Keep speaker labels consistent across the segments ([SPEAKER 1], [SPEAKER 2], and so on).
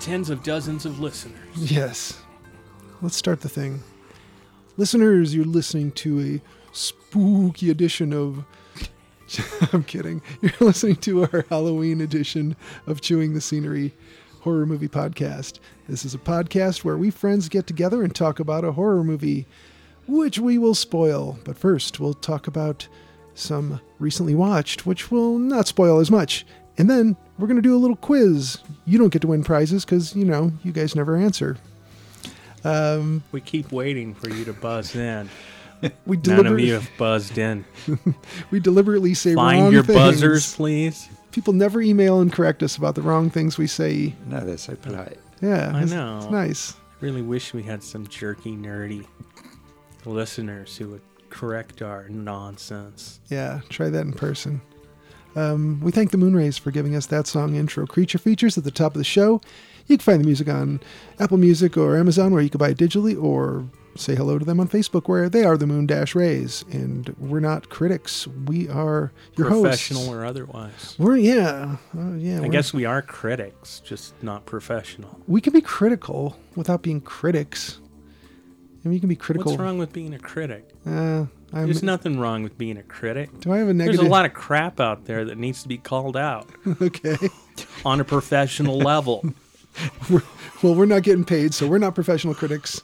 [SPEAKER 1] tens of dozens of listeners.
[SPEAKER 2] Yes. Let's start the thing. Listeners, you're listening to a spooky edition of. I'm kidding. You're listening to our Halloween edition of Chewing the Scenery Horror Movie Podcast. This is a podcast where we friends get together and talk about a horror movie, which we will spoil. But first, we'll talk about some recently watched, which will not spoil as much. And then we're going to do a little quiz. You don't get to win prizes because, you know, you guys never answer. Um,
[SPEAKER 1] We keep waiting for you to buzz in.
[SPEAKER 2] we,
[SPEAKER 1] None of you
[SPEAKER 2] deliber-
[SPEAKER 1] have buzzed in.
[SPEAKER 2] we deliberately say wrong
[SPEAKER 1] Find your
[SPEAKER 2] things.
[SPEAKER 1] buzzers, please.
[SPEAKER 2] People never email and correct us about the wrong things we say.
[SPEAKER 3] No, they're so polite.
[SPEAKER 2] Yeah,
[SPEAKER 1] I
[SPEAKER 2] it's,
[SPEAKER 1] know.
[SPEAKER 2] It's nice.
[SPEAKER 1] Really wish we had some jerky, nerdy listeners who would correct our nonsense.
[SPEAKER 2] Yeah, try that in person. Um, we thank the Moonrays for giving us that song intro creature features at the top of the show. You can find the music on Apple Music or Amazon, where you can buy it digitally, or say hello to them on Facebook, where they are the Moon Dash Rays. And we're not critics; we are your
[SPEAKER 1] professional
[SPEAKER 2] hosts.
[SPEAKER 1] or otherwise.
[SPEAKER 2] We're yeah, uh, yeah.
[SPEAKER 1] I
[SPEAKER 2] we're-
[SPEAKER 1] guess we are critics, just not professional.
[SPEAKER 2] we can be critical without being critics. And we can be critical.
[SPEAKER 1] What's wrong with being a critic?
[SPEAKER 2] Uh, I'm,
[SPEAKER 1] There's nothing wrong with being a critic.
[SPEAKER 2] do I have a negative?
[SPEAKER 1] There's a lot of crap out there that needs to be called out
[SPEAKER 2] okay.
[SPEAKER 1] on a professional level.
[SPEAKER 2] We're- well, we're not getting paid, so we're not professional critics.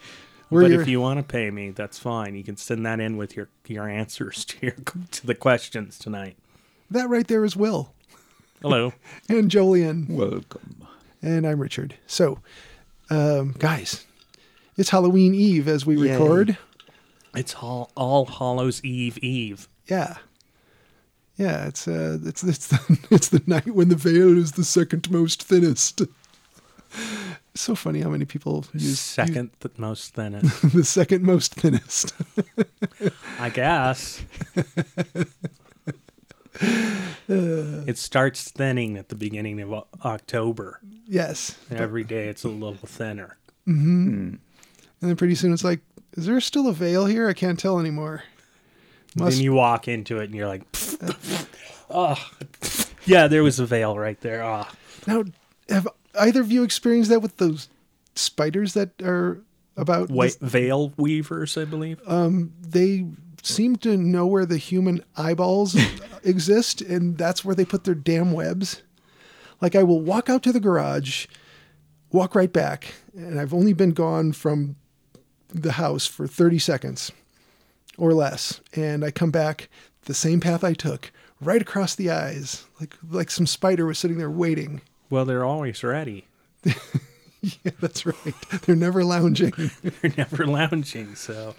[SPEAKER 2] We're
[SPEAKER 1] but
[SPEAKER 2] your-
[SPEAKER 1] if you want to pay me, that's fine. You can send that in with your your answers to your to the questions tonight.
[SPEAKER 2] That right there is Will
[SPEAKER 1] Hello.
[SPEAKER 2] and Jolien,
[SPEAKER 3] Welcome.
[SPEAKER 2] and I'm Richard. So, um, guys, it's Halloween Eve as we
[SPEAKER 3] Yay.
[SPEAKER 2] record.
[SPEAKER 1] it's all All Hallows Eve Eve.
[SPEAKER 2] Yeah, yeah. It's uh, it's it's the, it's the night when the veil is the second most thinnest. so funny how many people use
[SPEAKER 1] Second th- most thinnest,
[SPEAKER 2] use the second most thinnest.
[SPEAKER 1] I guess. it starts thinning at the beginning of O- October.
[SPEAKER 2] yes,
[SPEAKER 1] And Every day it's a little thinner.
[SPEAKER 2] and then pretty soon it's like, is there still a veil here? I can't tell anymore. Must
[SPEAKER 1] then you walk into it and you're like, oh, yeah, there was a veil right there. Ah,
[SPEAKER 2] Now, have either of you experienced that with those spiders that are about?
[SPEAKER 1] white veil weavers, I believe.
[SPEAKER 2] They seem to know where the human eyeballs exist, and that's where they put their damn webs. Like, I will walk out to the garage, walk right back, and I've only been gone from the house for 30 seconds or less, and I come back the same path I took, right across the eyes, like like some spider was sitting there waiting.
[SPEAKER 1] well, they're always ready.
[SPEAKER 2] Yeah, that's right. They're never lounging.
[SPEAKER 1] They're never lounging, so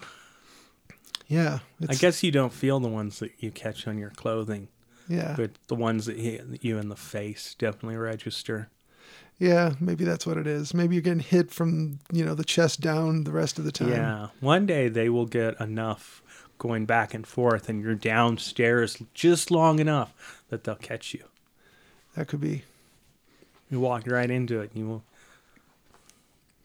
[SPEAKER 2] Yeah,
[SPEAKER 1] I
[SPEAKER 2] it's-
[SPEAKER 1] guess you don't feel the ones that you catch on your clothing,
[SPEAKER 2] Yeah,
[SPEAKER 1] but the ones that hit you in the face definitely register.
[SPEAKER 2] yeah. Maybe that's what it is. Maybe you're getting hit from you know the chest down the rest of the time.
[SPEAKER 1] Yeah, one day they will get enough going back and forth, and you're downstairs just long enough that they'll catch you.
[SPEAKER 2] that could be.
[SPEAKER 1] You walk right into it, and you won't,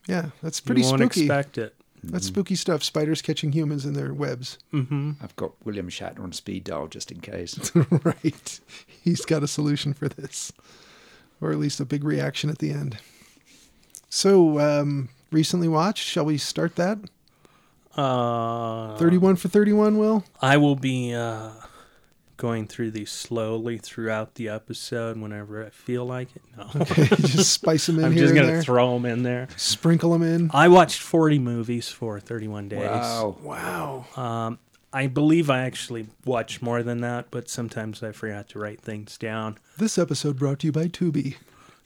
[SPEAKER 2] Yeah, that's pretty
[SPEAKER 1] you won't
[SPEAKER 2] spooky.
[SPEAKER 1] expect Mm. it.
[SPEAKER 2] That's spooky stuff. Spiders catching humans in their webs.
[SPEAKER 3] I've got William Shatner on speed dial just in case.
[SPEAKER 2] right. He's got a solution for this, or at least a big reaction at the end. So um, recently watched. Shall we start that?
[SPEAKER 1] Uh,
[SPEAKER 2] Thirty-one for thirty-one. Will.
[SPEAKER 1] I will be uh, going through these slowly throughout the episode whenever I feel like it. No,
[SPEAKER 2] just spice them in
[SPEAKER 1] I'm
[SPEAKER 2] here
[SPEAKER 1] just
[SPEAKER 2] and
[SPEAKER 1] gonna
[SPEAKER 2] there.
[SPEAKER 1] throw them in there.
[SPEAKER 2] Sprinkle them in.
[SPEAKER 1] I watched 40 movies for 31 days.
[SPEAKER 3] wow.
[SPEAKER 2] Wow.
[SPEAKER 1] I believe I actually watch more than that, but sometimes I forgot to write things down.
[SPEAKER 2] This episode brought to you by Tubi.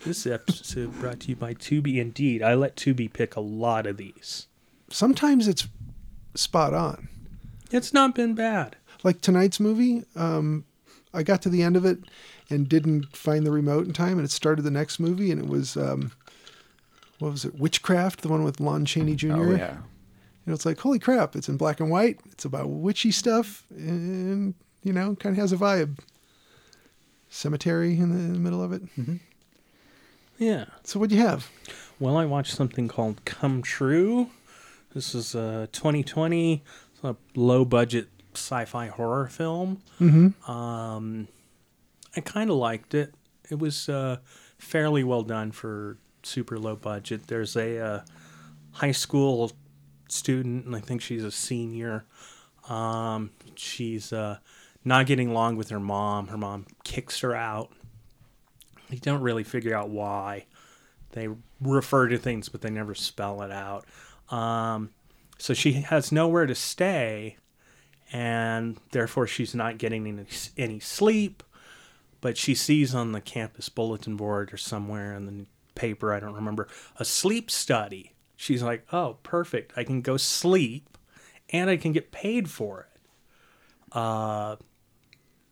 [SPEAKER 1] This episode brought to you by Tubi. Indeed, I let Tubi pick a lot of these.
[SPEAKER 2] Sometimes it's spot on.
[SPEAKER 1] It's not been bad.
[SPEAKER 2] Like tonight's movie, um, I got to the end of it and didn't find the remote in time, and it started the next movie, and it was um, what was it? Witchcraft, the one with Lon Chaney Jr.
[SPEAKER 3] Oh yeah.
[SPEAKER 2] And it's like, holy crap, it's in black and white. It's about witchy stuff and, you know, kind of has a vibe. Cemetery in the, in the middle of it.
[SPEAKER 1] Yeah.
[SPEAKER 2] So, what do you have?
[SPEAKER 1] Well, I watched something called Come True. This is uh, 2020. It's a low budget sci fi horror film.
[SPEAKER 2] Mm-hmm.
[SPEAKER 1] Um, I kind of liked it. It was uh, fairly well done for super low budget. There's a uh, high school student, and I think she's a senior. Um, she's uh, not getting along with her mom. Her mom kicks her out. They don't really figure out why. They refer to things, but they never spell it out. Um, so she has nowhere to stay, and therefore she's not getting any, any sleep. But she sees on the campus bulletin board or somewhere in the paper, I don't remember, a sleep study. She's like, oh, perfect. I can go sleep and I can get paid for it. Uh,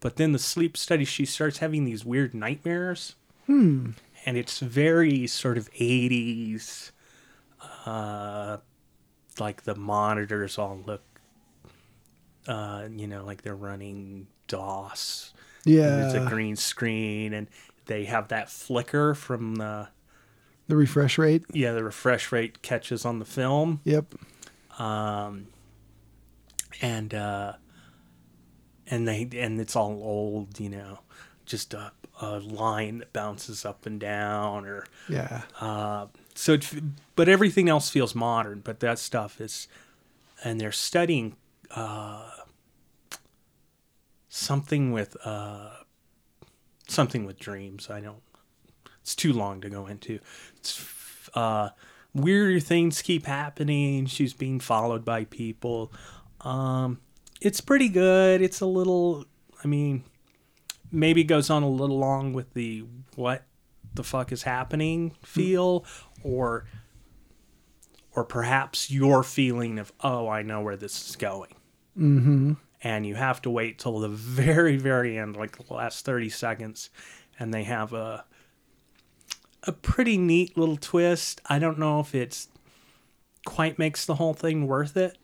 [SPEAKER 1] but then the sleep study, she starts having these weird nightmares. Hmm. And it's very sort of 80s. Uh, like the monitors all look, uh, you know, like they're running DOS. And
[SPEAKER 2] Yeah.
[SPEAKER 1] there's a green screen and they have that flicker from the,
[SPEAKER 2] the refresh rate.
[SPEAKER 1] yeah, the refresh rate catches on the film.
[SPEAKER 2] Yep.
[SPEAKER 1] um, and uh, and they and it's all old, you know, just a, a line that bounces up and down, or
[SPEAKER 2] Yeah.
[SPEAKER 1] uh, so. It, f- but everything else feels modern, but that stuff is, and they're studying uh, something with uh, something with dreams. I don't. It's too long to go into. It's f- uh, weirder things keep happening. She's being followed by people. Um, it's pretty good. It's a little. I mean, maybe goes on a little long with the what the fuck is happening feel, or or perhaps your feeling of oh I know where this is going
[SPEAKER 2] Mm-hmm.
[SPEAKER 1] and you have to wait till the very very end like the last 30 seconds and they have a a pretty neat little twist i don't know if it's quite makes the whole thing worth it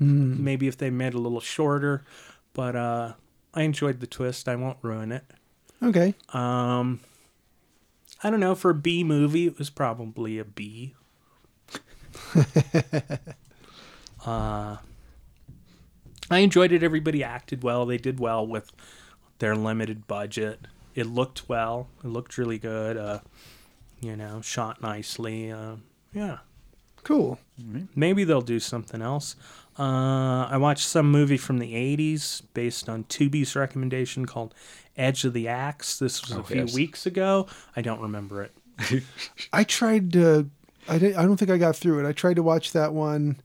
[SPEAKER 1] maybe if they made it a little shorter but uh i enjoyed the twist i won't ruin it
[SPEAKER 2] Okay.
[SPEAKER 1] um i don't know for a b movie it was probably a b uh I enjoyed it. Everybody acted well. They did well with their limited budget. It looked well. It looked really good. Uh, you know, shot nicely. Uh, yeah.
[SPEAKER 2] Cool.
[SPEAKER 1] Maybe they'll do something else. Uh, I watched some movie from the 80s based on Tubi's recommendation called Edge of the Axe. This was a
[SPEAKER 3] Oh,
[SPEAKER 1] few
[SPEAKER 3] yes.
[SPEAKER 1] weeks ago. I don't remember it.
[SPEAKER 2] I tried to. I, didn't, I don't think I got through it. I tried to watch that one.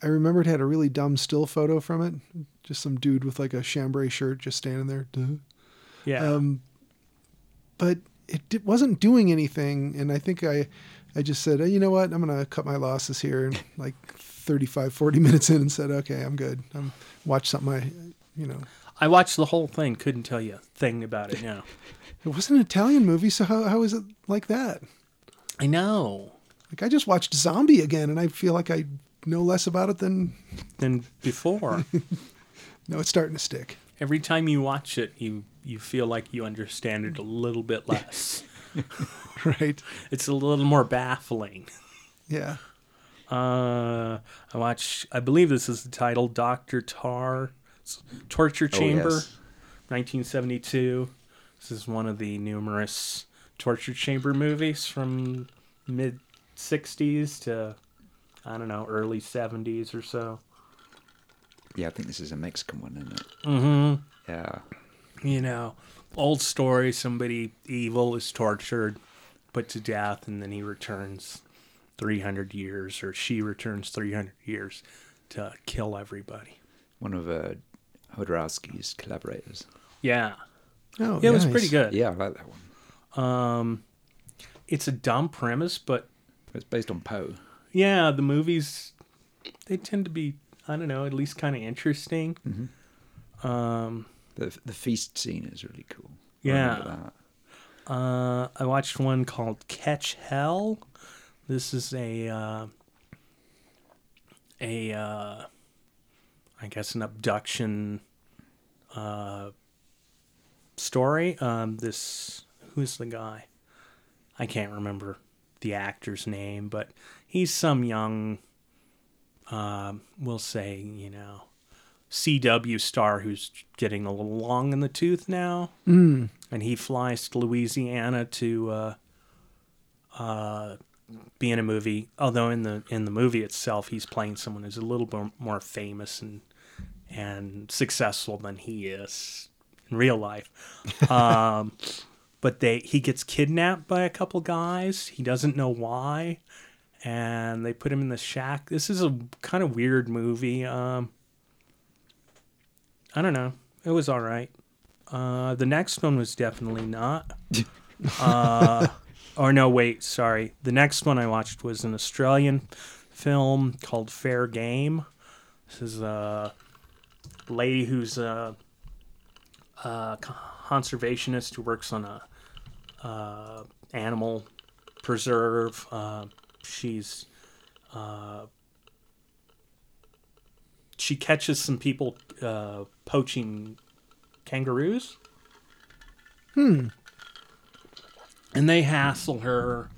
[SPEAKER 2] I remember it had a really dumb still photo from it. Just some dude with like a chambray shirt just standing there. Duh.
[SPEAKER 1] Yeah.
[SPEAKER 2] Um, but it di- wasn't doing anything, and I think I, I just said, "Oh, you know what, I'm gonna cut my losses here. And like 35, 40 minutes in, and said, okay, I'm good. I'm watch something. I, you know,
[SPEAKER 1] I watched the whole thing. Couldn't tell you a thing about it now.
[SPEAKER 2] it was an Italian movie, so how how is it like that?
[SPEAKER 1] I know.
[SPEAKER 2] Like I just watched Zombie again, and I feel like I know less about it than
[SPEAKER 1] Than before.
[SPEAKER 2] no, it's starting to stick.
[SPEAKER 1] every time you watch it you you feel like you understand it a little bit less
[SPEAKER 2] Right?
[SPEAKER 1] it's a little more baffling
[SPEAKER 2] Yeah.
[SPEAKER 1] uh i watch i believe this is the title dr tar s- torture
[SPEAKER 3] Oh,
[SPEAKER 1] chamber
[SPEAKER 3] yes.
[SPEAKER 1] 1972 this is one of the numerous torture chamber movies from mid 60s to i don't know early 70s or so
[SPEAKER 3] Yeah, I think this is a Mexican one, isn't it?
[SPEAKER 1] mm-hmm
[SPEAKER 3] Yeah.
[SPEAKER 1] you know, old story somebody evil is tortured, put to death, and then he returns 300 years, or she returns 300 years to kill everybody.
[SPEAKER 3] one of uh, Hodorowski's collaborators.
[SPEAKER 1] Yeah.
[SPEAKER 2] Oh,
[SPEAKER 1] Yeah, it was
[SPEAKER 2] nice.
[SPEAKER 1] pretty good.
[SPEAKER 3] Yeah, I like that one.
[SPEAKER 1] It's a dumb premise, but
[SPEAKER 3] It's based on Poe.
[SPEAKER 1] yeah, the movies they tend to be I don't know, at least kind of interesting.
[SPEAKER 3] The the feast scene is really cool. I
[SPEAKER 1] Yeah.
[SPEAKER 3] remember that.
[SPEAKER 1] Uh, I watched one called Catch Hell. This is a uh, a uh, I guess an abduction uh, story. Um, this who's the guy? I can't remember the actor's name, but he's some young, um, we'll say you know, CW star who's getting a little long in the tooth now and he flies to Louisiana to uh, uh, be in a movie. Although in the in the movie itself, he's playing someone who's a little bit more famous and and successful than he is in real life. Um, but they he gets kidnapped by a couple guys. He doesn't know why, and they put him in the shack. This is a kind of weird movie. Um, I don't know. It was all right. Uh, the next one was definitely not. uh, or no, wait, sorry. The next one I watched was an Australian film called Fair Game. This is a lady who's a, a conservationist who works on a uh, animal preserve. Uh, she's uh, she catches some people uh, poaching kangaroos. Hmm. And they hassle her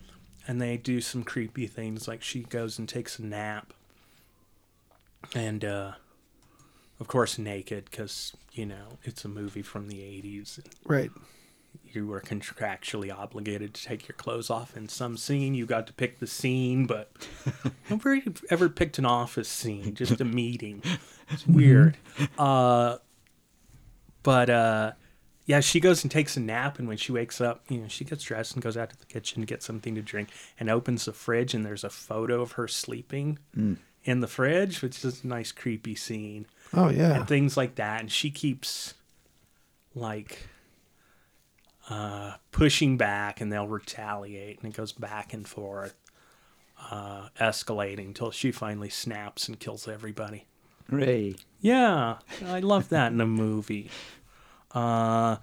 [SPEAKER 1] and they do some creepy things like she goes and takes a nap. And uh of course naked cuz you know, it's a movie from the 80s.
[SPEAKER 2] Right.
[SPEAKER 1] You were contractually obligated to take your clothes off in some scene. You got to pick the scene, but nobody ever picked an office scene, just a meeting. It's weird Uh, but uh yeah she goes and takes a nap and when she wakes up you know she gets dressed and goes out to the kitchen to get something to drink and opens the fridge and there's a photo of her sleeping in the fridge which is a nice creepy scene
[SPEAKER 2] Oh yeah.
[SPEAKER 1] and things like that and she keeps like uh pushing back and they'll retaliate and it goes back and forth uh escalating until she finally snaps and kills everybody
[SPEAKER 3] Hooray.
[SPEAKER 1] yeah, I love that in a movie. Uh,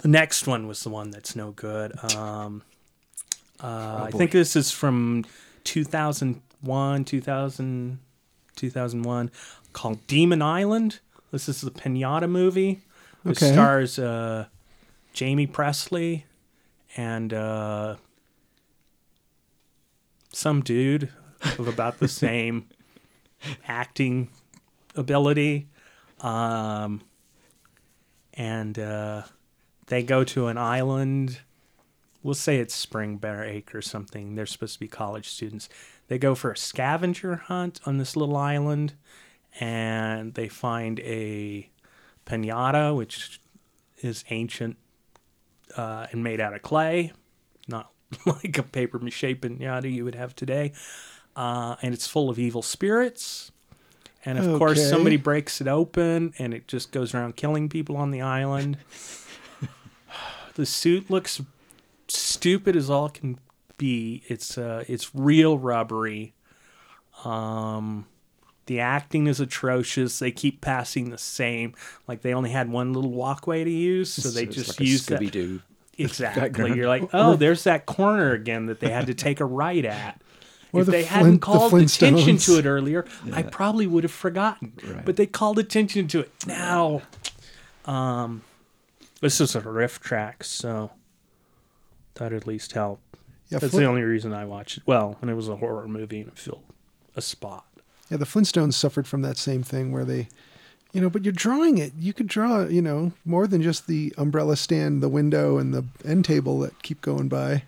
[SPEAKER 1] the next one was the one that's no good. Um, uh, I
[SPEAKER 3] boy.
[SPEAKER 1] think this is from 2001, 2000, 2001, called Demon Island. This is the Pinata movie. It
[SPEAKER 2] Okay.
[SPEAKER 1] stars uh, Jamie Presley and uh, some dude of about the same acting ability. Um, and uh, they go to an island. We'll say it's Spring Bear Lake or something. They're supposed to be college students. They go for a scavenger hunt on this little island, and they find a pinata, which is ancient uh, and made out of clay, not like a paper mache pinata you would have today. Uh, and it's full of evil spirits. And of course,
[SPEAKER 2] Okay.
[SPEAKER 1] somebody breaks it open, and it just goes around killing people on the island. the suit looks stupid as all can be. It's uh, it's real rubbery. Um, The acting is atrocious. They keep passing the same. Like they only had one little walkway to use, so they
[SPEAKER 3] it's
[SPEAKER 1] just
[SPEAKER 3] like a
[SPEAKER 1] used that.
[SPEAKER 3] Scooby-Doo.
[SPEAKER 1] Exactly.
[SPEAKER 3] background.
[SPEAKER 1] You're like, oh, there's that corner again that they had to take a right at.
[SPEAKER 2] Or
[SPEAKER 1] if
[SPEAKER 2] the
[SPEAKER 1] they
[SPEAKER 2] Flint-
[SPEAKER 1] hadn't
[SPEAKER 2] the
[SPEAKER 1] called attention to
[SPEAKER 2] Flintstones.
[SPEAKER 1] it earlier, I probably would have forgotten.
[SPEAKER 3] Right.
[SPEAKER 1] But they called attention to it. Now, um, this is a riff track, so that at least helped.
[SPEAKER 2] Yeah,
[SPEAKER 1] That's
[SPEAKER 2] Flin-
[SPEAKER 1] the only reason I watched it. Well, and it was a horror movie and it filled a spot.
[SPEAKER 2] yeah, the Flintstones suffered from that same thing where they, you know, but you're drawing it. You could draw, you know, more than just the umbrella stand, the window, and the end table that keep going by.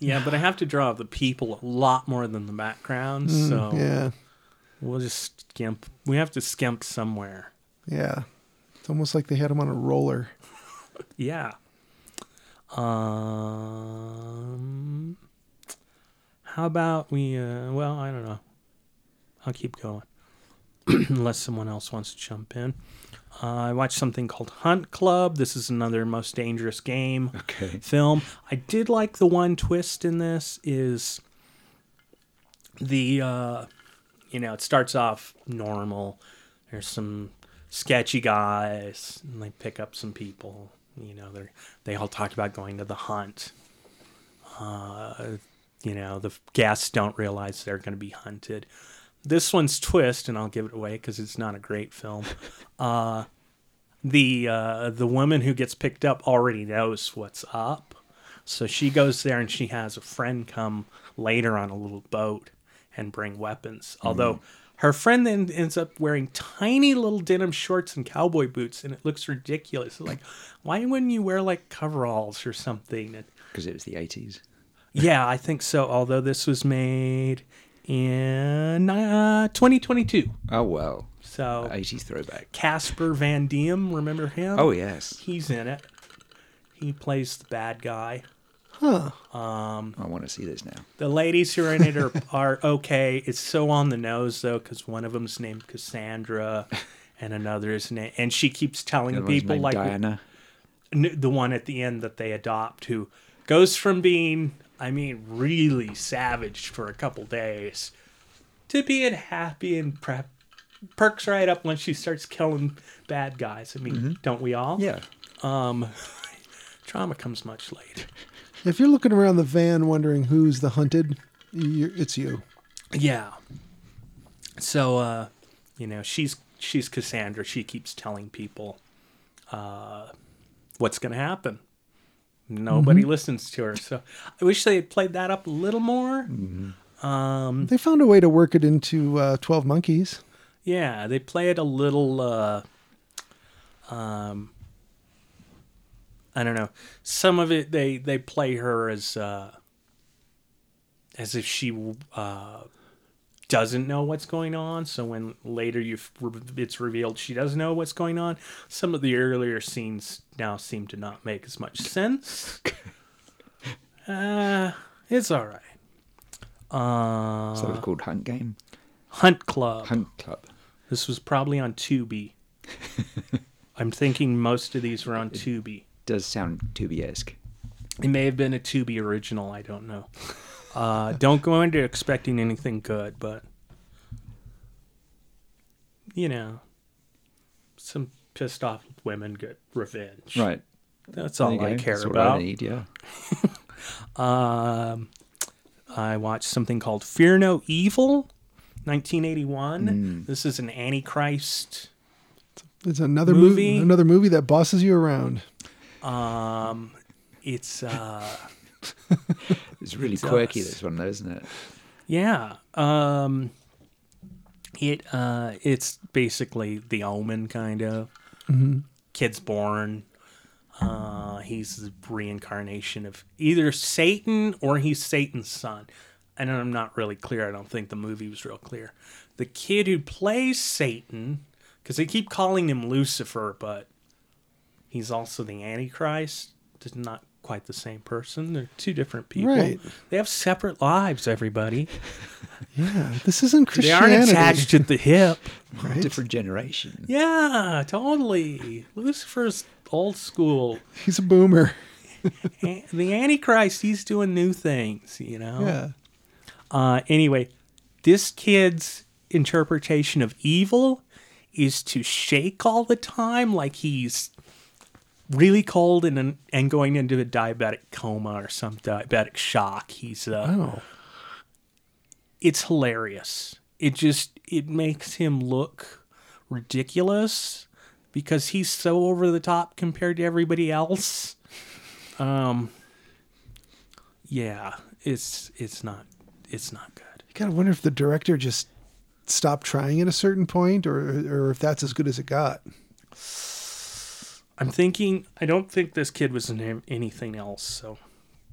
[SPEAKER 1] Yeah, but I have to draw the people a lot more than the background, so
[SPEAKER 2] Mm, Yeah,
[SPEAKER 1] we'll just skimp. We have to skimp somewhere.
[SPEAKER 2] yeah. It's almost like they had them on a roller.
[SPEAKER 1] Yeah. Um. How about we? Uh, well, I don't know. I'll keep going. unless someone else wants to jump in. Uh, I watched something called Hunt Club. This is another most dangerous game
[SPEAKER 3] Okay.
[SPEAKER 1] film. I did like the one twist in this is the uh, you know it starts off normal. There's some sketchy guys, and they pick up some people. You know, they they all talk about going to the hunt. Uh, you know, the guests don't realize they're going to be hunted. This one's twist, and I'll give it away because it's not a great film. Uh, the uh, the woman who gets picked up already knows what's up, so she goes there and she has a friend come later on a little boat and bring weapons. Although her friend then ends up wearing tiny little denim shorts and cowboy boots, and it looks ridiculous. Like, why wouldn't you wear like coveralls or something? And-
[SPEAKER 3] Because it was the 80s.
[SPEAKER 1] yeah, I think so. Although this was made in uh, 2022,
[SPEAKER 3] Oh, well.
[SPEAKER 1] so
[SPEAKER 3] 80s throwback.
[SPEAKER 1] Casper Van Diem, remember him?
[SPEAKER 3] Oh, yes.
[SPEAKER 1] he's in it. He plays the bad guy.
[SPEAKER 2] Huh.
[SPEAKER 3] I want to see this now.
[SPEAKER 1] The ladies who are in it are, are okay. It's so on the nose though, because one of them's named Cassandra, and another is named, and she keeps telling
[SPEAKER 3] The other one's
[SPEAKER 1] people
[SPEAKER 3] named
[SPEAKER 1] like
[SPEAKER 3] Diana.
[SPEAKER 1] n- the one at the end that they adopt who goes from being i mean really savage for a couple days to being happy and prep perks right up when she starts killing bad guys i mean don't we all
[SPEAKER 3] Mm-hmm. Yeah.
[SPEAKER 1] um trauma comes much later
[SPEAKER 2] If you're looking around the van wondering who's the hunted, you it's you.
[SPEAKER 1] yeah so uh you know she's she's cassandra she keeps telling people uh what's gonna happen nobody listens to her so i wish they had played that up a little more um
[SPEAKER 2] They found a way to work it into uh, Twelve Monkeys.
[SPEAKER 1] yeah they play it a little uh um i don't know some of it they they play her as uh as if she uh doesn't know what's going on. So when later you it's revealed she does know what's going on, some of the earlier scenes now seem to not make as much sense. uh, it's all right. Uh,
[SPEAKER 3] So it's called Hunt Game.
[SPEAKER 1] Hunt Club.
[SPEAKER 3] Hunt Club.
[SPEAKER 1] This was probably on Tubi. I'm thinking most of these were on Tubi.
[SPEAKER 3] Does sound Tubi esque.
[SPEAKER 1] It may have been a Tubi original. I don't know. Uh, don't go into expecting anything good, but you know, some pissed off women get revenge.
[SPEAKER 3] Right.
[SPEAKER 1] That's
[SPEAKER 3] There
[SPEAKER 1] all
[SPEAKER 3] you
[SPEAKER 1] I
[SPEAKER 3] go.
[SPEAKER 1] care
[SPEAKER 3] That's what
[SPEAKER 1] about.
[SPEAKER 3] I need, yeah.
[SPEAKER 1] Um, I watched something called Fear No Evil,
[SPEAKER 3] Hmm.
[SPEAKER 1] 1981. This is an Antichrist.
[SPEAKER 2] It's another
[SPEAKER 1] Movie.
[SPEAKER 2] movie, another movie that bosses you around.
[SPEAKER 1] Um, it's uh,
[SPEAKER 3] It's really quirky,
[SPEAKER 1] does.
[SPEAKER 3] this one, though, isn't it?
[SPEAKER 1] yeah. Um, it uh, it's basically the Omen kind of. Kid's born. Uh, he's the reincarnation of either Satan or he's Satan's son. And I'm not really clear. I don't think the movie was real clear. The kid who plays Satan, because they keep calling him Lucifer, but he's also the Antichrist. It's not quite the same person. They're two different people.
[SPEAKER 2] Right.
[SPEAKER 1] They have separate lives, everybody.
[SPEAKER 2] Yeah, this isn't
[SPEAKER 1] They
[SPEAKER 2] Christianity.
[SPEAKER 1] aren't attached at the hip.
[SPEAKER 2] Right?
[SPEAKER 3] Different generation.
[SPEAKER 1] Yeah, totally. Lucifer's old school.
[SPEAKER 2] He's a boomer.
[SPEAKER 1] An- the Antichrist, he's doing new things, you know?
[SPEAKER 2] Yeah.
[SPEAKER 1] Uh, anyway, this kid's interpretation of evil is to shake all the time like he's really cold and and going into a diabetic coma or some diabetic shock. He's uh,
[SPEAKER 2] Oh.
[SPEAKER 1] it's hilarious. It just it makes him look ridiculous because he's so over the top compared to everybody else. Um yeah, it's it's not it's not good.
[SPEAKER 2] You gotta wonder if the director just stopped trying at a certain point, or or if that's as good as it got.
[SPEAKER 1] I'm thinking I don't think this kid was in anything else, so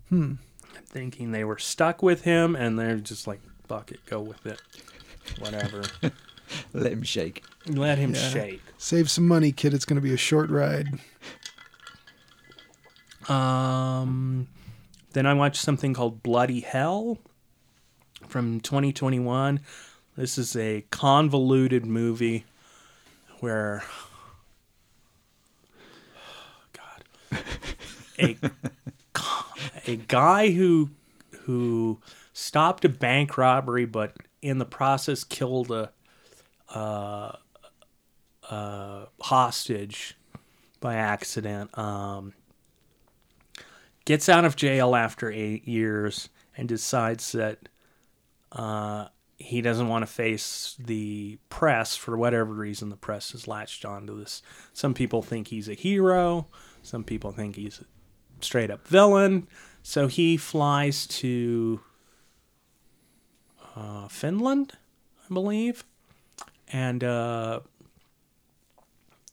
[SPEAKER 1] I'm thinking they were stuck with him and they're just like fuck it, go with it. Whatever.
[SPEAKER 3] Let him shake.
[SPEAKER 1] Let him
[SPEAKER 2] Yeah.
[SPEAKER 1] shake.
[SPEAKER 2] Save some money, kid. It's gonna be a short ride.
[SPEAKER 1] Um, then I watched something called Bloody Hell from 2021. This is a convoluted movie where God, a a guy who who stopped a bank robbery, but in the process killed a uh, uh, hostage by accident. Um, gets out of jail after eight years and decides that uh, he doesn't want to face the press for whatever reason the press has latched onto this. Some people think he's a hero, some people think he's a straight up villain. So he flies to uh, Finland, I believe, and uh,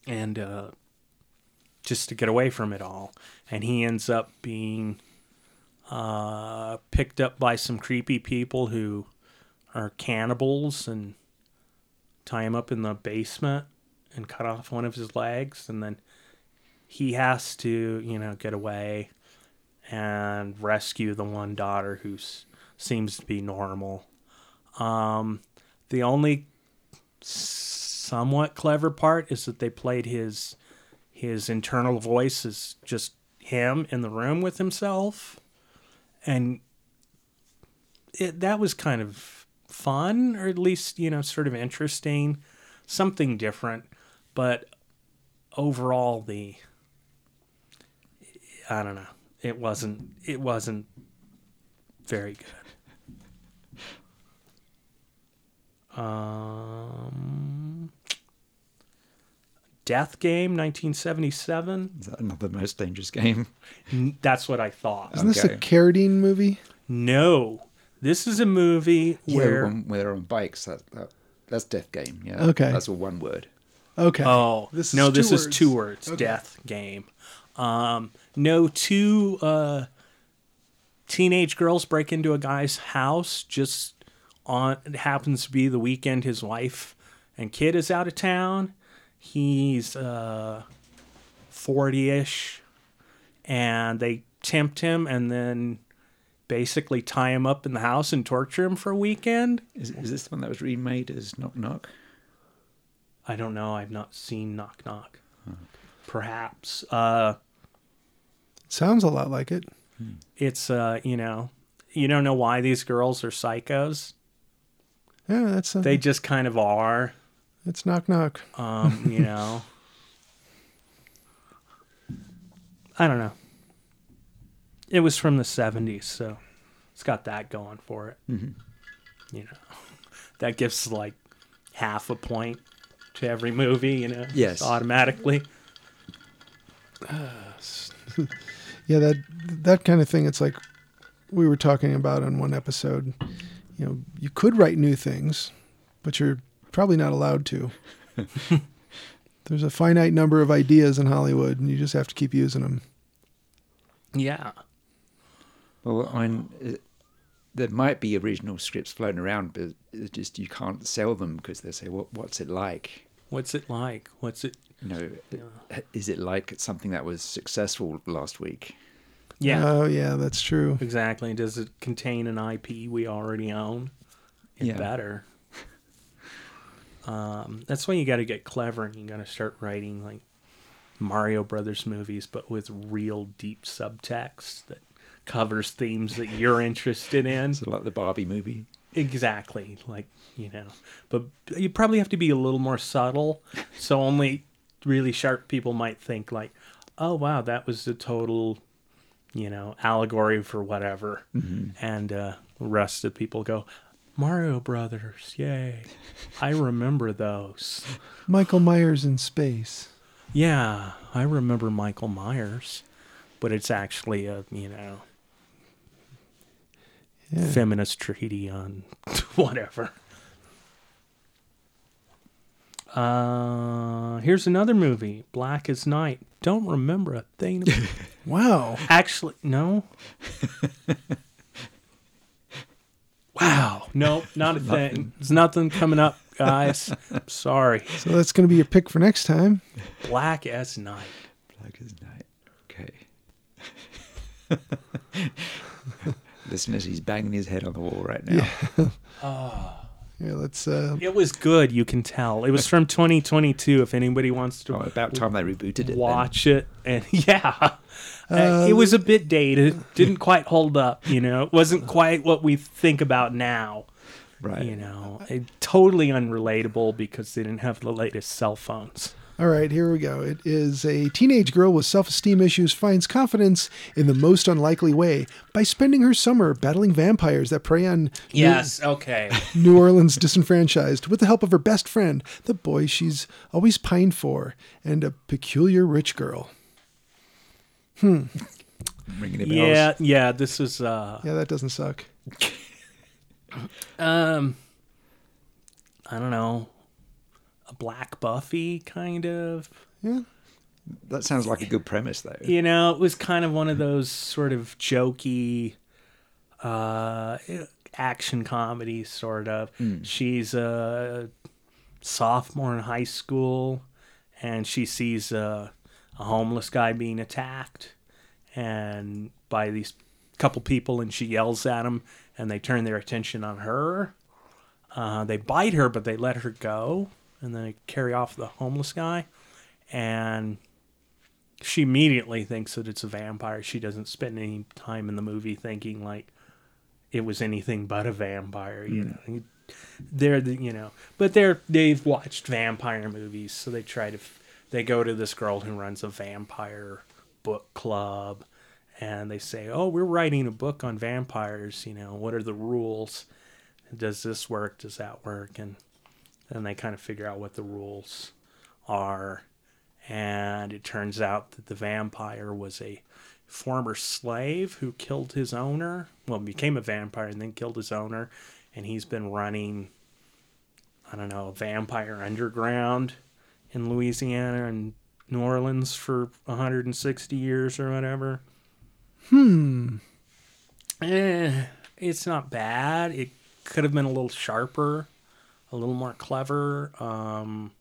[SPEAKER 1] and uh, just to get away from it all. And he ends up being uh, picked up by some creepy people who are cannibals and tie him up in the basement and cut off one of his legs and then he has to you know get away and rescue the one daughter who s- seems to be normal um the only somewhat clever part is that they played his his internal voice is just him in the room with himself and it, that was kind of fun or at least you know sort of interesting something different but overall the i don't know it wasn't it wasn't very good um death game 1977
[SPEAKER 3] Is that another most dangerous game?
[SPEAKER 1] N- that's what i thought
[SPEAKER 2] Isn't this a
[SPEAKER 3] Okay.
[SPEAKER 2] Carradine movie?
[SPEAKER 1] no this is a movie
[SPEAKER 3] Yeah,
[SPEAKER 1] where
[SPEAKER 3] when, when they're on bikes, that, that that's death game. Yeah.
[SPEAKER 2] Okay.
[SPEAKER 3] That's all one word.
[SPEAKER 2] Okay.
[SPEAKER 1] Oh,
[SPEAKER 2] This
[SPEAKER 1] no,
[SPEAKER 2] is
[SPEAKER 1] this
[SPEAKER 2] two
[SPEAKER 1] is two
[SPEAKER 2] words.
[SPEAKER 1] words. Death game. Um, no, two uh, teenage girls break into a guy's house. Just on it happens to be the weekend his wife and kid is out of town. He's uh, forty-ish, and they tempt him, and then basically tie him up in the house and torture him for a weekend.
[SPEAKER 3] Is, is this the one that was remade as Knock Knock?
[SPEAKER 1] I don't know. I've not seen Knock Knock. Perhaps. Uh,
[SPEAKER 2] Sounds a lot like it.
[SPEAKER 1] it's uh you know you don't know why these girls are psychos
[SPEAKER 2] Yeah, that's a,
[SPEAKER 1] they just kind of are
[SPEAKER 2] that's knock knock.
[SPEAKER 1] um you know i don't know it was from the 70s so it's got that going for it you know that gives like half a point to every movie you know just
[SPEAKER 3] Yes.
[SPEAKER 1] automatically
[SPEAKER 2] Yeah, that that kind of thing. It's like we were talking about on one episode. You know, you could write new things, but you're probably not allowed to. There's a finite number of ideas in Hollywood, and you just have to keep using them.
[SPEAKER 1] yeah
[SPEAKER 3] Well, I mean, it, there might be original scripts floating around, but it's just you can't sell them because they say, "What what's it like?"
[SPEAKER 1] what's it like what's it
[SPEAKER 3] You know, is it like something that was successful last week?
[SPEAKER 1] yeah
[SPEAKER 2] Oh yeah, that's true.
[SPEAKER 1] Exactly. Does it contain an IP we already own? It
[SPEAKER 3] Yeah.
[SPEAKER 1] better. Um, that's when you got to get clever and you got to start writing like Mario Brothers movies, but with real deep subtext that covers themes that you're interested in.
[SPEAKER 3] Is it like the Barbie movie?
[SPEAKER 1] Exactly. Like, you know, but you probably have to be a little more subtle. So only really sharp people might think, like, oh, wow, that was the total, you know, allegory for whatever. And uh, the rest of people go, Mario Brothers, yay. I remember those.
[SPEAKER 2] Michael Myers in space.
[SPEAKER 1] Yeah, I remember Michael Myers, but it's actually a, you know,
[SPEAKER 2] Yeah.
[SPEAKER 1] feminist treaty on whatever. Uh, here's another movie, Black as Night. Don't remember a thing. about-
[SPEAKER 2] Wow.
[SPEAKER 1] Actually, no. wow, no, not a thing. There's nothing coming up, guys. Sorry,
[SPEAKER 2] So that's going to be your pick for next time.
[SPEAKER 1] Black as Night.
[SPEAKER 3] Black as night. Okay. Listeners, he's banging his head on the wall right now.
[SPEAKER 2] Yeah, let's. Uh,
[SPEAKER 1] It was good, you can tell. It was from 2022. If anybody wants to
[SPEAKER 3] Oh, about time they rebooted it. then.
[SPEAKER 1] watch it, and yeah, Uh, it was a bit dated. Didn't quite hold up. You know, it wasn't quite what we think about now.
[SPEAKER 3] Right.
[SPEAKER 1] You know, it, totally unrelatable because they didn't have the latest cell phones.
[SPEAKER 2] all right, here we go. It is a teenage girl with self esteem issues finds confidence in the most unlikely way by spending her summer battling vampires that prey on New-
[SPEAKER 1] Okay.
[SPEAKER 2] New Orleans disenfranchised with the help of her best friend, the boy she's always pined for, and a peculiar rich girl.
[SPEAKER 3] Ringing the bells.
[SPEAKER 1] yeah, yeah. This is uh,
[SPEAKER 2] Yeah, that doesn't suck.
[SPEAKER 1] um, I don't know, a black Buffy kind of.
[SPEAKER 2] Yeah.
[SPEAKER 3] That sounds like a good premise, though.
[SPEAKER 1] you know it was kind of one of those sort of jokey uh action comedy sort of she's a sophomore in high school and she sees a, a homeless guy being attacked and by these couple people and she yells at them and they turn their attention on her uh, they bite her but they let her go and then they carry off the homeless guy and she immediately thinks that it's a vampire. She doesn't spend any time in the movie thinking like it was anything but a vampire. You know, they're the, you know, but they're they've watched vampire movies, so they try to f- they go to this girl who runs a vampire book club, and they say, "Oh, we're writing a book on vampires. You know, what are the rules? Does this work? Does that work?" And and they kind of figure out what the rules are and it turns out that the vampire was a former slave who killed his owner well became a vampire and then killed his owner and he's been running i don't know vampire underground in louisiana and new orleans for 160 years or whatever hmm eh, it's not bad it could have been a little sharper a little more clever um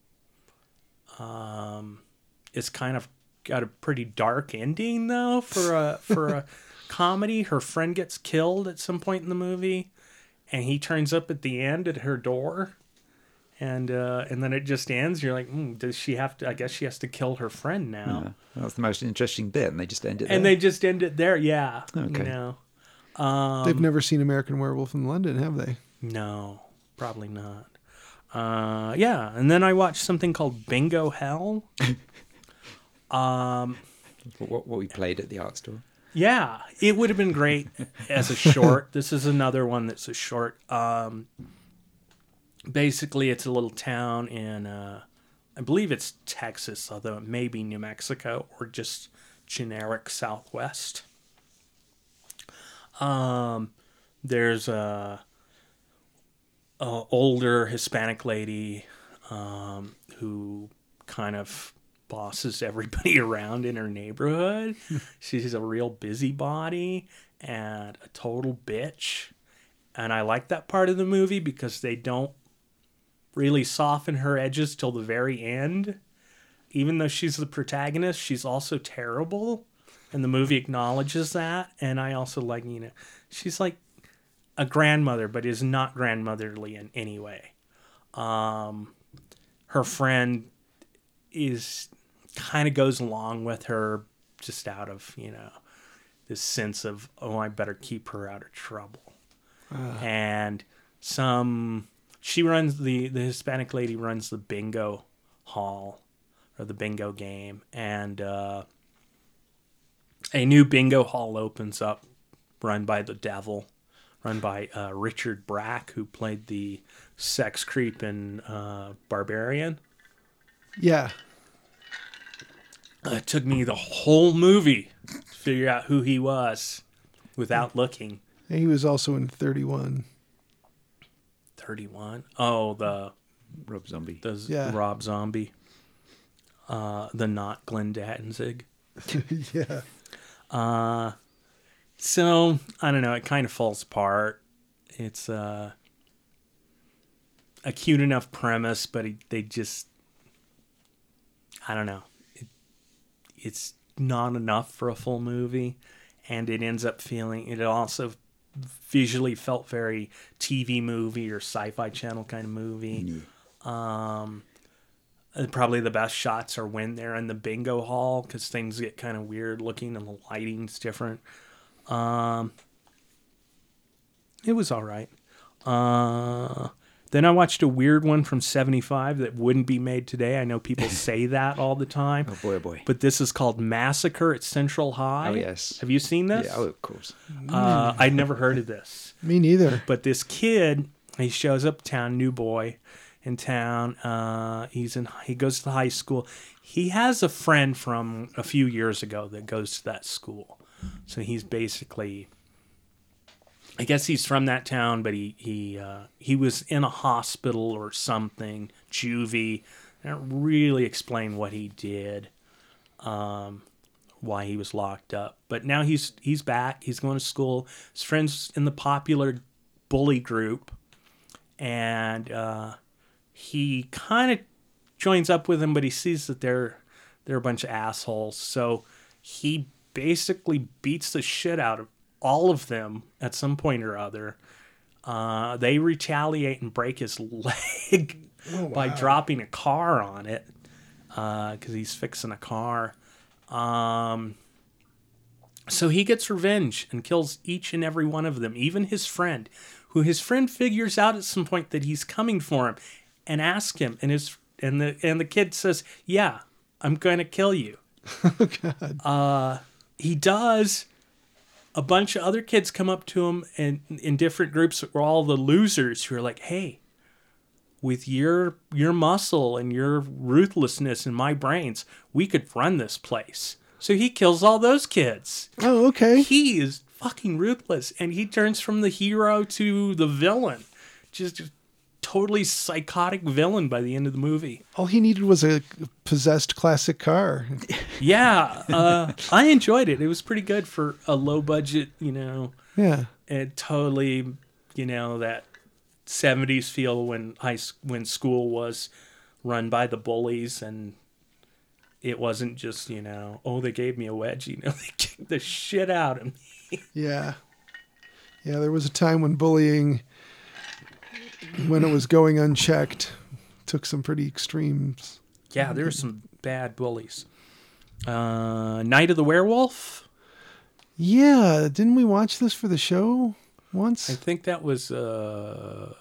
[SPEAKER 1] it's kind of got a pretty dark ending though for a for a comedy. Her friend gets killed at some point in the movie, and he turns up at the end at her door, and uh, and then it just ends. You're like, mm, does she have to? I guess she has to kill her friend now.
[SPEAKER 3] Yeah. Uh, That was the most interesting bit, and they just ended
[SPEAKER 1] And
[SPEAKER 3] there.
[SPEAKER 1] they just end it there. Yeah. You
[SPEAKER 3] Okay.
[SPEAKER 1] know?
[SPEAKER 2] They've never seen American Werewolf in London, have they?
[SPEAKER 1] No, probably not. Uh, yeah, and then I watched something called Bingo Hell.
[SPEAKER 3] what, what we played at the art store.
[SPEAKER 1] Yeah, it would have been great as a short. this is another one that's a short. Um, basically, it's a little town in, uh, I believe it's Texas, although it may be New Mexico or just generic Southwest. Um, there's a, a older Hispanic lady um, who kind of bosses everybody around in her neighborhood. She's a real busybody and a total bitch. And I like that part of the movie because they don't really soften her edges till the very end. Even though she's the protagonist, she's also terrible. And the movie acknowledges that. And I also like, you know, she's like a grandmother, but is not grandmotherly in any way. Um, her friend is kind of goes along with her just out of, you know, this sense of, oh, I better keep her out of trouble and some she runs the the Hispanic lady runs the bingo hall or the bingo game and uh a new bingo hall opens up run by the devil run by uh, Richard Brack who played the sex creep in uh Barbarian
[SPEAKER 2] Yeah.
[SPEAKER 1] Uh, it took me the whole movie to figure out who he was without looking
[SPEAKER 2] And he was also in 31.
[SPEAKER 1] 31 oh the
[SPEAKER 3] Rob Zombie.
[SPEAKER 1] the Z-
[SPEAKER 2] Yeah.
[SPEAKER 1] Rob Zombie, uh, the not Glenn Danzig. Uh,
[SPEAKER 2] yeah.
[SPEAKER 1] So I don't know. It kind of falls apart. It's uh, a cute enough premise, but it, they just I don't know. It, it's not enough for a full movie, and it ends up feeling it also visually felt very TV movie or sci-fi channel kind of movie. Uh, Probably the best shots are when they're in the bingo hall because things get kind of weird looking and the lighting's different. Um, It was all right. Uh, then I watched a weird one from 75 that wouldn't be made today. I know people say that all the time.
[SPEAKER 3] Oh boy, oh boy.
[SPEAKER 1] But this is called Massacre at Central High.
[SPEAKER 3] Oh, yes.
[SPEAKER 1] Have you seen this?
[SPEAKER 3] yeah, oh, of course.
[SPEAKER 1] Uh, I'd never heard of this.
[SPEAKER 2] Me neither.
[SPEAKER 1] But this kid, he shows up town, new boy in town. Uh, he's in. He goes to high school. He has a friend from a few years ago that goes to that school. So he's basically, I guess he's from that town, but he he uh, he was in a hospital or something, juvie. They don't really explain what he did why he was locked up. But now he's he's back. He's going to school. His friends in the popular bully group, and uh, he kind of joins up with them, but he sees that they're they're a bunch of assholes. So he basically beats the shit out of all of them at some point or other. Uh, they retaliate and break his leg by dropping a car on it because he's fixing a car. So he gets revenge and kills each and every one of them, even his friend, who his friend figures out at some point that he's coming for him and asks him and his and the and the kid says, "Yeah, I'm going to kill you." Uh, he does. A bunch of other kids come up to him and in different groups that were all the losers who are like, "Hey, with your your muscle and your ruthlessness and my brains, we could run this place." So he kills all those kids
[SPEAKER 2] Oh, okay.
[SPEAKER 1] he is fucking ruthless and he turns from the hero to the villain just a totally psychotic villain by the end of the movie
[SPEAKER 2] All he needed was a possessed classic car.
[SPEAKER 1] yeah uh, i enjoyed it it was pretty good for a low budget you know
[SPEAKER 2] Yeah.
[SPEAKER 1] and totally you know that 70s feel when high s- when school was run by the bullies and it wasn't just you know oh they gave me a wedgie you know they kicked the shit out of me
[SPEAKER 2] Yeah. Yeah, there was a time when bullying, when it was going unchecked, took some pretty extremes.
[SPEAKER 1] Yeah, there were some bad bullies. Uh, Night of the Werewolf.
[SPEAKER 2] Yeah, didn't we watch this for the show once?
[SPEAKER 1] I think that was uh,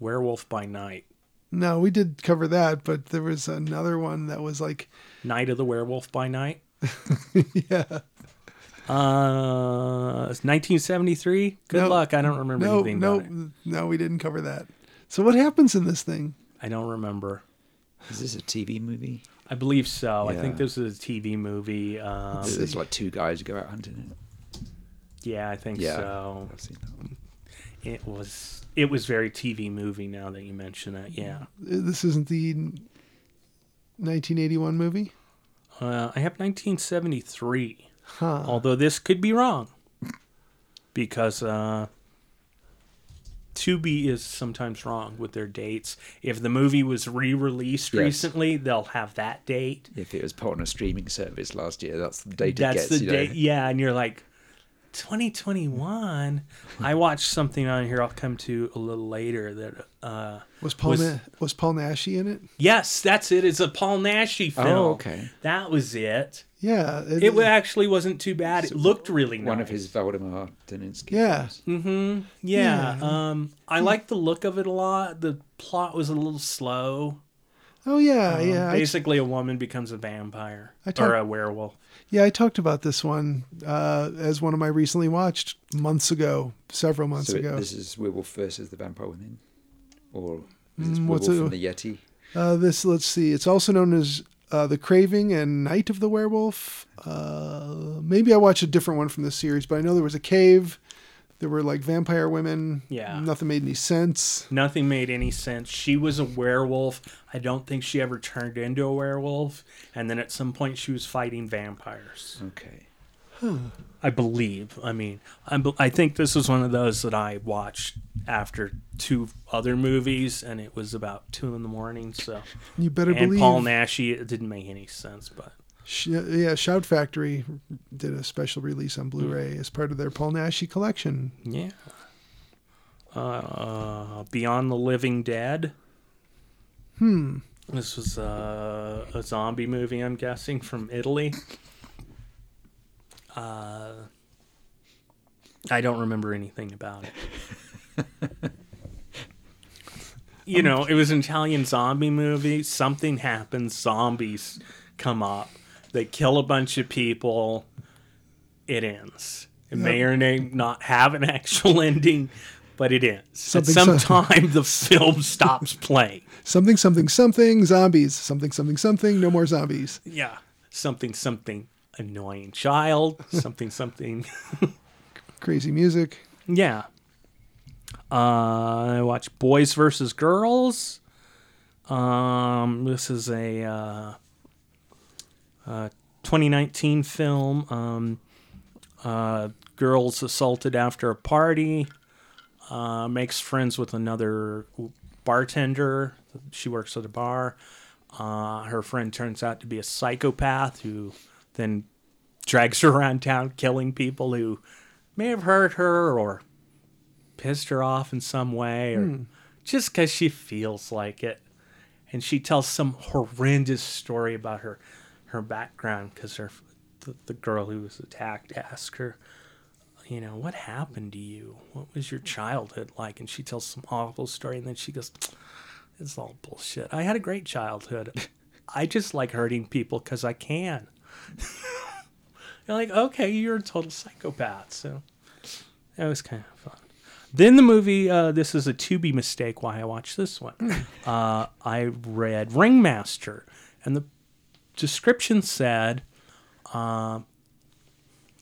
[SPEAKER 1] Werewolf by Night.
[SPEAKER 2] no, we did cover that, but there was another one that was like,
[SPEAKER 1] Night of the Werewolf by Night.
[SPEAKER 2] yeah,
[SPEAKER 1] Uh, it's 1973. Good
[SPEAKER 2] No.
[SPEAKER 1] luck. I don't remember
[SPEAKER 2] no,
[SPEAKER 1] anything
[SPEAKER 2] no,
[SPEAKER 1] about it.
[SPEAKER 2] no, we didn't cover that. So what happens in this thing?
[SPEAKER 1] I don't remember.
[SPEAKER 3] Is this a TV movie?
[SPEAKER 1] I believe so. I think
[SPEAKER 3] Yeah.
[SPEAKER 1] this is a TV movie. Um,
[SPEAKER 3] There's like two guys who go out hunting it.
[SPEAKER 1] yeah, I think
[SPEAKER 3] Yeah,
[SPEAKER 1] so.
[SPEAKER 3] I've seen that one.
[SPEAKER 1] It was it was very TV movie. Now that you mention it, yeah.
[SPEAKER 2] Uh, This isn't the 1981 movie?
[SPEAKER 1] Uh, I have 1973.
[SPEAKER 2] Huh.
[SPEAKER 1] Although this could be wrong. Because uh Tubi is sometimes wrong with their dates. If the movie was re-released
[SPEAKER 3] Yes.
[SPEAKER 1] recently, they'll have that date.
[SPEAKER 3] If it was put on a streaming service last year, that's the date it
[SPEAKER 1] That's
[SPEAKER 3] gets.
[SPEAKER 1] the
[SPEAKER 3] you know.
[SPEAKER 1] date. Yeah, and you're like 2021. I watched something on here I'll come to a little later that uh
[SPEAKER 2] Was Paul
[SPEAKER 1] Was-
[SPEAKER 2] was, was Paul Nashy in it?
[SPEAKER 1] yes, that's it. It's a Paul Nashy film.
[SPEAKER 3] Oh, okay.
[SPEAKER 1] That was it.
[SPEAKER 2] Yeah,
[SPEAKER 1] It wa- actually wasn't too bad. It looked really nice.
[SPEAKER 3] One of his Voldemar Daninsky.
[SPEAKER 2] Yeah.
[SPEAKER 3] films.
[SPEAKER 1] Yeah. Um, I
[SPEAKER 2] Hmm.
[SPEAKER 1] liked the look of it a lot. The plot was a little slow.
[SPEAKER 2] Oh yeah,
[SPEAKER 1] Um,
[SPEAKER 2] yeah. I-
[SPEAKER 1] Basically, a woman becomes a vampire
[SPEAKER 2] I
[SPEAKER 1] or
[SPEAKER 2] talk-
[SPEAKER 1] a werewolf.
[SPEAKER 2] Yeah, I talked about this one uh, as one of my recently watched months ago, several months
[SPEAKER 3] So it-
[SPEAKER 2] ago.
[SPEAKER 3] this is Werewolf versus the Vampire Within, or is this
[SPEAKER 2] Mm, what's
[SPEAKER 3] Werewolf
[SPEAKER 2] it-
[SPEAKER 3] and the Yeti?
[SPEAKER 2] uh, this, let's see, it's also known as uh, The Craving and Night of the Werewolf. Uh, maybe I watched a different one from this series, but I know there was a cave. There were like vampire women.
[SPEAKER 1] Yeah.
[SPEAKER 2] Nothing made any sense.
[SPEAKER 1] Nothing made any sense. She was a werewolf. I don't think she ever turned into a werewolf. And then at some point, she was fighting vampires.
[SPEAKER 3] Okay.
[SPEAKER 1] I believe. I mean, I, be- I think this was one of those that I watched after two other movies, and it was about two in the morning. So,
[SPEAKER 2] You better
[SPEAKER 1] and
[SPEAKER 2] believe.
[SPEAKER 1] Paul Nashy, it didn't make any sense, but.
[SPEAKER 2] Sh- yeah, Shout Factory did a special release on Blu ray as part of their Paul Nashy collection.
[SPEAKER 1] Yeah. uh, Beyond the Living Dead.
[SPEAKER 2] Hmm.
[SPEAKER 1] This was uh, a zombie movie, I'm guessing, from Italy. Uh, I don't remember anything about it. you know, it was an Italian zombie movie. Something happens, zombies come up, they kill a bunch of people, it ends. It may or may not have an actual ending, but it ends.
[SPEAKER 2] Something-
[SPEAKER 1] At some time, the film stops playing.
[SPEAKER 2] Something, something, something, zombies. Something, something, something, no more zombies.
[SPEAKER 1] Yeah. Something, something annoying child, something, something.
[SPEAKER 2] Crazy music.
[SPEAKER 1] Yeah. Uh, I watch Boys versus Girls. Um, this is a uh, uh, 2019 film. Um, uh, girls assaulted after a party. Uh, makes friends with another bartender. She works at a bar. Uh, her friend turns out to be a psychopath who then drags her around town killing people who may have hurt her or pissed her off in some way or just because she feels like it. And she tells some horrendous story about her her background because her the, the girl who was attacked asked her, you know, what happened to you? What was your childhood like? And she tells some awful story, and then she goes, "It's all bullshit. I had a great childhood. I just like hurting people because I can." You're like, okay, you're a total psychopath. So that was kind of fun. Then the movie, uh, this is a Tubi mistake why I watched this one. Uh, I read Ringmaster, and the description said um,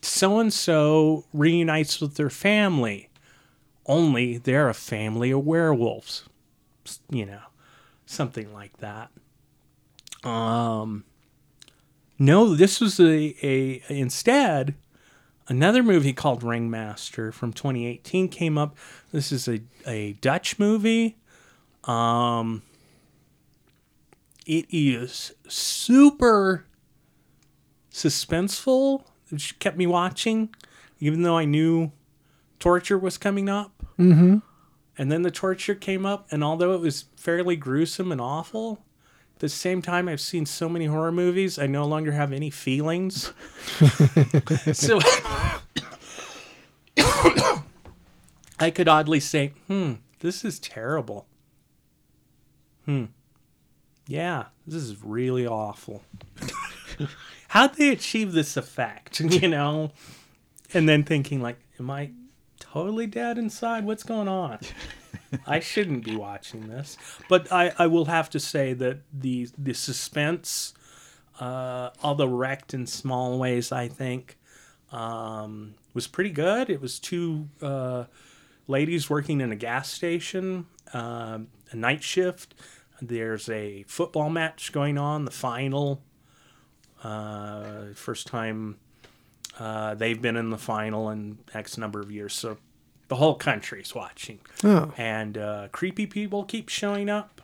[SPEAKER 1] so and so reunites with their family, only they're a family of werewolves. S- You know, something like that. Um, no, this was a, a instead another movie called Ringmaster from 2018 came up. This is a, a Dutch movie. Um, it is super suspenseful, which kept me watching, even though I knew torture was coming up. Mm-hmm. And then the torture came up, and although it was fairly gruesome and awful, at the same time, I've seen so many horror movies, I no longer have any feelings. so I could oddly say, hmm, this is terrible. Hmm. Yeah, this is really awful. How'd they achieve this effect? You know? And then thinking like, am I totally dead inside? What's going on? I shouldn't be watching this. But I, I will have to say that the the suspense uh, although wrecked in small ways, I think, um, was pretty good. It was two uh, ladies working in a gas station, um, a night shift. There's a football match going on, the final. Uh, first time uh, they've been in the final in X number of years. So the whole country's watching.
[SPEAKER 2] Oh.
[SPEAKER 1] And uh, creepy people keep showing up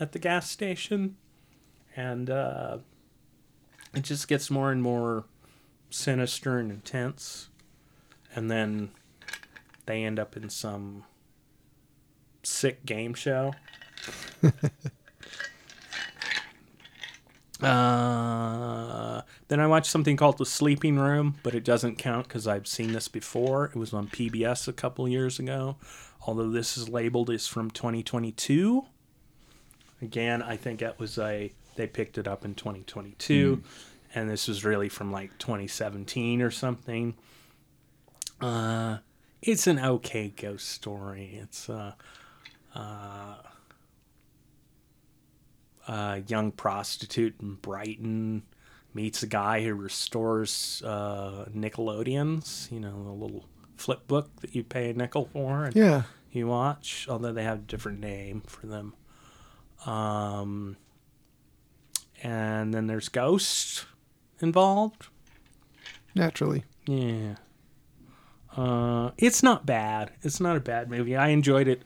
[SPEAKER 1] at the gas station. And uh, it just gets more and more sinister and intense. And then they end up in some sick game show. uh, then I watched something called The Sleeping Room, but it doesn't count because I've seen this before. It was on PBS a couple years ago, although this is labeled as from 2022. Again, I think that was a they picked it up in 2022, and this was really from like 2017 or something. Uh, it's an okay ghost story. It's uh, a young prostitute in Brighton meets a guy who restores uh, Nickelodeons, you know, the little flip book that you pay a nickel for and
[SPEAKER 2] Yeah.
[SPEAKER 1] you watch, although they have a different name for them. Um, and then there's ghosts involved.
[SPEAKER 2] Naturally.
[SPEAKER 1] Yeah. Uh, it's not bad. It's not a bad movie. I enjoyed it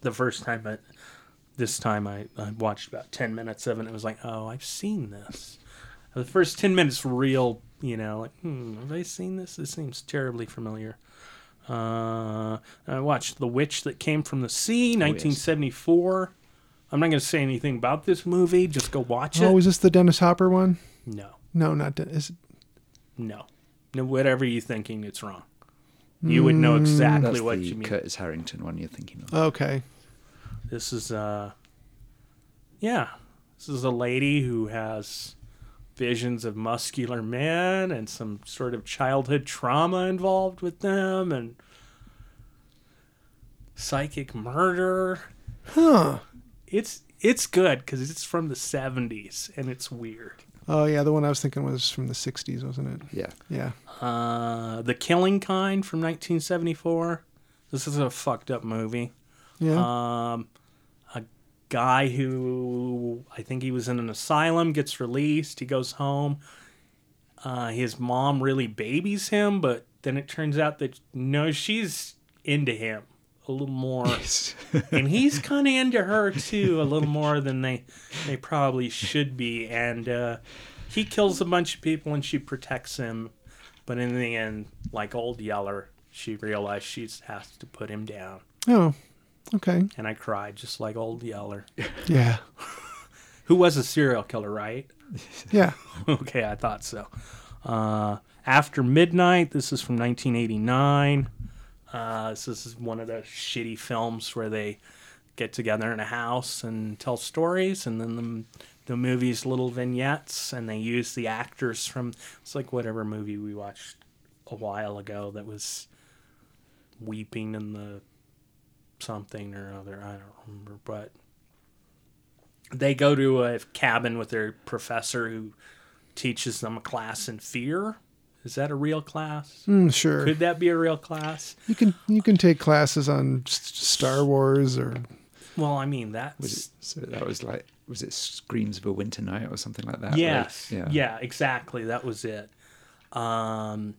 [SPEAKER 1] the first time, but this time I, I watched about 10 minutes of it and it was like, oh, I've seen this. The first 10 minutes, were real, you know, like, hmm, have I seen this? This seems terribly familiar. Uh, I watched The Witch That Came from the Sea,
[SPEAKER 3] yes.
[SPEAKER 1] 1974. I'm not going to say anything about this movie. Just go watch it.
[SPEAKER 2] Oh, is this the Dennis Hopper one?
[SPEAKER 1] no,
[SPEAKER 2] No, not Den- is it-
[SPEAKER 1] no, no. Whatever you're thinking, it's wrong. You would know exactly
[SPEAKER 3] Mm, That's
[SPEAKER 1] what
[SPEAKER 3] the
[SPEAKER 1] you mean.
[SPEAKER 3] Curtis Harrington one you're thinking of.
[SPEAKER 2] Okay.
[SPEAKER 1] This is uh yeah. This is a lady who has visions of muscular men and some sort of childhood trauma involved with them and psychic murder.
[SPEAKER 2] Huh.
[SPEAKER 1] It's it's good cuz it's from the 70s and it's weird.
[SPEAKER 2] Oh yeah, the one I was thinking was from the '60s, wasn't it?
[SPEAKER 3] Yeah.
[SPEAKER 2] Yeah.
[SPEAKER 1] Uh The Killing Kind from 1974. This is a fucked up movie.
[SPEAKER 2] Yeah.
[SPEAKER 1] um, a guy who I think he was in an asylum gets released. He goes home. Uh, his mom really babies him, but then it turns out that no, she's into him a little more, and he's kind of into her too a little more than they they probably should be. And uh, he kills a bunch of people, and she protects him. But in the end, like old Yeller, she realized she has to put him down
[SPEAKER 2] oh. Okay.
[SPEAKER 1] and I cried just like old Yeller,
[SPEAKER 2] Yeah.
[SPEAKER 1] who was a serial killer, right?
[SPEAKER 2] Yeah.
[SPEAKER 1] okay, I thought so. Uh, After Midnight, this is from 1989. Uh, this is one of those shitty films where they get together in a house and tell stories, and then the, the movie's little vignettes, and they use the actors from it's like whatever movie we watched a while ago that was weeping in the something or other. I don't remember, but they go to a cabin with their professor who teaches them a class in fear. Is that a real class?
[SPEAKER 2] Mm, sure.
[SPEAKER 1] Could that be a real class?
[SPEAKER 2] You can you can take classes on S- Star Wars or
[SPEAKER 1] Well, I mean that's
[SPEAKER 3] Was it, so that was like, was it Screams of a Winter Night or something like that?
[SPEAKER 1] yes,
[SPEAKER 3] right?
[SPEAKER 1] yeah. exactly. That was it. Um,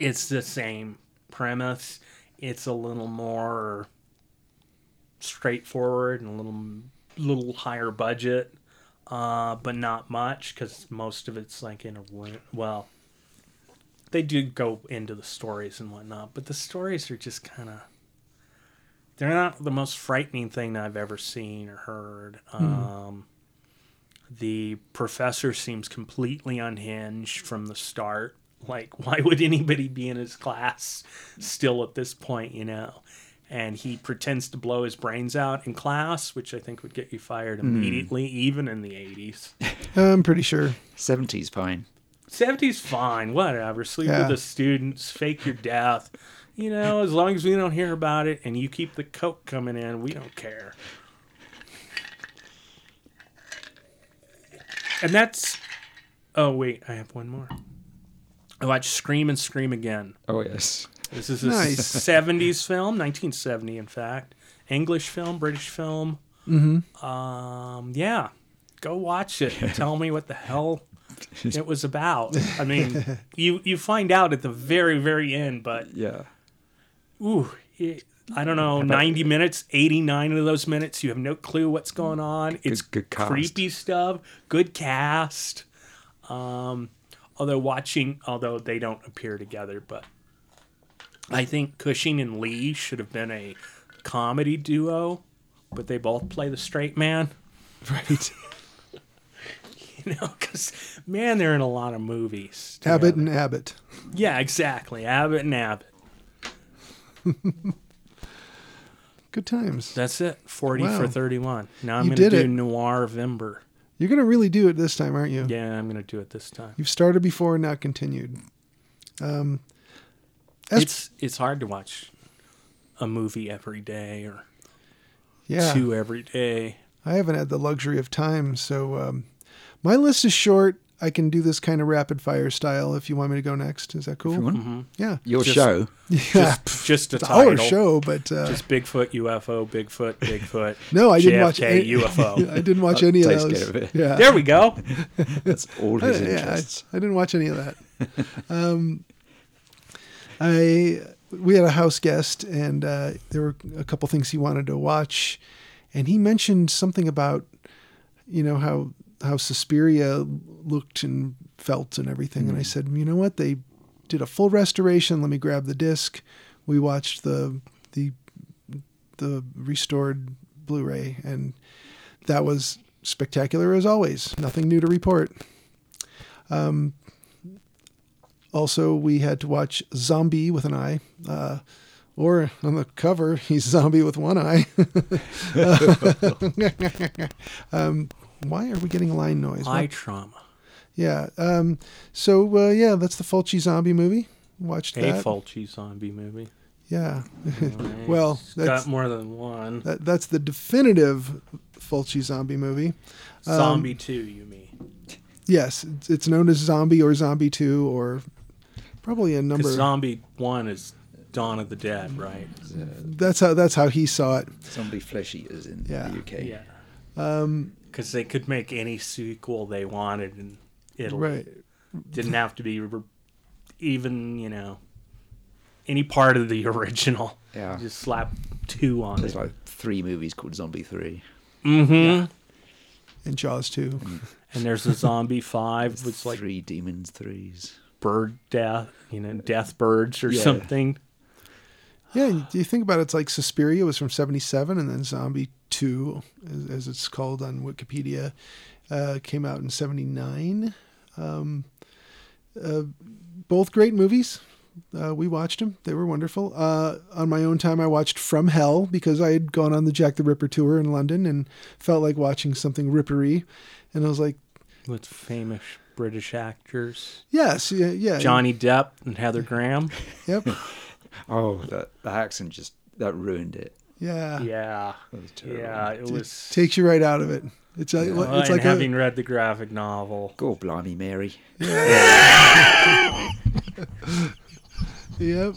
[SPEAKER 1] it's the same premise. It's a little more straightforward and a little little higher budget, uh, but not much because most of it's like in a room. Well, they do go into the stories and whatnot, but the stories are just kind of. They're not the most frightening thing I've ever seen or heard.
[SPEAKER 3] Hmm.
[SPEAKER 1] Um, the professor seems completely unhinged from the start. Like, why would anybody be in his class still at this point, you know? And he pretends to blow his brains out in class, which I think would get you fired immediately, even in the 80s.
[SPEAKER 2] I'm pretty sure.
[SPEAKER 3] 70s fine.
[SPEAKER 1] 70s, fine, whatever. Sleep
[SPEAKER 2] Yeah.
[SPEAKER 1] with the students, fake your death. You know, as long as we don't hear about it and you keep the coke coming in, we don't care. And that's. Oh, wait, I have one more. Oh, I watched Scream and Scream Again.
[SPEAKER 3] Oh, yes.
[SPEAKER 1] This is a
[SPEAKER 2] Nice.
[SPEAKER 1] 70s film, 1970, in fact. English film, British film. Mm-hmm. Um, yeah, go watch it. and Tell me what the hell it was about. I mean, you you find out at the very very end, but
[SPEAKER 3] Yeah.
[SPEAKER 1] ooh, it, I don't know, 90 minutes, 89 of those minutes, you have no clue what's going on. It's
[SPEAKER 3] good cast.
[SPEAKER 1] creepy stuff, good cast. Um, although watching, although they don't appear together, but I think Cushing and Lee should have been a comedy duo, but they both play the straight man.
[SPEAKER 2] Right.
[SPEAKER 1] You know, because man, they're in a lot of movies.
[SPEAKER 2] Abbott
[SPEAKER 1] together.
[SPEAKER 2] and Abbott.
[SPEAKER 1] yeah, exactly. Abbott and Abbott.
[SPEAKER 2] Good times.
[SPEAKER 1] That's it. Forty
[SPEAKER 2] Wow.
[SPEAKER 1] for thirty-one. Now I'm
[SPEAKER 2] You
[SPEAKER 1] going to
[SPEAKER 2] did
[SPEAKER 1] do
[SPEAKER 2] it.
[SPEAKER 1] Noir Vember.
[SPEAKER 2] You're gonna really do it this time, aren't you?
[SPEAKER 1] Yeah, I'm going to do it this time.
[SPEAKER 2] You've started before and not continued. That's-
[SPEAKER 1] it's it's hard to watch a movie every day or
[SPEAKER 2] Yeah.
[SPEAKER 1] two every day.
[SPEAKER 2] I haven't had the luxury of time, so um, my list is short. I can do this kind of rapid fire style if you want me to go next. Is that cool? Mm-hmm.
[SPEAKER 3] you want.
[SPEAKER 2] Yeah.
[SPEAKER 3] Your
[SPEAKER 1] Just-
[SPEAKER 3] show.
[SPEAKER 2] Yeah.
[SPEAKER 1] Just, just a
[SPEAKER 2] It's
[SPEAKER 1] title.
[SPEAKER 2] our show, but uh,
[SPEAKER 1] Just Bigfoot UFO, Bigfoot, Bigfoot.
[SPEAKER 2] no, I didn't watch
[SPEAKER 1] JFK,
[SPEAKER 2] any,
[SPEAKER 1] UFO.
[SPEAKER 2] I didn't watch any of
[SPEAKER 3] Oh, Taste
[SPEAKER 2] those.
[SPEAKER 3] of it.
[SPEAKER 2] Yeah.
[SPEAKER 1] There we go.
[SPEAKER 3] That's all
[SPEAKER 2] I,
[SPEAKER 3] his
[SPEAKER 2] yeah,
[SPEAKER 3] interests.
[SPEAKER 2] I, I didn't watch any of that. um, I we had a house guest, and uh, there were a couple things he wanted to watch, and he mentioned something about you know how
[SPEAKER 3] Hmm.
[SPEAKER 2] how Suspiria looked and felt and everything, and I said, you know what they did a full restoration. Let me grab the disc. We watched the the the restored Blu-ray, and that was spectacular as always. Nothing new to report. Um, also, we had to watch Zombie with an eye, uh, or on the cover, he's Zombie with one eye. um, why are we getting line noise? Why-
[SPEAKER 1] Eye trauma.
[SPEAKER 2] yeah. Um, so uh, yeah, that's the Fulci zombie movie. Watched
[SPEAKER 1] A
[SPEAKER 2] that.
[SPEAKER 1] Fulci zombie movie.
[SPEAKER 2] yeah.
[SPEAKER 1] Nice.
[SPEAKER 2] Well,
[SPEAKER 1] It's
[SPEAKER 2] that's-
[SPEAKER 1] got more than one.
[SPEAKER 2] that, that's the definitive Fulci zombie movie. um,
[SPEAKER 1] zombie two, you mean?
[SPEAKER 2] Yes, it's, it's known as Zombie or Zombie Two or probably a number.
[SPEAKER 1] Because zombie one is Dawn of the Dead, right?
[SPEAKER 2] that's how that's how he saw it.
[SPEAKER 3] Zombie flesh eaters in
[SPEAKER 2] Yeah. Um,
[SPEAKER 3] the UK.
[SPEAKER 1] Yeah. Because they could make any sequel they wanted in Italy.
[SPEAKER 2] Right.
[SPEAKER 1] Didn't have to be re- even you know any part of the original.
[SPEAKER 3] Yeah.
[SPEAKER 1] Just slap two on
[SPEAKER 3] There's
[SPEAKER 1] it.
[SPEAKER 3] like three movies called Zombie Three.
[SPEAKER 1] mm-hmm.
[SPEAKER 2] And Jaws Two.
[SPEAKER 1] And there's a zombie five with
[SPEAKER 3] It's
[SPEAKER 1] like
[SPEAKER 3] three demons threes.
[SPEAKER 1] bird death, you know, death birds or
[SPEAKER 3] Yeah.
[SPEAKER 1] something.
[SPEAKER 2] Yeah. and You think about it, it's like Suspiria was from '77, and then Zombie Two, as, as it's called on Wikipedia, uh, came out in '79. Um, uh, both great movies. Uh, we watched them. They were wonderful. Uh, on my own time, I watched From Hell because I had gone on the Jack the Ripper tour in London and felt like watching something rippery. And I was like,
[SPEAKER 1] with famous British actors
[SPEAKER 2] yes, yeah, yeah.
[SPEAKER 1] Johnny Depp and Heather Graham.
[SPEAKER 2] Yep.
[SPEAKER 3] Oh, that, that accent just that ruined it.
[SPEAKER 2] Yeah.
[SPEAKER 1] yeah,
[SPEAKER 3] That was terrible.
[SPEAKER 1] yeah, it was.
[SPEAKER 2] Takes you right out of it. It's like,
[SPEAKER 1] Uh,
[SPEAKER 2] it's
[SPEAKER 1] and
[SPEAKER 2] like
[SPEAKER 1] having
[SPEAKER 2] a,
[SPEAKER 1] read the graphic novel,
[SPEAKER 3] Go blimey, Mary.
[SPEAKER 2] yep.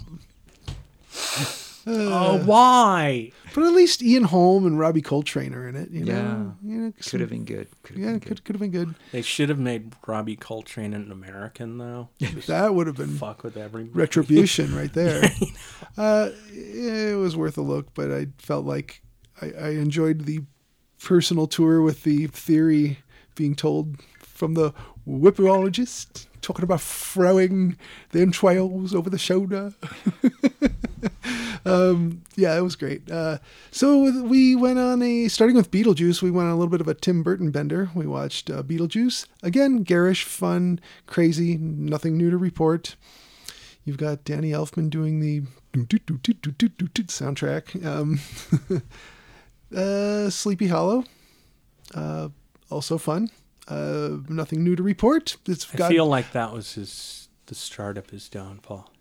[SPEAKER 2] Uh,
[SPEAKER 1] oh why?
[SPEAKER 2] But at least Ian Holm and Robbie Coltrane are in it. You know?
[SPEAKER 3] Yeah.
[SPEAKER 2] You know,
[SPEAKER 3] Could have been good. Could have
[SPEAKER 2] Yeah,
[SPEAKER 3] been good.
[SPEAKER 2] could could have been good.
[SPEAKER 1] They should have made Robbie Coltrane an American though.
[SPEAKER 2] That would have been
[SPEAKER 1] Fuck with every
[SPEAKER 2] retribution right there. uh, it was worth a look, but I felt like I, I enjoyed the personal tour with the theory being told from the whipperologist talking about throwing the entrails over the shoulder. um, yeah, it was great. Uh, so we went on a starting with Beetlejuice. We went on a little bit of a Tim Burton bender. We watched uh, Beetlejuice again, garish, fun, crazy, nothing new to report. You've got Danny Elfman doing the doo-doo-doo-doo-doo-doo-doo soundtrack. Um, uh, Sleepy Hollow, uh, also fun. Uh, nothing new to report. It's
[SPEAKER 1] I
[SPEAKER 2] got
[SPEAKER 1] feel like that was his the start of his downfall.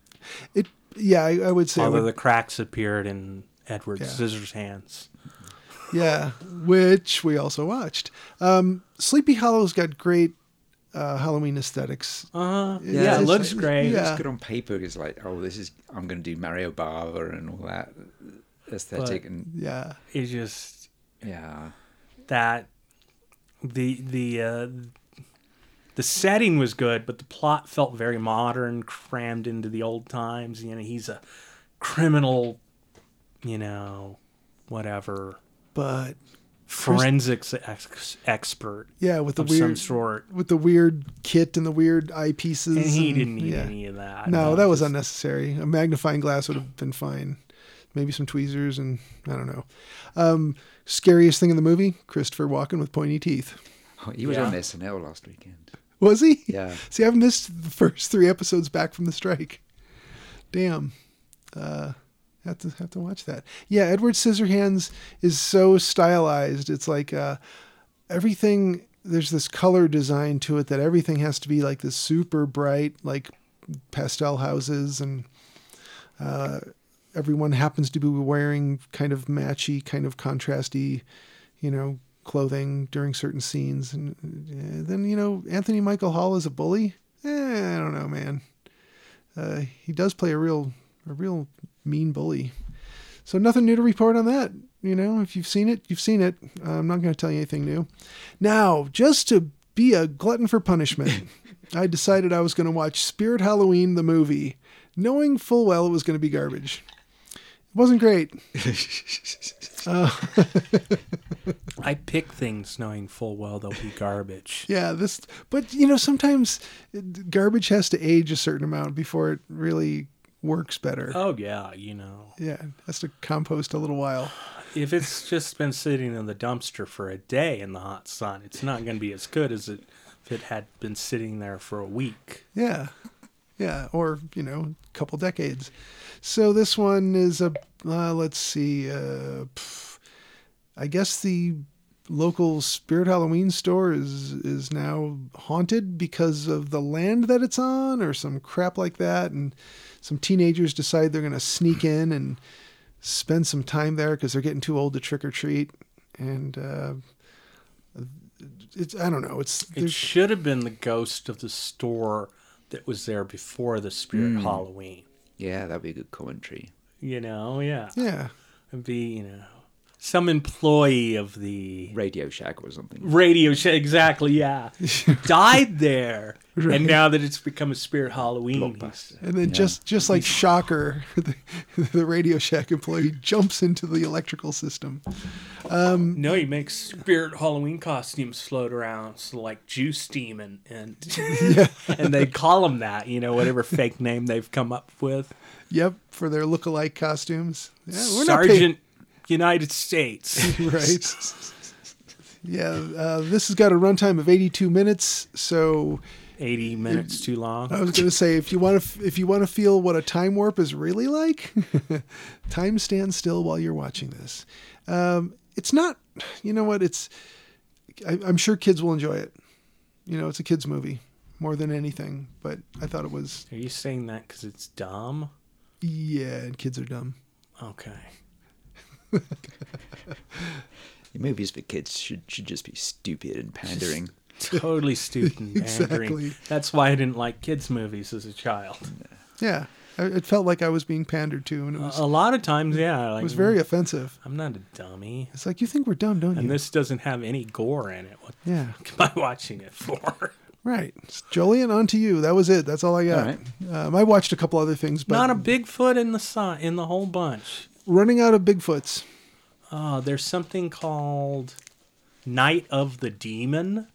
[SPEAKER 2] it. Yeah, I, I would say. it
[SPEAKER 1] Although
[SPEAKER 2] would-
[SPEAKER 1] the cracks appeared in Edward
[SPEAKER 2] Yeah.
[SPEAKER 1] Scissorhands.
[SPEAKER 2] yeah, which we also watched. Um, Sleepy Hollow's got great uh, Halloween aesthetics.
[SPEAKER 1] Uh, yeah,
[SPEAKER 2] Uh-huh. Yeah,
[SPEAKER 1] it
[SPEAKER 2] it's
[SPEAKER 1] looks
[SPEAKER 2] like-
[SPEAKER 1] great.
[SPEAKER 2] yeah.
[SPEAKER 3] It's good on paper. It's like, oh, this is I'm going to do Mario Bava and all that aesthetic and
[SPEAKER 2] Yeah,
[SPEAKER 1] It just
[SPEAKER 3] yeah,
[SPEAKER 1] that the the uh, the setting was good, but the plot felt very modern, crammed into the old times. You know, he's a criminal, you know, whatever
[SPEAKER 2] but
[SPEAKER 1] forensics ex- expert
[SPEAKER 2] yeah, with the
[SPEAKER 1] of some
[SPEAKER 2] weird
[SPEAKER 1] sort,
[SPEAKER 2] with the weird kit and the weird eyepieces.
[SPEAKER 1] and he
[SPEAKER 2] and-
[SPEAKER 1] didn't need
[SPEAKER 2] yeah.
[SPEAKER 1] any of that.
[SPEAKER 2] No, that was
[SPEAKER 1] just-
[SPEAKER 2] unnecessary. A magnifying glass would have been fine. Maybe some tweezers and I don't know. Um, scariest thing in the movie: Christopher Walken with pointy teeth.
[SPEAKER 3] Oh, he was
[SPEAKER 1] Yeah.
[SPEAKER 3] on SNL last weekend.
[SPEAKER 2] Was he?
[SPEAKER 3] Yeah.
[SPEAKER 2] See, I've missed the first three episodes back from the strike. Damn. Uh, have to have to watch that. Yeah, Edward Scissorhands is so stylized. It's like uh, everything. There's this color design to it that everything has to be like this super bright, like pastel houses, and uh, everyone happens to be wearing kind of matchy, kind of contrasty, you know, clothing during certain scenes. And uh, then, you know, Anthony Michael Hall is a bully. Eh, I don't know, man. Uh, he does play a real, a real mean bully. So nothing new to report on that. You know, if you've seen it, you've seen it. Uh, I'm not going to tell you anything new. Now, just to be a glutton for punishment, I decided I was going to watch Spirit Halloween the movie, knowing full well it was going to be garbage. wasn't great.
[SPEAKER 1] I pick things knowing full well they'll be garbage.
[SPEAKER 2] Yeah, this, but you know, sometimes it- garbage has to age a certain amount before it really works better.
[SPEAKER 1] oh yeah, you know.
[SPEAKER 2] Yeah, it has to compost a little while.
[SPEAKER 1] If it's just been sitting in the dumpster for a day in the hot sun, it's not going to be as good as it if it had been sitting there for a week.
[SPEAKER 2] Yeah, yeah, or you know, a couple decades. So this one is a uh, let's see, uh, pff, I guess the local Spirit Halloween store is is now haunted because of the land that it's on, or some crap like that, and some teenagers decide they're gonna sneak in and spend some time there because they're getting too old to trick or treat, and. Uh, it's I don't know. It's
[SPEAKER 1] It
[SPEAKER 2] there's-
[SPEAKER 1] should have been the ghost of the store that was there before the spirit
[SPEAKER 2] Mm.
[SPEAKER 1] Halloween.
[SPEAKER 3] Yeah, that'd be a good commentary.
[SPEAKER 1] You know, yeah.
[SPEAKER 2] yeah.
[SPEAKER 1] It'd be, you know, some employee of the
[SPEAKER 3] Radio Shack or something.
[SPEAKER 1] radio show. Exactly, yeah. died there. And now that it's become a spirit Halloween, he's-
[SPEAKER 2] And then just just like Shocker, the, the Radio Shack employee jumps into the electrical system.
[SPEAKER 1] No, he makes spirit Halloween costumes float around, so like Juice Demon, and and they call him that, you know, whatever fake name they've come up with,
[SPEAKER 2] Yep, for their look-alike costumes. Yeah,
[SPEAKER 1] Sergeant United States.
[SPEAKER 2] not paying, right? Yeah, uh, this has got a runtime of 82 minutes. So
[SPEAKER 1] Eighty minutes too long.
[SPEAKER 2] I was going to say, if you want to, if you want to feel what a time warp is really like, time stands still while you're watching this. Um, it's not, you know what? It's, I, I'm sure kids will enjoy it. You know, it's a kids movie more than anything. But I thought it was,
[SPEAKER 1] Are you saying that because it's dumb?
[SPEAKER 2] yeah, and kids are dumb.
[SPEAKER 1] Okay.
[SPEAKER 3] The movies for kids should should just be stupid and pandering.
[SPEAKER 1] Totally student
[SPEAKER 2] Exactly.
[SPEAKER 1] pandering. That's why I didn't like kids' movies as a child.
[SPEAKER 2] Yeah, I, it felt like I was being pandered to, and it was,
[SPEAKER 1] A lot of times, yeah, like
[SPEAKER 2] it was very offensive.
[SPEAKER 1] I'm not a dummy,
[SPEAKER 2] It's like you think we're dumb, don't
[SPEAKER 1] and
[SPEAKER 2] you?
[SPEAKER 1] this doesn't have any gore in it. What
[SPEAKER 2] yeah,
[SPEAKER 1] am I watching it for?
[SPEAKER 2] right. It's Jolien, on to you. That was it. That's all I got.
[SPEAKER 3] All right.
[SPEAKER 2] Um, I watched a couple other things, but
[SPEAKER 1] Not a Bigfoot in the sun in the whole bunch.
[SPEAKER 2] running out of Bigfoots.
[SPEAKER 1] Uh, there's something called Night of the Demon,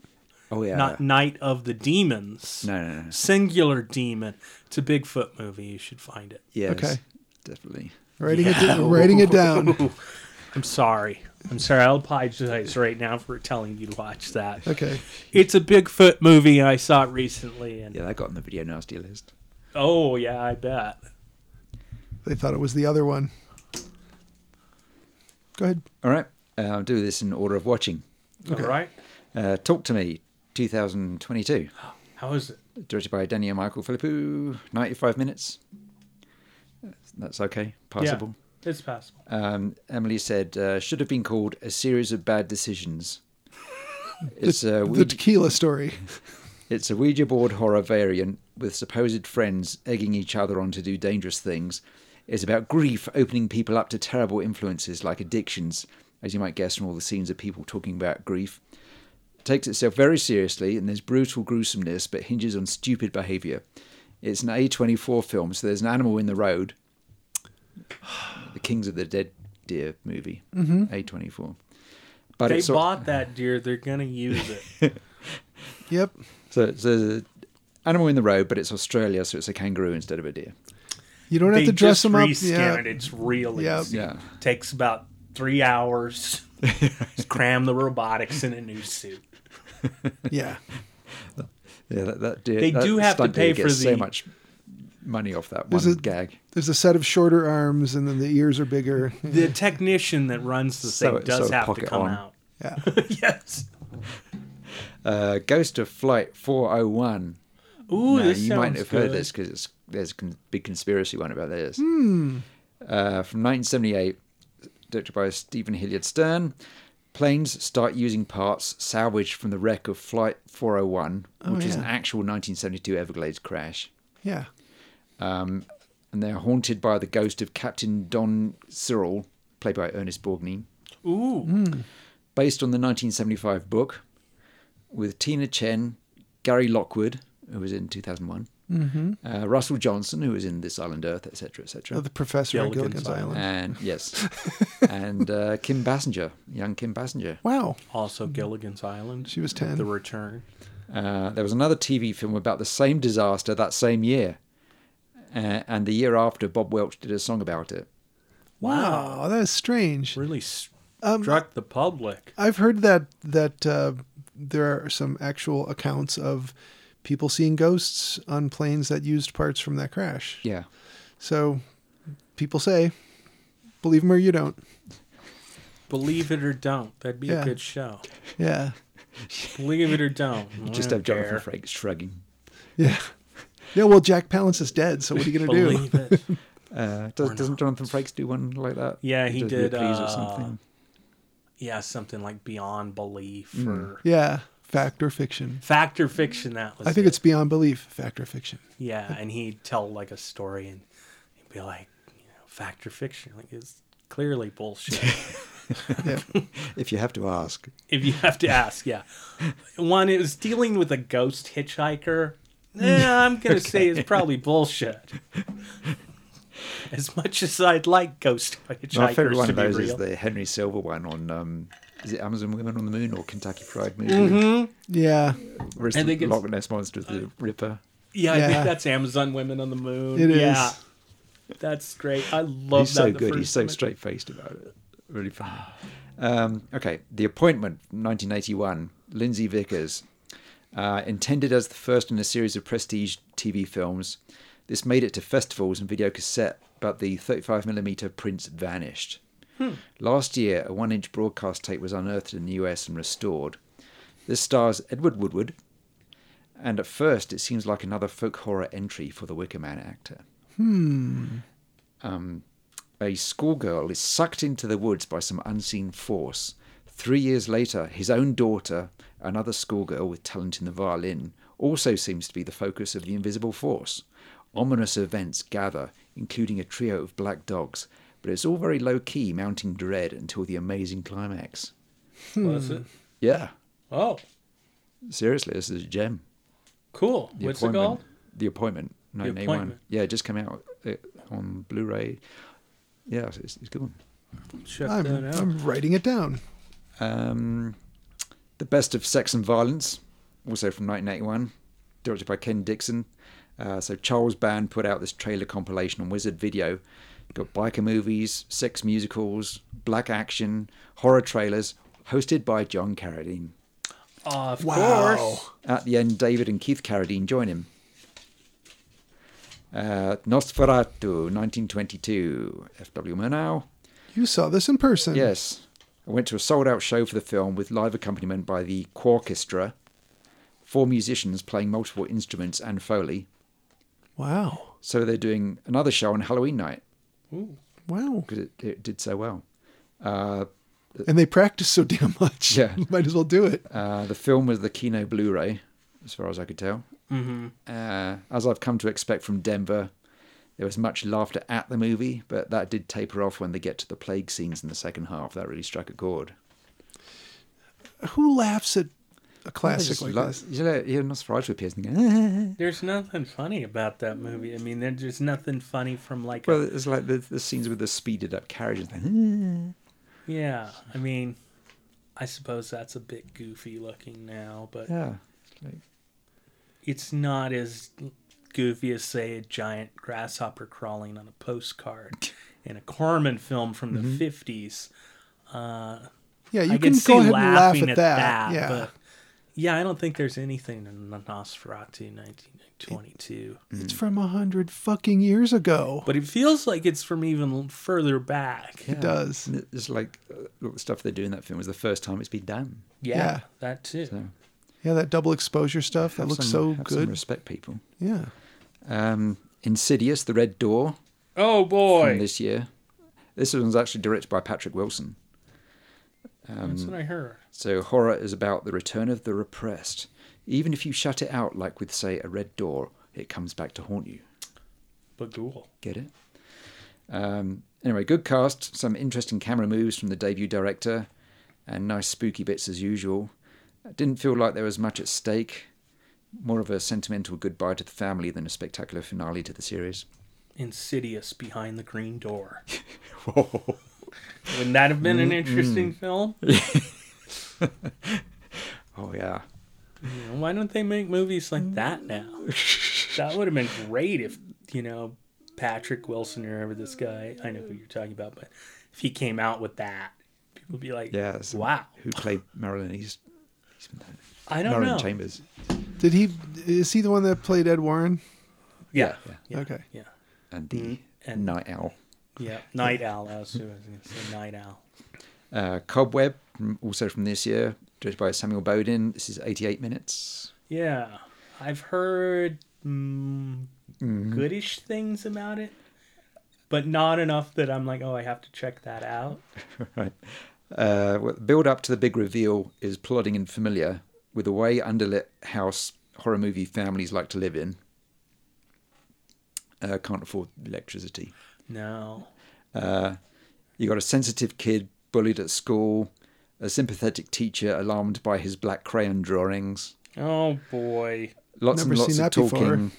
[SPEAKER 3] Oh yeah.
[SPEAKER 1] not Night of the Demons.
[SPEAKER 3] no, no, no.
[SPEAKER 1] Singular Demon. It's a Bigfoot movie. You should find it.
[SPEAKER 3] Yes,
[SPEAKER 2] Okay.
[SPEAKER 3] Definitely.
[SPEAKER 2] Writing it, down, writing it down.
[SPEAKER 1] Ooh, I'm sorry. I'm sorry. I'll apologize right now for telling you to watch that.
[SPEAKER 2] Okay.
[SPEAKER 1] It's a Bigfoot movie I saw recently, and
[SPEAKER 3] Yeah, that got on the video nasty list.
[SPEAKER 1] oh yeah, I bet.
[SPEAKER 2] They thought it was the other one. Go ahead.
[SPEAKER 3] All right. Uh, I'll do this in order of watching.
[SPEAKER 2] Okay.
[SPEAKER 1] All right.
[SPEAKER 3] Uh, Talk to Me, 2022.
[SPEAKER 1] How is it?
[SPEAKER 3] directed by Daniel Michael Philippou, 95 minutes. That's okay, passable.
[SPEAKER 1] Yeah, it's possible.
[SPEAKER 3] Um, Emily said, uh, should have been called A Series of Bad Decisions. It's uh, a,
[SPEAKER 2] The
[SPEAKER 3] Ouija,
[SPEAKER 2] tequila story.
[SPEAKER 3] it's a Ouija board horror variant with supposed friends egging each other on to do dangerous things. It's about grief opening people up to terrible influences like addictions, as you might guess from all the scenes of people talking about grief. It takes itself very seriously and there's brutal gruesomeness but hinges on stupid behaviour. It's an A24 film, so there's an animal in the road. The Kings of the Dead Deer movie, A24. But
[SPEAKER 1] They
[SPEAKER 3] it's al-
[SPEAKER 1] bought that deer. They're gonna use it.
[SPEAKER 2] Yep.
[SPEAKER 3] So it's a animal in the road, but it's Australia, so it's a kangaroo instead of a deer.
[SPEAKER 2] You don't
[SPEAKER 1] they
[SPEAKER 2] have to dress
[SPEAKER 1] just
[SPEAKER 2] them up.
[SPEAKER 1] rescanned its reel.
[SPEAKER 2] Yeah.
[SPEAKER 1] It's-
[SPEAKER 3] Yeah.
[SPEAKER 1] Takes about three hours. Just cram the robotics in a new suit.
[SPEAKER 2] Yeah.
[SPEAKER 3] Yeah, that, that deer.
[SPEAKER 1] They
[SPEAKER 3] that
[SPEAKER 1] do have to
[SPEAKER 3] stunt deer
[SPEAKER 1] pay
[SPEAKER 3] gets
[SPEAKER 1] for
[SPEAKER 3] so
[SPEAKER 1] the-
[SPEAKER 3] much money off that
[SPEAKER 2] There's
[SPEAKER 3] one
[SPEAKER 2] a-
[SPEAKER 3] gag.
[SPEAKER 2] There's a set of shorter arms, and then the ears are bigger.
[SPEAKER 1] The technician that runs the
[SPEAKER 3] So-
[SPEAKER 1] thing does
[SPEAKER 3] so
[SPEAKER 1] have to
[SPEAKER 3] pocket
[SPEAKER 1] come
[SPEAKER 3] on.
[SPEAKER 1] out.
[SPEAKER 2] Yeah.
[SPEAKER 1] yes.
[SPEAKER 3] Uh, Ghost of Flight 401.
[SPEAKER 1] Ooh,
[SPEAKER 3] No,
[SPEAKER 1] this
[SPEAKER 3] you
[SPEAKER 1] sounds
[SPEAKER 3] might have
[SPEAKER 1] good.
[SPEAKER 3] heard this because there's a con- big conspiracy one about this. Uh, from 1978, directed by Stephen Hilliard Stern. Planes start using parts salvaged from the wreck of Flight 401, which is
[SPEAKER 2] yeah.
[SPEAKER 3] an actual 1972 Everglades crash.
[SPEAKER 2] Yeah.
[SPEAKER 3] And they're haunted by the ghost of Captain Don Cyril, played by Ernest Borgnine.
[SPEAKER 1] Ooh,
[SPEAKER 3] Hmm. based on the 1975 book with Tina Chen, Gary Lockwood, who was in 2001,
[SPEAKER 2] Mm-hmm. Oh,
[SPEAKER 3] Uh, Russell Johnson, who was in This Island Earth, etc., etc.
[SPEAKER 2] the professor on
[SPEAKER 1] Gilligan's
[SPEAKER 2] Gilligan's
[SPEAKER 1] Island.
[SPEAKER 2] Island.
[SPEAKER 3] And yes, and uh, Kim Bassinger, young Kim Bassinger.
[SPEAKER 2] Wow.
[SPEAKER 1] Also, Gilligan's Island.
[SPEAKER 2] She was 10.
[SPEAKER 1] The Return.
[SPEAKER 3] Uh, there was another TV film about the same disaster that same year, uh, and the year after, Bob Welch did a song about it.
[SPEAKER 2] Wow, that is strange.
[SPEAKER 1] Really struck
[SPEAKER 2] Um,
[SPEAKER 1] the public.
[SPEAKER 2] I've heard that that uh, there are some actual accounts of people seeing ghosts on planes that used parts from that crash.
[SPEAKER 3] Yeah.
[SPEAKER 2] So people say, believe them or you don't.
[SPEAKER 1] Believe it or don't. That'd be
[SPEAKER 2] Yeah.
[SPEAKER 1] a good show.
[SPEAKER 2] Yeah,
[SPEAKER 1] Believe it or don't. I
[SPEAKER 3] Just
[SPEAKER 1] don't
[SPEAKER 3] have
[SPEAKER 1] care.
[SPEAKER 3] Jonathan Frakes shrugging.
[SPEAKER 2] yeah, yeah. Well, Jack Palance is dead, so what are you gonna do?
[SPEAKER 1] Believe it.
[SPEAKER 3] Uh, does,
[SPEAKER 1] Or
[SPEAKER 3] doesn't
[SPEAKER 1] not.
[SPEAKER 3] Jonathan Frakes do one like that?
[SPEAKER 1] Yeah, he
[SPEAKER 3] does
[SPEAKER 1] did,
[SPEAKER 3] Please or
[SPEAKER 1] uh,
[SPEAKER 3] something.
[SPEAKER 1] Yeah, something like Beyond Belief or
[SPEAKER 2] Mm. Yeah, fact or fiction?
[SPEAKER 1] Fact or Fiction. That was.
[SPEAKER 2] I think
[SPEAKER 1] it.
[SPEAKER 2] it's beyond belief. Fact or fiction?
[SPEAKER 1] Yeah, and he'd tell like a story and he'd be like, you know, fact or fiction. Like it's clearly bullshit.
[SPEAKER 2] Yeah,
[SPEAKER 3] If you have to ask.
[SPEAKER 1] if you have to ask, yeah. One, it was dealing with a ghost hitchhiker.
[SPEAKER 2] Mm.
[SPEAKER 1] Yeah, I'm gonna say it's probably bullshit. As much as I'd like ghost
[SPEAKER 3] My
[SPEAKER 1] hitchhikers
[SPEAKER 3] favourite one
[SPEAKER 1] to
[SPEAKER 3] of
[SPEAKER 1] be
[SPEAKER 3] those is
[SPEAKER 1] real,
[SPEAKER 3] the Henry Silver one on um, is it Amazon Women on the Moon or Kentucky Fried Movie?
[SPEAKER 2] yeah.
[SPEAKER 3] Where it's
[SPEAKER 1] Mm-hmm. I
[SPEAKER 3] the
[SPEAKER 1] think it's-
[SPEAKER 3] Loch Ness Monster, the Ripper.
[SPEAKER 1] yeah, I
[SPEAKER 2] yeah.
[SPEAKER 1] think that's Amazon Women on the Moon.
[SPEAKER 2] It is.
[SPEAKER 1] yeah, that's great. I love
[SPEAKER 3] He's
[SPEAKER 1] that.
[SPEAKER 3] so
[SPEAKER 1] the
[SPEAKER 3] good.
[SPEAKER 1] first
[SPEAKER 3] He's so
[SPEAKER 1] time I-
[SPEAKER 3] straight faced about it. Really funny. Um, okay, The Appointment, 1981. Lindsay Vickers. Uh, intended as the first in a series of prestige TV films, this made it to festivals and video cassette, but the 35mm prints vanished.
[SPEAKER 1] Hmm.
[SPEAKER 3] Last year, a one inch broadcast tape was unearthed in the US and restored. This stars Edward Woodward, and at first it seems like another folk horror entry for the Wicker Man actor a schoolgirl is sucked into the woods by some unseen force. Three years later, his own daughter, another schoolgirl with talent in the violin, also seems to be the focus of the invisible force. Ominous events gather, including a trio of black dogs, but it's all very low key, mounting dread until the amazing climax.
[SPEAKER 2] Hmm.
[SPEAKER 1] was it?
[SPEAKER 3] Yeah,
[SPEAKER 1] Oh,
[SPEAKER 3] seriously, this is a gem.
[SPEAKER 1] cool.
[SPEAKER 3] The
[SPEAKER 1] What's it
[SPEAKER 3] appointment.
[SPEAKER 1] called?
[SPEAKER 3] The appointment.
[SPEAKER 1] The
[SPEAKER 3] 1981.
[SPEAKER 1] Appointment.
[SPEAKER 3] Yeah, it just came out uh, on Blu-ray. Yeah, it's, it's a good one.
[SPEAKER 1] Check
[SPEAKER 2] I'm
[SPEAKER 1] that out.
[SPEAKER 2] I'm writing it down.
[SPEAKER 3] Um, the Best of Sex and Violence, also from 1981, directed by Ken Dixon. Uh, so Charles Band put out this trailer compilation on Wizard Video. Got biker movies, sex musicals, black action, horror trailers, hosted by John Carradine.
[SPEAKER 1] Of course.
[SPEAKER 3] At the end, David and Keith Carradine join him. Uh, Nosferatu, 1922, F.W. Murnau.
[SPEAKER 2] You saw this in person.
[SPEAKER 3] Yes. I went to a sold out show for the film with live accompaniment by the Quarkestra, four musicians playing multiple instruments and Foley.
[SPEAKER 2] Wow.
[SPEAKER 3] So they're doing another show on Halloween night
[SPEAKER 2] Wow.
[SPEAKER 3] because it, it did so well. Uh,
[SPEAKER 2] And they practice so damn much.
[SPEAKER 3] Yeah.
[SPEAKER 2] Might as well do it.
[SPEAKER 3] uh, the film was the Kino Blu ray, as far as I could tell.
[SPEAKER 1] Mm-hmm.
[SPEAKER 3] Uh, as I've come to expect from Denver, there was much laughter at the movie, but that did taper off when they get to the plague scenes in the second half. That really struck a chord.
[SPEAKER 2] Who laughs at a classic like this?
[SPEAKER 3] You know, you're not surprised with Pierce. and go,
[SPEAKER 1] There's nothing funny about that movie. I mean, there- there's nothing funny from like,
[SPEAKER 3] Well,
[SPEAKER 1] a,
[SPEAKER 3] it's like the, the scenes with the speeded up carriages. Thing.
[SPEAKER 1] yeah. I mean, I suppose that's a bit goofy looking now, but
[SPEAKER 3] Yeah. Like,
[SPEAKER 1] it's not as goofy as say a giant grasshopper crawling on a postcard in a Corman film from the
[SPEAKER 3] Mm-hmm.
[SPEAKER 1] 50s.
[SPEAKER 2] Yeah, you
[SPEAKER 1] I
[SPEAKER 2] can,
[SPEAKER 1] see
[SPEAKER 2] go ahead and laugh
[SPEAKER 1] laughing
[SPEAKER 2] at, that. Yeah.
[SPEAKER 1] but yeah, I don't think there's anything in Nosferatu 1922.
[SPEAKER 2] It's from a hundred fucking years ago.
[SPEAKER 1] But it feels like it's from even further back.
[SPEAKER 2] it does.
[SPEAKER 3] and It's like uh, all the stuff they do in that film was the first time it's been done.
[SPEAKER 1] Yeah,
[SPEAKER 2] Yeah.
[SPEAKER 1] that too.
[SPEAKER 3] So
[SPEAKER 2] Yeah, that double exposure stuff that
[SPEAKER 3] have
[SPEAKER 2] looks so
[SPEAKER 3] some- have some
[SPEAKER 2] good.
[SPEAKER 3] respect people.
[SPEAKER 2] yeah.
[SPEAKER 3] Um, Insidious, The Red Door
[SPEAKER 1] Oh boy,
[SPEAKER 3] from this year. This one's actually directed by Patrick Wilson.
[SPEAKER 1] that's what I heard.
[SPEAKER 3] So horror is about the return of the repressed. Even if you shut it out, like with say a red door, it comes back to haunt you.
[SPEAKER 1] But cool.
[SPEAKER 3] Get it? Um, anyway, good cast, some interesting camera moves from the debut director, and nice spooky bits as usual. It didn't feel like there was much at stake. More of a sentimental goodbye to the family than a spectacular finale to the series.
[SPEAKER 1] Insidious behind the green door. Wouldn't that have been an interesting film?
[SPEAKER 3] Oh, yeah.
[SPEAKER 1] You know, why don't they make movies like that now? that would have been great if, you know, Patrick Wilson or whoever this guy, I know who you're talking about, but if he came out with that, people would be like,
[SPEAKER 3] Yeah. some-
[SPEAKER 1] wow.
[SPEAKER 3] Who played Marilyn East?
[SPEAKER 1] I don't
[SPEAKER 3] Marilyn
[SPEAKER 1] know.
[SPEAKER 3] Chambers.
[SPEAKER 2] Did he? Is he the one that played Ed Warren?
[SPEAKER 1] Yeah.
[SPEAKER 3] Yeah,
[SPEAKER 1] yeah,
[SPEAKER 2] Okay.
[SPEAKER 1] Yeah.
[SPEAKER 3] And the
[SPEAKER 1] Mm-hmm. and-
[SPEAKER 3] Night Owl.
[SPEAKER 1] Yeah. Night Owl. I was, I was going to say Night Owl.
[SPEAKER 3] Uh, Cobweb, from- also from this year, directed by Samuel Bowden. This is 88 minutes.
[SPEAKER 1] Yeah. I've heard mm, goodish things about it, but not enough that I'm like, oh, I have to check that out.
[SPEAKER 3] right. Uh, well, build up to the big reveal is plodding and familiar with the way underlit house horror movie families like to live in. Uh, can't afford electricity.
[SPEAKER 1] No.
[SPEAKER 3] Uh, you got a sensitive kid bullied at school, a sympathetic teacher alarmed by his black crayon drawings.
[SPEAKER 1] Oh, boy.
[SPEAKER 3] Lots
[SPEAKER 2] Never
[SPEAKER 3] and lots
[SPEAKER 2] seen
[SPEAKER 3] of
[SPEAKER 2] that before.
[SPEAKER 3] talking.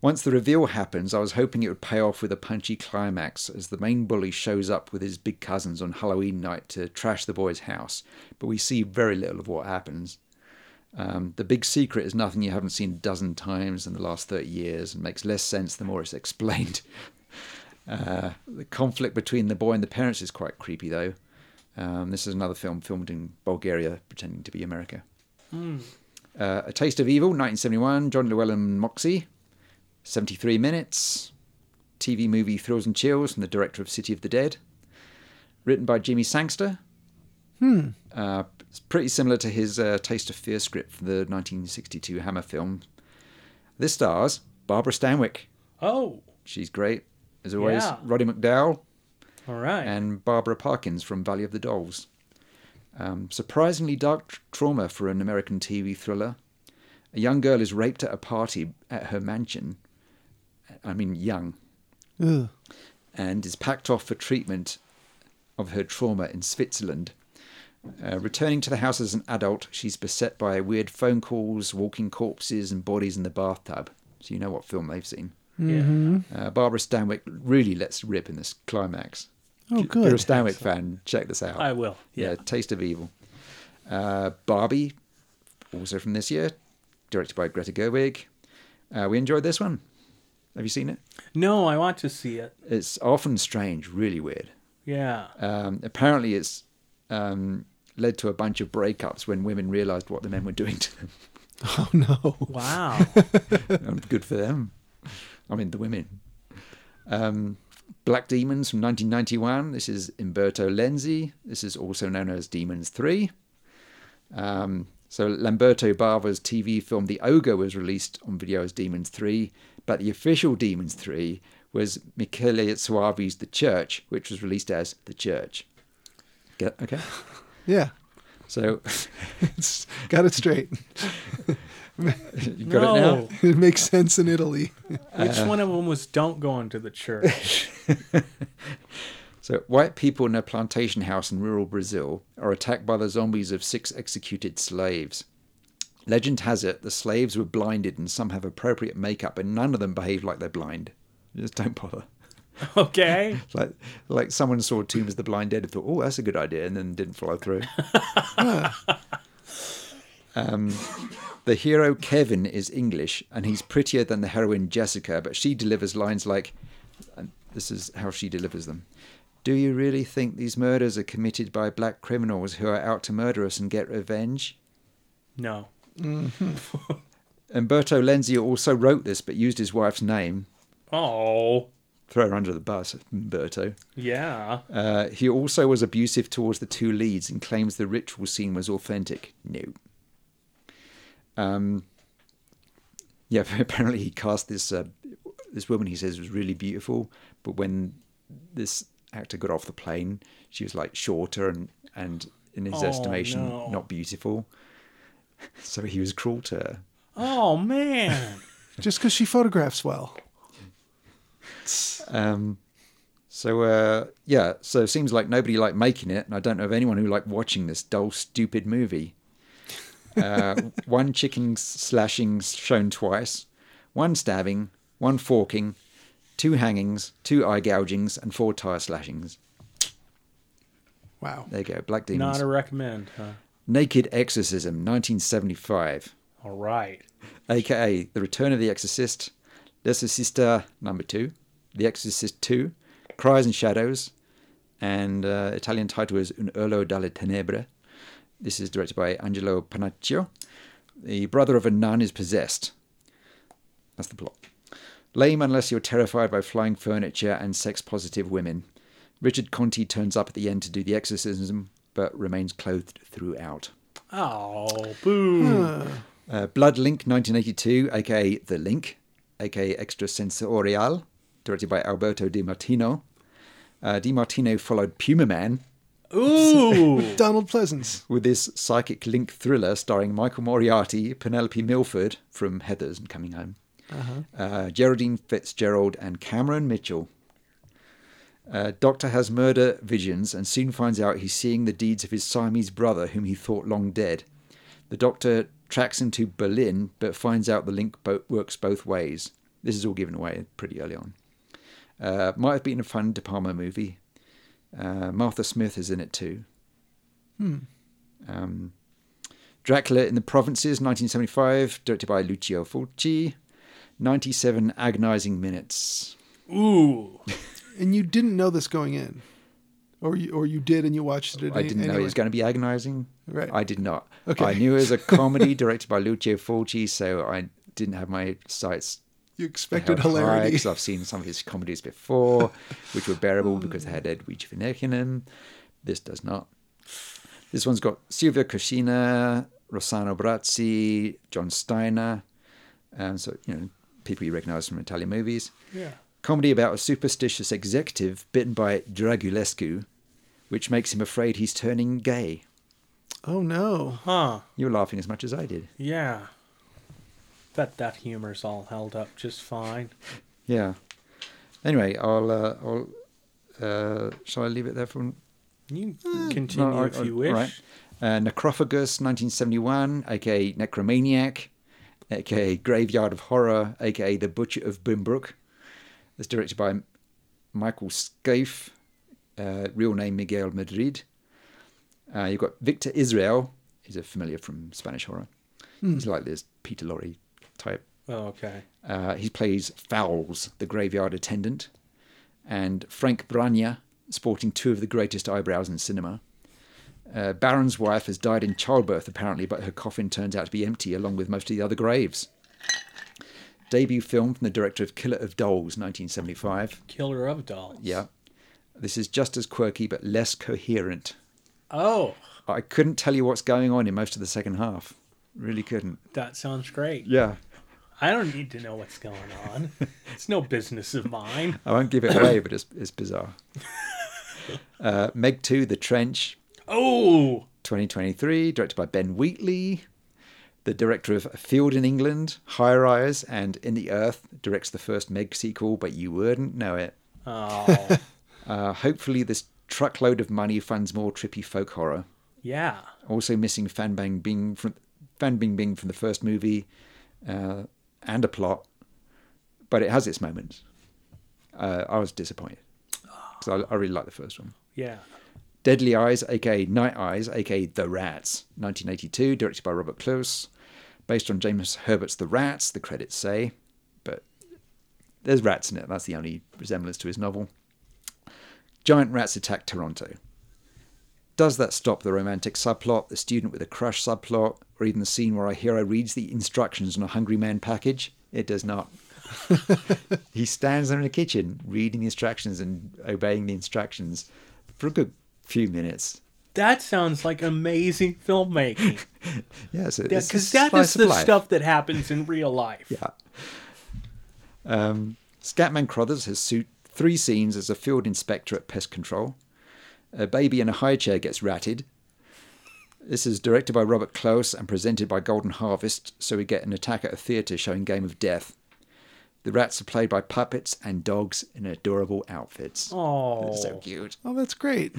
[SPEAKER 3] Once the reveal happens, I was hoping it would pay off with a punchy climax as the main bully shows up with his big cousins on Halloween night to trash the boy's house, but we see very little of what happens. Um, the big secret is nothing you haven't seen a dozen times in the last 30 years and makes less sense the more it's explained. Uh, the conflict between the boy and the parents is quite creepy, though. Um, this is another film filmed in Bulgaria, pretending to be America. Uh, A Taste of Evil, 1971, John Llewellyn Moxie, 73 minutes. TV movie Thrills and Chills from the director of City of the Dead. Written by Jimmy Sangster. Hmm. Uh, it's pretty similar to his uh, Taste of Fear script for the 1962 Hammer film. This stars Barbara Stanwyck.
[SPEAKER 1] Oh,
[SPEAKER 3] She's great, as always.
[SPEAKER 1] Yeah.
[SPEAKER 3] Roddy McDowell
[SPEAKER 1] all right.
[SPEAKER 3] and Barbara Parkins from Valley of the Dolls. Um, surprisingly dark tr- trauma for an American TV thriller. A young girl is raped at a party at her mansion. I mean, young,
[SPEAKER 2] Ugh.
[SPEAKER 3] and is packed off for treatment of her trauma in Switzerland. Uh, returning to the house as an adult, she's beset by weird phone calls, walking corpses, and bodies in the bathtub. So you know what film they've seen.
[SPEAKER 1] yeah.
[SPEAKER 3] Uh, Barbara Stanwyck really lets rip in this climax.
[SPEAKER 2] Oh,
[SPEAKER 3] If you're a
[SPEAKER 2] good.
[SPEAKER 3] Stanwyck fan, check this out.
[SPEAKER 1] I will.
[SPEAKER 3] Yeah,
[SPEAKER 1] Yeah.
[SPEAKER 3] Taste of Evil. Uh, Barbie, also from this year, directed by Greta Gerwig. Uh, we enjoyed this one. Have you seen it?
[SPEAKER 1] No, I want to see it.
[SPEAKER 3] It's often strange, really weird.
[SPEAKER 1] Yeah.
[SPEAKER 3] Um, apparently, it's um, led to a bunch of breakups when women realised what the men were doing to them.
[SPEAKER 2] Oh no.
[SPEAKER 1] Wow.
[SPEAKER 3] Um, Good for them. I mean, the women. Um, Black Demons from 1991. This is Umberto Lenzi. This is also known as Demons 3. Um, so Lamberto Bava's TV film The Ogre was released on video as Demons 3, but the official Demons 3 was Michele Suave's The Church, which was released as The Church. Get, okay.
[SPEAKER 2] Yeah.
[SPEAKER 3] So
[SPEAKER 2] It's got it straight.
[SPEAKER 3] you got it now? Uh-huh.
[SPEAKER 1] no.
[SPEAKER 2] It makes sense in Italy.
[SPEAKER 1] Which one of them was "Don't Go Into the Church"?
[SPEAKER 3] So, white people in a plantation house in rural Brazil are attacked by the zombies of six executed slaves. Legend has it the slaves were blinded and some have appropriate makeup, and none of them behave like they're blind. Just don't bother.
[SPEAKER 1] okay.
[SPEAKER 3] Like, like someone saw Tombs of the Blind Dead and thought, oh, that's a good idea, and then didn't follow through. Ah. um, the hero Kevin is English, and he's prettier than the heroine Jessica, but she delivers lines like, and this is how she delivers them. Do you really think these murders are committed by black criminals who are out to murder us and get revenge?
[SPEAKER 1] No.
[SPEAKER 3] Umberto Lenzi also wrote this, but used his wife's name.
[SPEAKER 1] Oh.
[SPEAKER 3] Throw her under the bus, Umberto.
[SPEAKER 1] Yeah.
[SPEAKER 3] Uh, he also was abusive towards the two leads and claims the ritual scene was authentic. No. Um, yeah, apparently he cast this uh, this woman he says was really beautiful, but when this actor got off the plane, she was like shorter and and in his
[SPEAKER 1] Oh,
[SPEAKER 3] estimation
[SPEAKER 1] no.
[SPEAKER 3] not beautiful. So he was cruel to her.
[SPEAKER 1] Oh man.
[SPEAKER 2] Just because she photographs well.
[SPEAKER 3] Um, so uh, yeah, so it seems like nobody liked making it, and I don't know of anyone who liked watching this dull, stupid movie. Uh, one chicken slashing shown twice, one stabbing, one forking, two hangings, two eye gougings, and four tire slashings.
[SPEAKER 2] Wow.
[SPEAKER 3] There you go, Black Demons.
[SPEAKER 1] Not a recommend, huh?
[SPEAKER 3] Naked Exorcism, 1975,
[SPEAKER 1] All right.
[SPEAKER 3] aka The Return of the Exorcist, L'Exorcista number two, The Exorcist 2, Cries and Shadows, and uh, Italian title is Un Urlo dalle Tenebre. This is directed by Angelo Panaccio. The brother of a nun is possessed. That's the plot. Lame unless you're terrified by flying furniture and sex positive women. Richard Conti turns up at the end to do the exorcism, but remains clothed throughout.
[SPEAKER 1] Oh, boo.
[SPEAKER 3] Uh, Blood Link 1982, aka The Link, aka Extrasensorial, directed by Alberto Di Martino. Uh, Di Martino followed Puma Man
[SPEAKER 1] Ooh.
[SPEAKER 2] Donald Pleasance.
[SPEAKER 3] with this psychic link thriller starring Michael Moriarty, Penelope Milford from Heathers and Coming Home, uh, Geraldine Fitzgerald, and Cameron Mitchell. Uh, Doctor has murder visions and soon finds out he's seeing the deeds of his Siamese brother, whom he thought long dead. The Doctor tracks him to Berlin, but finds out the link bo- works both ways. This is all given away pretty early on. Uh, might have been a fun De Palma movie. Uh, Martha Smith is in it too. Um, Dracula in the Provinces, 1975, directed by Lucio Fulci. 97 agonizing minutes.
[SPEAKER 1] Ooh.
[SPEAKER 2] And you didn't know this going in. Or you, or you did and you watched it.
[SPEAKER 3] I didn't know it
[SPEAKER 2] anyway.
[SPEAKER 3] was going to be agonizing.
[SPEAKER 2] Right.
[SPEAKER 3] I did not.
[SPEAKER 2] Okay.
[SPEAKER 3] I knew it was a comedy directed by Lucio Fulci, so I didn't have my sights
[SPEAKER 2] You
[SPEAKER 3] held
[SPEAKER 2] expected
[SPEAKER 3] high
[SPEAKER 2] hilarity.
[SPEAKER 3] because I've seen some of his comedies before, which were bearable because they had Edwidge Vinnick in them. This does not. This one's got Silvia Cuscina, Rossano Brazzi, John Steiner, um, so you know people you recognise from Italian movies.
[SPEAKER 1] Yeah.
[SPEAKER 3] Comedy about a superstitious executive bitten by Dragulescu, which makes him afraid he's turning gay.
[SPEAKER 2] Oh, no.
[SPEAKER 1] Huh.
[SPEAKER 3] You're laughing as much as I did.
[SPEAKER 1] Yeah. Bet that humor's all held up just fine.
[SPEAKER 3] Yeah. Anyway, I'll. Uh, I'll uh, shall I leave it there for
[SPEAKER 1] You can continue
[SPEAKER 3] No, I-
[SPEAKER 1] if you
[SPEAKER 3] I-
[SPEAKER 1] wish.
[SPEAKER 3] all right. Uh, Necrophagus, 1971, aka Necromaniac, aka Graveyard of Horror, aka The Butcher of Bimbrook. It's directed by M- Michael Scaife, uh, real name Miguel Madrid. Uh, you've got Victor Israel, he's a familiar from Spanish horror.
[SPEAKER 1] Hmm.
[SPEAKER 3] He's like this Peter Lorre type.
[SPEAKER 1] Oh, okay.
[SPEAKER 3] Uh, he plays Fowles, the graveyard attendant, and Frank Bragna, sporting two of the greatest eyebrows in cinema. Uh, Baron's wife has died in childbirth, apparently, but her coffin turns out to be empty, along with most of the other graves. Debut film from the director of Killer of Dolls, 1975.
[SPEAKER 1] Killer of dolls.
[SPEAKER 3] Yeah. This is just as quirky, but less coherent.
[SPEAKER 1] Oh,
[SPEAKER 3] I couldn't tell you what's going on in most of the second half. Really couldn't.
[SPEAKER 1] that sounds great.
[SPEAKER 3] Yeah.
[SPEAKER 1] I don't need to know what's going on. it's no business of mine.
[SPEAKER 3] I won't give it away, but it's, it's bizarre. Uh, Meg 2, The Trench,
[SPEAKER 1] Oh,
[SPEAKER 3] 2023, directed by Ben Wheatley, the director of A Field in England, High Rise, and In the Earth, directs the first Meg sequel, but you wouldn't know it.
[SPEAKER 1] oh,
[SPEAKER 3] Uh, hopefully, this truckload of money funds more trippy folk horror.
[SPEAKER 1] yeah.
[SPEAKER 3] Also missing Fan Bang Bing from Fan Bing Bing from the first movie, uh, and a plot, but it has its moments. Uh, I was disappointed because I, I really like the first one.
[SPEAKER 1] Yeah.
[SPEAKER 3] Deadly Eyes, aka Night Eyes, aka The Rats, 1982, directed by Robert Close, based on James Herbert's The Rats, the credits say, but there's rats in it. That's the only resemblance to his novel. Giant rats attack Toronto. Does that stop the romantic subplot, the student with a crush subplot, or even the scene where our hero reads the instructions on a Hungry Man package? It does not. he stands there in the kitchen reading the instructions and obeying the instructions for a good few minutes.
[SPEAKER 1] That sounds like amazing filmmaking.
[SPEAKER 3] Yeah, so it's a
[SPEAKER 1] Because that
[SPEAKER 3] slice
[SPEAKER 1] is
[SPEAKER 3] of
[SPEAKER 1] the
[SPEAKER 3] life.
[SPEAKER 1] stuff that happens in real life.
[SPEAKER 3] Yeah. Um, Scatman Crothers has suit three scenes as a field inspector at pest control. A baby in a high chair gets ratted. This is directed by Robert Close and presented by Golden Harvest, so we get an attack at a theatre showing Game of Death. The rats are played by puppets and dogs in adorable outfits.
[SPEAKER 1] Oh,
[SPEAKER 3] So cute.
[SPEAKER 2] Oh, that's great.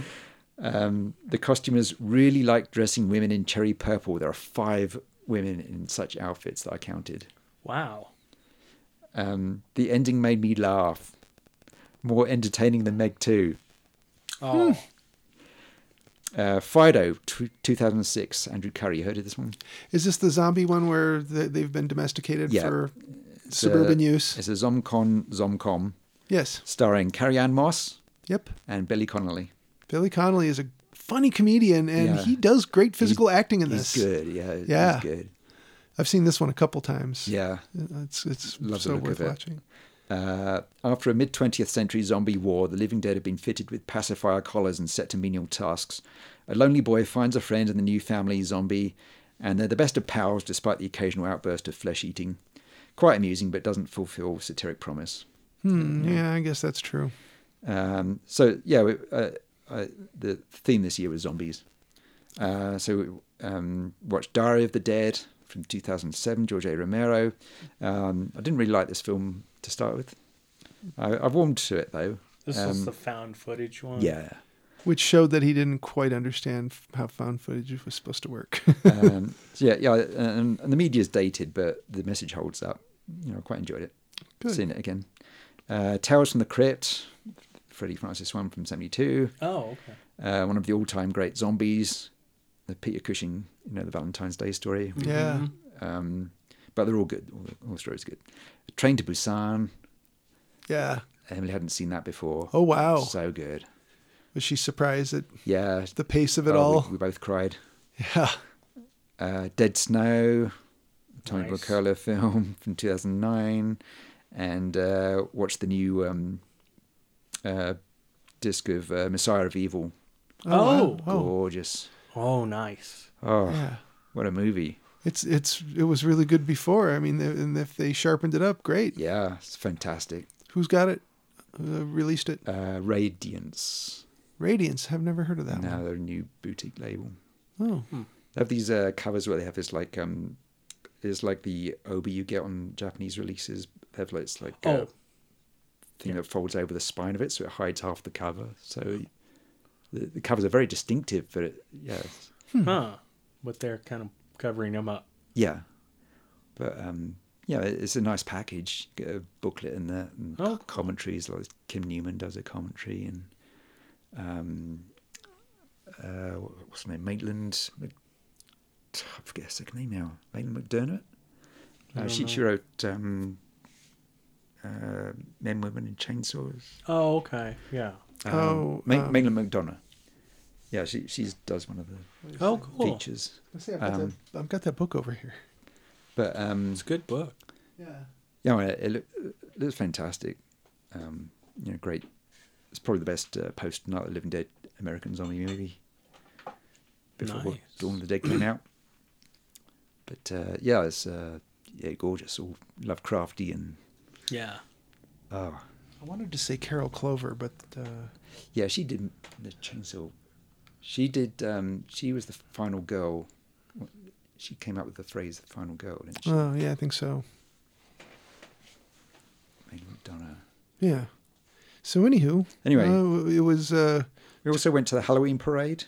[SPEAKER 3] Um, the costumers really like dressing women in cherry purple. There are five women in such outfits that I counted.
[SPEAKER 1] Wow.
[SPEAKER 3] Um, the ending made me laugh. More entertaining than Meg 2.
[SPEAKER 1] Oh,
[SPEAKER 3] Uh, Fido, tw 2006. Andrew Curry, you heard of this one?
[SPEAKER 2] Is this the zombie one where the, they've been domesticated
[SPEAKER 3] Yeah.
[SPEAKER 2] for
[SPEAKER 3] It's
[SPEAKER 2] suburban
[SPEAKER 3] a-
[SPEAKER 2] use?
[SPEAKER 3] It's a Zomcon Zomcom
[SPEAKER 2] Yes.
[SPEAKER 3] starring Carrie Ann Moss
[SPEAKER 2] Yep.
[SPEAKER 3] and Billy Connolly.
[SPEAKER 2] Billy Connolly is a funny comedian, and
[SPEAKER 3] Yeah.
[SPEAKER 2] he does great physical acting in
[SPEAKER 3] He's
[SPEAKER 2] this.
[SPEAKER 3] good, yeah.
[SPEAKER 2] Yeah.
[SPEAKER 3] He's good.
[SPEAKER 2] I've seen this one a couple times.
[SPEAKER 3] Yeah.
[SPEAKER 2] It's it's
[SPEAKER 3] Love the
[SPEAKER 2] so
[SPEAKER 3] look
[SPEAKER 2] worth
[SPEAKER 3] of it.
[SPEAKER 2] watching.
[SPEAKER 3] Uh, after a mid 20th century zombie war, the living dead have been fitted with pacifier collars and set to menial tasks. A lonely boy finds a friend in the new family zombie, and they're the best of pals despite the occasional outburst of flesh eating. Quite amusing, but doesn't fulfill satiric promise.
[SPEAKER 2] Hmm, yeah, I guess that's true.
[SPEAKER 3] Um, so, yeah, we- uh, uh, the theme this year was zombies. Uh, so, um, watched Diary of the Dead from 2007, George A. Romero. Um, I didn't really like this film to start with. I, I've warmed to it though.
[SPEAKER 1] this is
[SPEAKER 3] Um,
[SPEAKER 1] the found footage one.
[SPEAKER 3] Yeah.
[SPEAKER 2] Which showed that he didn't quite understand f- how found footage was supposed to work.
[SPEAKER 3] um, so yeah, yeah, and, and the media's dated, but the message holds up. You know, I quite enjoyed it.
[SPEAKER 2] Good.
[SPEAKER 3] Seen it again. Uh, Tales from the Crypt, Freddie Francis one from '72.
[SPEAKER 1] Oh, okay.
[SPEAKER 3] Uh, one of the all-time great zombies, the Peter Cushing, you know, the Valentine's Day story.
[SPEAKER 2] yeah.
[SPEAKER 3] Um, but they're all good. All, the- all the stories good. Train to Busan.
[SPEAKER 2] Yeah.
[SPEAKER 3] Emily hadn't seen that before.
[SPEAKER 2] Oh wow.
[SPEAKER 3] so good.
[SPEAKER 2] Was she surprised at
[SPEAKER 3] Yeah,
[SPEAKER 2] the pace of it
[SPEAKER 3] Oh, we-
[SPEAKER 2] all?
[SPEAKER 3] We, both cried.
[SPEAKER 2] yeah.
[SPEAKER 3] uh, Dead Snow, Tony
[SPEAKER 1] Nice.
[SPEAKER 3] nice. film from 2009, and uh, watched the new um, uh, disc of uh, Messiah of Evil.
[SPEAKER 2] wow.
[SPEAKER 1] Oh.
[SPEAKER 3] Gorgeous.
[SPEAKER 1] Oh, nice.
[SPEAKER 3] Oh,
[SPEAKER 2] Yeah.
[SPEAKER 3] what a movie.
[SPEAKER 2] It's it's it was really good before. I mean, and if they sharpened it up, great.
[SPEAKER 3] Yeah, it's fantastic.
[SPEAKER 2] Who's got it? Uh, released it.
[SPEAKER 3] Uh, Radiance.
[SPEAKER 2] Radiance. I've never heard of that
[SPEAKER 3] now
[SPEAKER 2] one.
[SPEAKER 3] their new boutique label.
[SPEAKER 2] Oh,
[SPEAKER 3] They have these uh, covers where they have this like um, it's like the obi you get on Japanese releases. They have like it's like a
[SPEAKER 1] Oh.
[SPEAKER 3] thing that folds over the spine of it, so it hides half the cover. So the, the covers are very distinctive, but it, yeah, it's-
[SPEAKER 1] Huh. But they're kind of covering them up.
[SPEAKER 3] yeah, but um, yeah, it- it's a nice package. You get a booklet in there, and
[SPEAKER 1] Oh.
[SPEAKER 3] commentaries like Kim Newman does a commentary, and um, uh, what- what's her name? Maitland. Mc- I forget her second name now. Maitland McDermott.
[SPEAKER 1] I
[SPEAKER 3] Uh,
[SPEAKER 1] don't
[SPEAKER 3] she,
[SPEAKER 1] know.
[SPEAKER 3] she wrote um, uh, Men, Women, and Chainsaws.
[SPEAKER 1] Oh, okay. Yeah.
[SPEAKER 3] Um,
[SPEAKER 2] Oh,
[SPEAKER 3] Ma-
[SPEAKER 2] um,
[SPEAKER 3] Maitland McDonough. Yeah, she she does one of the
[SPEAKER 1] Oh, cool.
[SPEAKER 3] features.
[SPEAKER 2] I see, I've, got
[SPEAKER 3] Um,
[SPEAKER 2] that, I've got that book over here.
[SPEAKER 3] But um,
[SPEAKER 1] It's a good book.
[SPEAKER 2] Yeah.
[SPEAKER 3] yeah, well, it, look, it looks fantastic. Um, you know, great. It's probably the best uh, post Night of the Living Dead American zombie movie before
[SPEAKER 1] Nice.
[SPEAKER 3] Dawn of the Dead came out. But uh, yeah, it's uh, yeah gorgeous, all Lovecrafty and
[SPEAKER 1] Yeah.
[SPEAKER 3] oh
[SPEAKER 2] I wanted to say Carol Clover, but uh,
[SPEAKER 3] Yeah, she did the chainsaw. She did. Um, she was the final girl. She came up with the phrase "the final girl," didn't she?
[SPEAKER 2] oh yeah, I think so.
[SPEAKER 3] Megan McDonough.
[SPEAKER 2] Yeah. So anywho,
[SPEAKER 3] Anyway.
[SPEAKER 2] uh, it was. Uh,
[SPEAKER 3] We also went to the Halloween parade.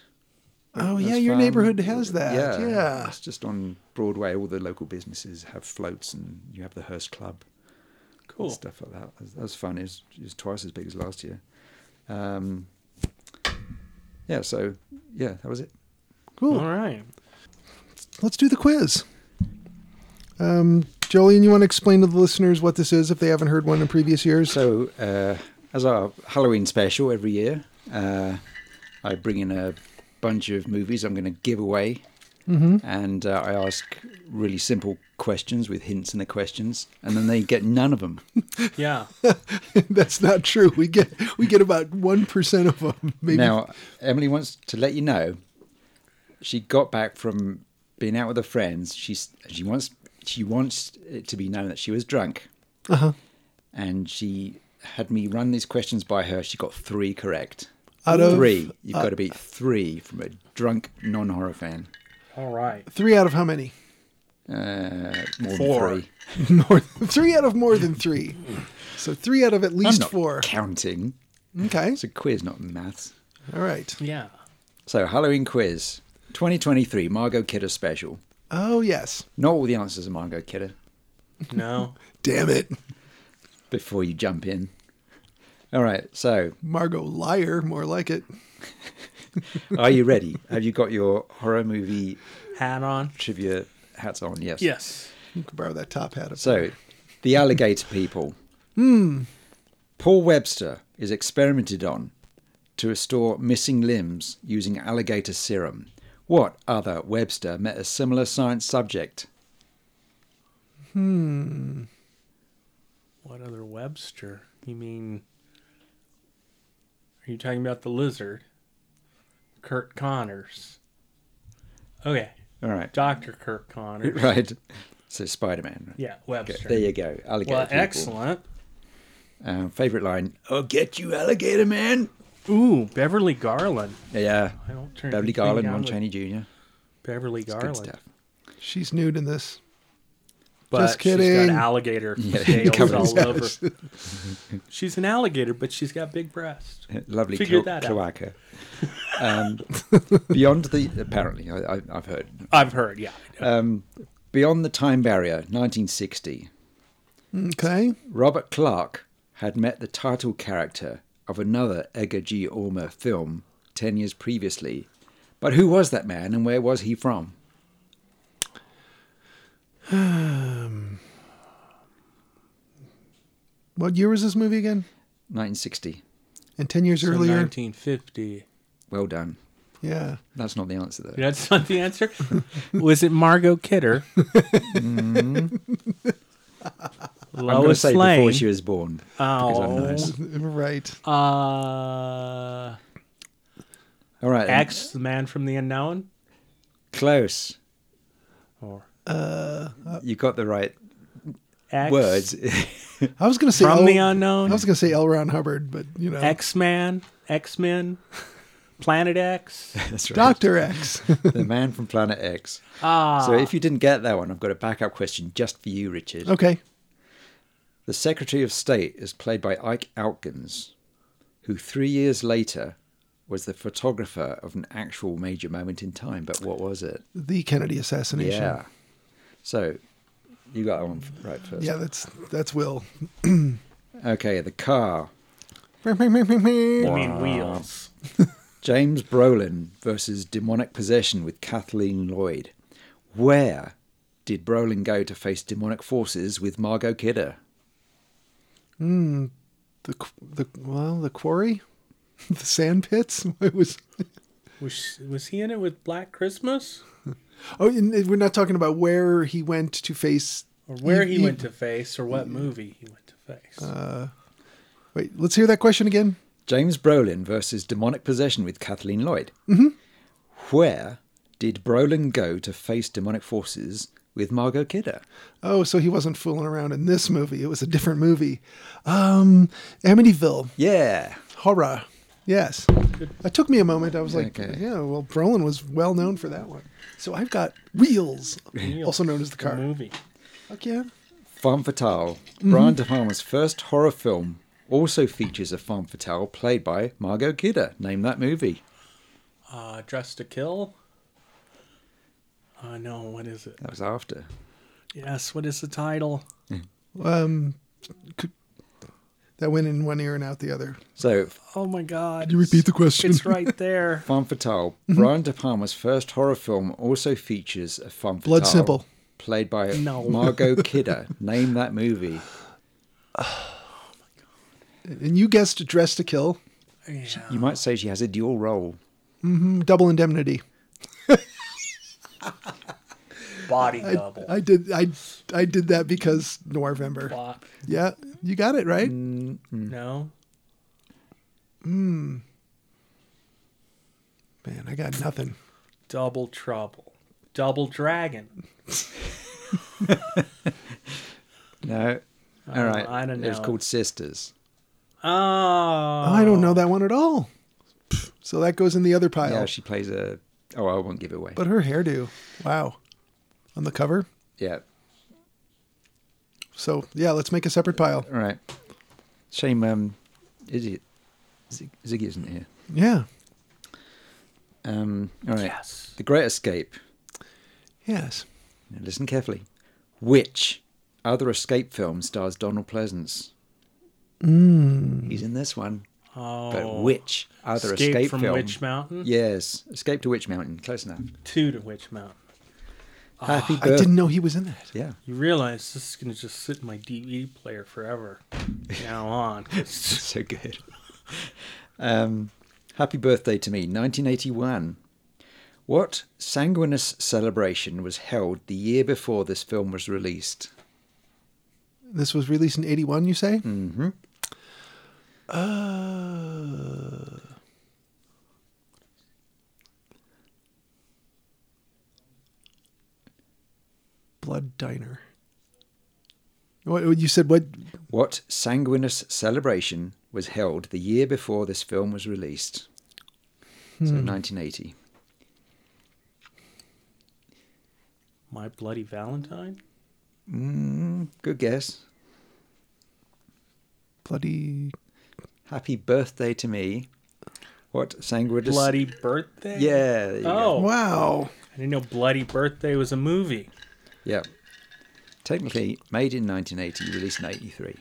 [SPEAKER 2] oh
[SPEAKER 3] That
[SPEAKER 2] yeah,
[SPEAKER 3] was
[SPEAKER 2] your
[SPEAKER 3] fun.
[SPEAKER 2] neighborhood has that. Yeah.
[SPEAKER 3] it's just on Broadway. All the local businesses have floats, and you have the Hearst Club.
[SPEAKER 1] Cool.
[SPEAKER 3] and stuff like that. That was, that was fun. It was, it was twice as big as last year. Um, yeah. So yeah, that was it.
[SPEAKER 2] Cool.
[SPEAKER 1] All right.
[SPEAKER 2] Let's do the quiz. Um, Jolene, you want to explain to the listeners what this is if they haven't heard one in previous years?
[SPEAKER 3] So, uh, as our Halloween special every year, uh, I bring in a bunch of movies I'm going to give away,
[SPEAKER 2] Mm-hmm.
[SPEAKER 3] and uh, I ask really simple questions with hints in the questions, and then they get none of them.
[SPEAKER 1] Yeah.
[SPEAKER 2] That's not true. We get we get about one percent of them. Maybe.
[SPEAKER 3] Now, Emily wants to let you know she got back from being out with her friends. She's she wants she wants it to be known that she was drunk,
[SPEAKER 2] uh-huh.
[SPEAKER 3] and she had me run these questions by her. She got three correct.
[SPEAKER 2] Out of-
[SPEAKER 3] three, you've got to beat three from a drunk non-horror fan.
[SPEAKER 1] All right.
[SPEAKER 2] Three out of how many?
[SPEAKER 3] Uh, more
[SPEAKER 1] Four.
[SPEAKER 3] than three.
[SPEAKER 2] More, three out of more than three. So three out of at
[SPEAKER 3] I'm
[SPEAKER 2] least
[SPEAKER 3] not
[SPEAKER 2] four.
[SPEAKER 3] counting.
[SPEAKER 2] Okay.
[SPEAKER 3] It's a quiz, not maths.
[SPEAKER 2] All right.
[SPEAKER 1] Yeah.
[SPEAKER 3] So, Halloween quiz 2023 Margot Kidder special.
[SPEAKER 2] Oh, yes.
[SPEAKER 3] Not all the answers are Margot Kidder
[SPEAKER 1] No.
[SPEAKER 2] Damn it.
[SPEAKER 3] before you jump in. All right, so
[SPEAKER 2] Margot Liar, more like it.
[SPEAKER 3] are you ready? Have you got your horror movie
[SPEAKER 1] Hat on.
[SPEAKER 3] trivia hats on? Yes.
[SPEAKER 1] Yes.
[SPEAKER 2] You can borrow that top hat. Up
[SPEAKER 3] So, the alligator people.
[SPEAKER 1] Hmm.
[SPEAKER 3] Paul Webster is experimented on to restore missing limbs using alligator serum. What other Webster met a similar science subject?
[SPEAKER 1] What other Webster? You mean. Are you talking about the lizard? Kurt Connors. Okay.
[SPEAKER 3] All right.
[SPEAKER 1] Dr. Kurt Connors.
[SPEAKER 3] Right. So, Spider Man.
[SPEAKER 1] Yeah, Webster.
[SPEAKER 3] There you go. Alligator
[SPEAKER 1] well,
[SPEAKER 3] people.
[SPEAKER 1] excellent.
[SPEAKER 3] Um, favorite line I'll get you, alligator man.
[SPEAKER 1] Ooh, Beverly Garland.
[SPEAKER 3] Yeah.
[SPEAKER 1] I don't turn
[SPEAKER 3] Beverly
[SPEAKER 1] anything
[SPEAKER 3] Garland,
[SPEAKER 1] down
[SPEAKER 3] Ron
[SPEAKER 1] with
[SPEAKER 3] Cheney Jr.
[SPEAKER 1] Beverly
[SPEAKER 3] It's
[SPEAKER 1] Hmm. Garland.
[SPEAKER 3] Good stuff.
[SPEAKER 2] She's nude in this.
[SPEAKER 1] But
[SPEAKER 2] Just
[SPEAKER 1] she's
[SPEAKER 2] kidding.
[SPEAKER 1] got alligator
[SPEAKER 3] Yeah,
[SPEAKER 1] scales
[SPEAKER 3] covered
[SPEAKER 1] all
[SPEAKER 3] in
[SPEAKER 1] over. she's an alligator, but she's got big breasts.
[SPEAKER 3] Lovely
[SPEAKER 1] Figure
[SPEAKER 3] clo-
[SPEAKER 1] that out.
[SPEAKER 3] cloaca. Um, beyond the apparently, I, I, I've heard
[SPEAKER 1] I've heard, yeah.
[SPEAKER 3] Um, Beyond the Time Barrier, 1960.
[SPEAKER 2] Okay.
[SPEAKER 3] Robert Clark had met the title character of another Edgar G. Ulmer film 10 years previously. But who was that man and where was he from?
[SPEAKER 2] What year was this movie again?
[SPEAKER 3] 1960.
[SPEAKER 2] And 10 years
[SPEAKER 1] So
[SPEAKER 2] earlier?
[SPEAKER 1] 1950.
[SPEAKER 3] Well done.
[SPEAKER 2] Yeah.
[SPEAKER 3] That's not the answer, though.
[SPEAKER 1] That's not the answer. Was it Margot Kidder?
[SPEAKER 3] I'm going to
[SPEAKER 1] Lois
[SPEAKER 3] say
[SPEAKER 1] Lane. Oh.
[SPEAKER 3] before she was born. because I'm nice.
[SPEAKER 2] Right.
[SPEAKER 1] Uh,
[SPEAKER 3] All right. and
[SPEAKER 1] X, the man from the unknown,
[SPEAKER 3] Close.
[SPEAKER 1] or
[SPEAKER 2] Uh,
[SPEAKER 3] You got the right
[SPEAKER 1] X
[SPEAKER 3] words.
[SPEAKER 2] I was going to say
[SPEAKER 1] from
[SPEAKER 2] L-
[SPEAKER 1] the unknown.
[SPEAKER 2] I was going to say L. Ron Hubbard, but you know,
[SPEAKER 1] X Man, X Men, Planet X.
[SPEAKER 3] That's right.
[SPEAKER 2] Doctor X.
[SPEAKER 3] The man from Planet X.
[SPEAKER 1] Ah,
[SPEAKER 3] So if you didn't get that one, I've got a backup question just for you, Richard.
[SPEAKER 2] okay.
[SPEAKER 3] The Secretary of State is played by Ike Alkins, who three years later was the photographer of an actual major moment in time. But what was it?
[SPEAKER 2] The Kennedy assassination.
[SPEAKER 3] Yeah. So you got that one right first.
[SPEAKER 2] Yeah, that's that's Will.
[SPEAKER 3] Okay, the car.
[SPEAKER 1] you mean wheels?
[SPEAKER 3] James Brolin versus demonic possession with Kathleen Lloyd. Where did Brolin go to face demonic forces with Margot Kidder?
[SPEAKER 2] The qu- the well, the quarry, the sand pits. It was.
[SPEAKER 1] Was was he in it with Black Christmas?
[SPEAKER 2] Oh, and we're not talking about where he went to face. E
[SPEAKER 1] Or where he went to face, or what movie he went to face?
[SPEAKER 2] Wait, let's hear that question again.
[SPEAKER 3] James Brolin versus demonic possession with Kathleen Lloyd. Mm-hmm. Where did Brolin go to face demonic forces with Margot Kidder?
[SPEAKER 2] Oh, so he wasn't fooling around in this movie. It was a different movie. Um, Amityville
[SPEAKER 3] Yeah,
[SPEAKER 2] horror. Yes, that took me a moment. I was like,
[SPEAKER 3] Okay.
[SPEAKER 2] yeah. Well, Brolin was well known for that one. So I've got Wheels, also known as the
[SPEAKER 1] The
[SPEAKER 2] car.
[SPEAKER 1] movie.
[SPEAKER 2] Fuck yeah.
[SPEAKER 3] Femme Fatale. Brian De Palma's first horror film also features a femme fatale played by Margot Kidder. Name that movie.
[SPEAKER 1] Uh, Dress to Kill. Uh, no, what is it?
[SPEAKER 3] That was after.
[SPEAKER 1] Yes, what is the title?
[SPEAKER 2] Um, could, that went in one ear and out the other.
[SPEAKER 3] So,
[SPEAKER 1] Oh my God!
[SPEAKER 2] you repeat the question?
[SPEAKER 1] It's right there.
[SPEAKER 3] Femme Fatale.
[SPEAKER 1] Mm-hmm.
[SPEAKER 3] Brian De Palma's first horror film also features a femme fatale
[SPEAKER 2] Blood Simple.
[SPEAKER 3] played by
[SPEAKER 1] No.
[SPEAKER 3] Margot Kidder. Name that movie.
[SPEAKER 2] And you guessed Dress to Kill,
[SPEAKER 1] Yeah.
[SPEAKER 3] You might say she has a dual role.
[SPEAKER 2] mm, Double Indemnity.
[SPEAKER 1] Body double.
[SPEAKER 2] I did I I did that because November.
[SPEAKER 1] Block.
[SPEAKER 2] Yeah, you got it right. Hmm.
[SPEAKER 1] No.
[SPEAKER 2] Man, I got nothing.
[SPEAKER 1] Double trouble. Double dragon.
[SPEAKER 3] No. All right.
[SPEAKER 1] Uh, I don't
[SPEAKER 3] It was
[SPEAKER 1] know.
[SPEAKER 3] called Sisters.
[SPEAKER 1] Oh.
[SPEAKER 2] I don't know that one at all. Pff, So that goes in the other pile.
[SPEAKER 3] Oh. Yeah, she plays a. Oh, I won't give it away.
[SPEAKER 2] but her hairdo, wow, on the cover.
[SPEAKER 3] yeah.
[SPEAKER 2] So yeah, let's make a separate pile.
[SPEAKER 3] All right. Shame. Um, is it Zig- Ziggy isn't here?
[SPEAKER 2] Yeah,
[SPEAKER 3] Um, all right.
[SPEAKER 1] Yes.
[SPEAKER 3] The Great Escape.
[SPEAKER 2] Yes.
[SPEAKER 3] Now listen carefully. Which other escape film stars Donald Pleasance?
[SPEAKER 2] Hmm.
[SPEAKER 3] Mm. He's in this one.
[SPEAKER 1] Oh,
[SPEAKER 3] But which other
[SPEAKER 1] Escape
[SPEAKER 3] escape,
[SPEAKER 1] from
[SPEAKER 3] film?
[SPEAKER 1] Witch Mountain?
[SPEAKER 3] Yes, Escape to Witch Mountain. Close enough.
[SPEAKER 1] Two to Witch Mountain.
[SPEAKER 2] Ah,
[SPEAKER 3] Happy
[SPEAKER 2] I
[SPEAKER 3] birthday.
[SPEAKER 2] didn't know he was in that.
[SPEAKER 3] Yeah.
[SPEAKER 1] You realize this is going to just sit in my DVD player forever from now on. It's-
[SPEAKER 3] so good. Um, happy birthday to me, 1981. What sanguineous celebration was held the year before this film was released?
[SPEAKER 2] This was released in 81, you say?
[SPEAKER 3] Mm-hmm.
[SPEAKER 2] Uh, Blood Diner. What, what you said? What?
[SPEAKER 3] What sanguineous celebration was held the year before this film was released? So 1980.
[SPEAKER 1] my Bloody Valentine?
[SPEAKER 3] Mm, good guess.
[SPEAKER 2] Bloody.
[SPEAKER 3] Happy birthday to me. What sanguineous?
[SPEAKER 1] Bloody Birthday?
[SPEAKER 3] Yeah. there you go.
[SPEAKER 1] Oh,
[SPEAKER 2] Wow.
[SPEAKER 1] I didn't know Bloody Birthday was a movie.
[SPEAKER 3] Yeah. Technically made in 1980, released in 83.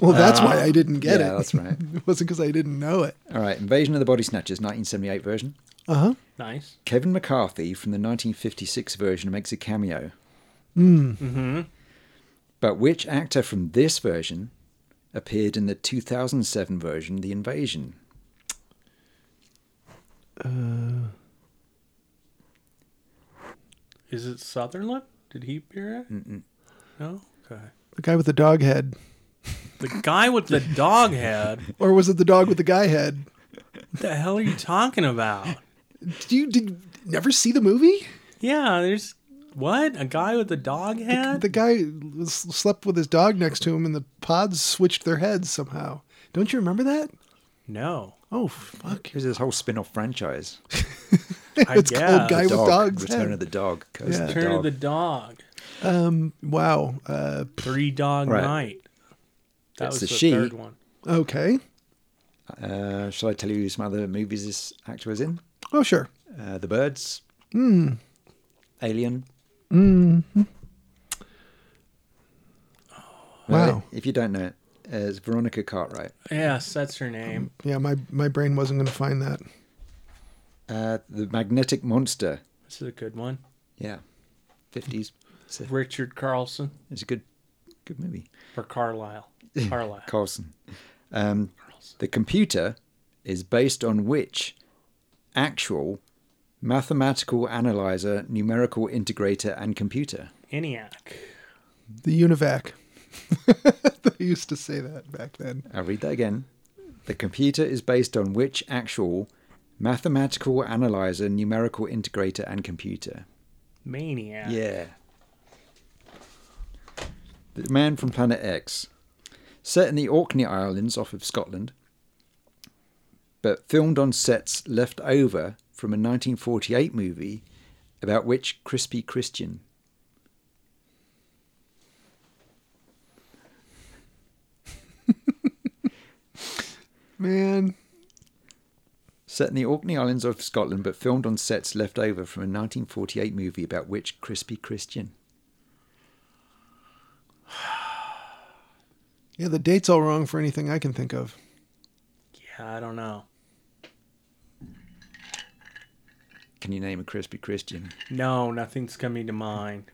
[SPEAKER 2] Well, that's why I didn't get
[SPEAKER 3] Uh, yeah,
[SPEAKER 2] it.
[SPEAKER 3] that's right.
[SPEAKER 2] it wasn't because I didn't know it.
[SPEAKER 3] All right, Invasion of the Body Snatchers, 1978 version.
[SPEAKER 2] Uh huh.
[SPEAKER 1] Nice.
[SPEAKER 3] Kevin McCarthy from the 1956 version makes a cameo.
[SPEAKER 1] Mm-hmm.
[SPEAKER 3] But which actor from this version appeared in the 2007 version, The Invasion?
[SPEAKER 1] Is it Sutherland? Did he appear in it? No? Okay.
[SPEAKER 2] The guy with the dog head,
[SPEAKER 1] The guy with the dog head?
[SPEAKER 2] or was it the dog with the guy head?
[SPEAKER 1] What the hell are you talking about?
[SPEAKER 2] Did you did you never see the movie?
[SPEAKER 1] Yeah, there's. What? A guy with a dog head?
[SPEAKER 2] The guy s- slept with his dog next to him, and the pods switched their heads somehow. Don't you remember that?
[SPEAKER 1] no.
[SPEAKER 2] Oh fuck!
[SPEAKER 3] It was this whole spin off franchise.
[SPEAKER 1] I
[SPEAKER 2] It's
[SPEAKER 1] guess.
[SPEAKER 2] called Guy
[SPEAKER 3] The
[SPEAKER 2] with
[SPEAKER 3] dog,
[SPEAKER 2] Dog's
[SPEAKER 3] Return
[SPEAKER 2] Head.
[SPEAKER 3] of the Dog. Curse
[SPEAKER 2] Yeah.
[SPEAKER 3] of the
[SPEAKER 1] Turn
[SPEAKER 3] Dog.
[SPEAKER 1] of the Dog.
[SPEAKER 2] Um. Wow. Uh.
[SPEAKER 1] Three Dog
[SPEAKER 3] Right.
[SPEAKER 1] Night. That
[SPEAKER 3] It's
[SPEAKER 1] was the,
[SPEAKER 3] the she.
[SPEAKER 1] third one.
[SPEAKER 2] Okay.
[SPEAKER 3] Uh, shall I tell you some other movies this actor was in?
[SPEAKER 2] Oh sure.
[SPEAKER 3] Uh, the Birds.
[SPEAKER 2] Hmm.
[SPEAKER 3] Alien.
[SPEAKER 2] Mm-hmm. Wow.
[SPEAKER 3] Right, If you don't know it, uh, it's Veronica Cartwright.
[SPEAKER 1] Yes, that's her name.
[SPEAKER 2] Yeah. My my brain wasn't going to find that.
[SPEAKER 3] Uh, the Magnetic Monster.
[SPEAKER 1] This is a good one.
[SPEAKER 3] Yeah. 50s. It's a,
[SPEAKER 1] Richard Carlson
[SPEAKER 3] it's a good good movie.
[SPEAKER 1] or Carlisle. Carlisle.
[SPEAKER 3] Carlson. Um, the computer is based on which actual mathematical analyzer, numerical integrator, and computer?
[SPEAKER 1] ENIAC.
[SPEAKER 2] The Univac. they used to say that back then.
[SPEAKER 3] I'll read that again. The computer is based on which actual mathematical analyzer, numerical integrator, and computer?
[SPEAKER 1] Maniac.
[SPEAKER 3] Yeah. The Man from Planet X. Set in the Orkney Islands off of Scotland, but filmed on sets left over from a 1948 movie about which Crispy Christian?
[SPEAKER 2] Man.
[SPEAKER 3] Set in the Orkney Islands off Scotland, but filmed on sets left over from a 1948 movie about which Crispy Christian?
[SPEAKER 2] Yeah. The date's all wrong for anything I can think of.
[SPEAKER 1] Yeah, I don't know.
[SPEAKER 3] Can you name a Crispy Christian?
[SPEAKER 1] No, nothing's coming to mind.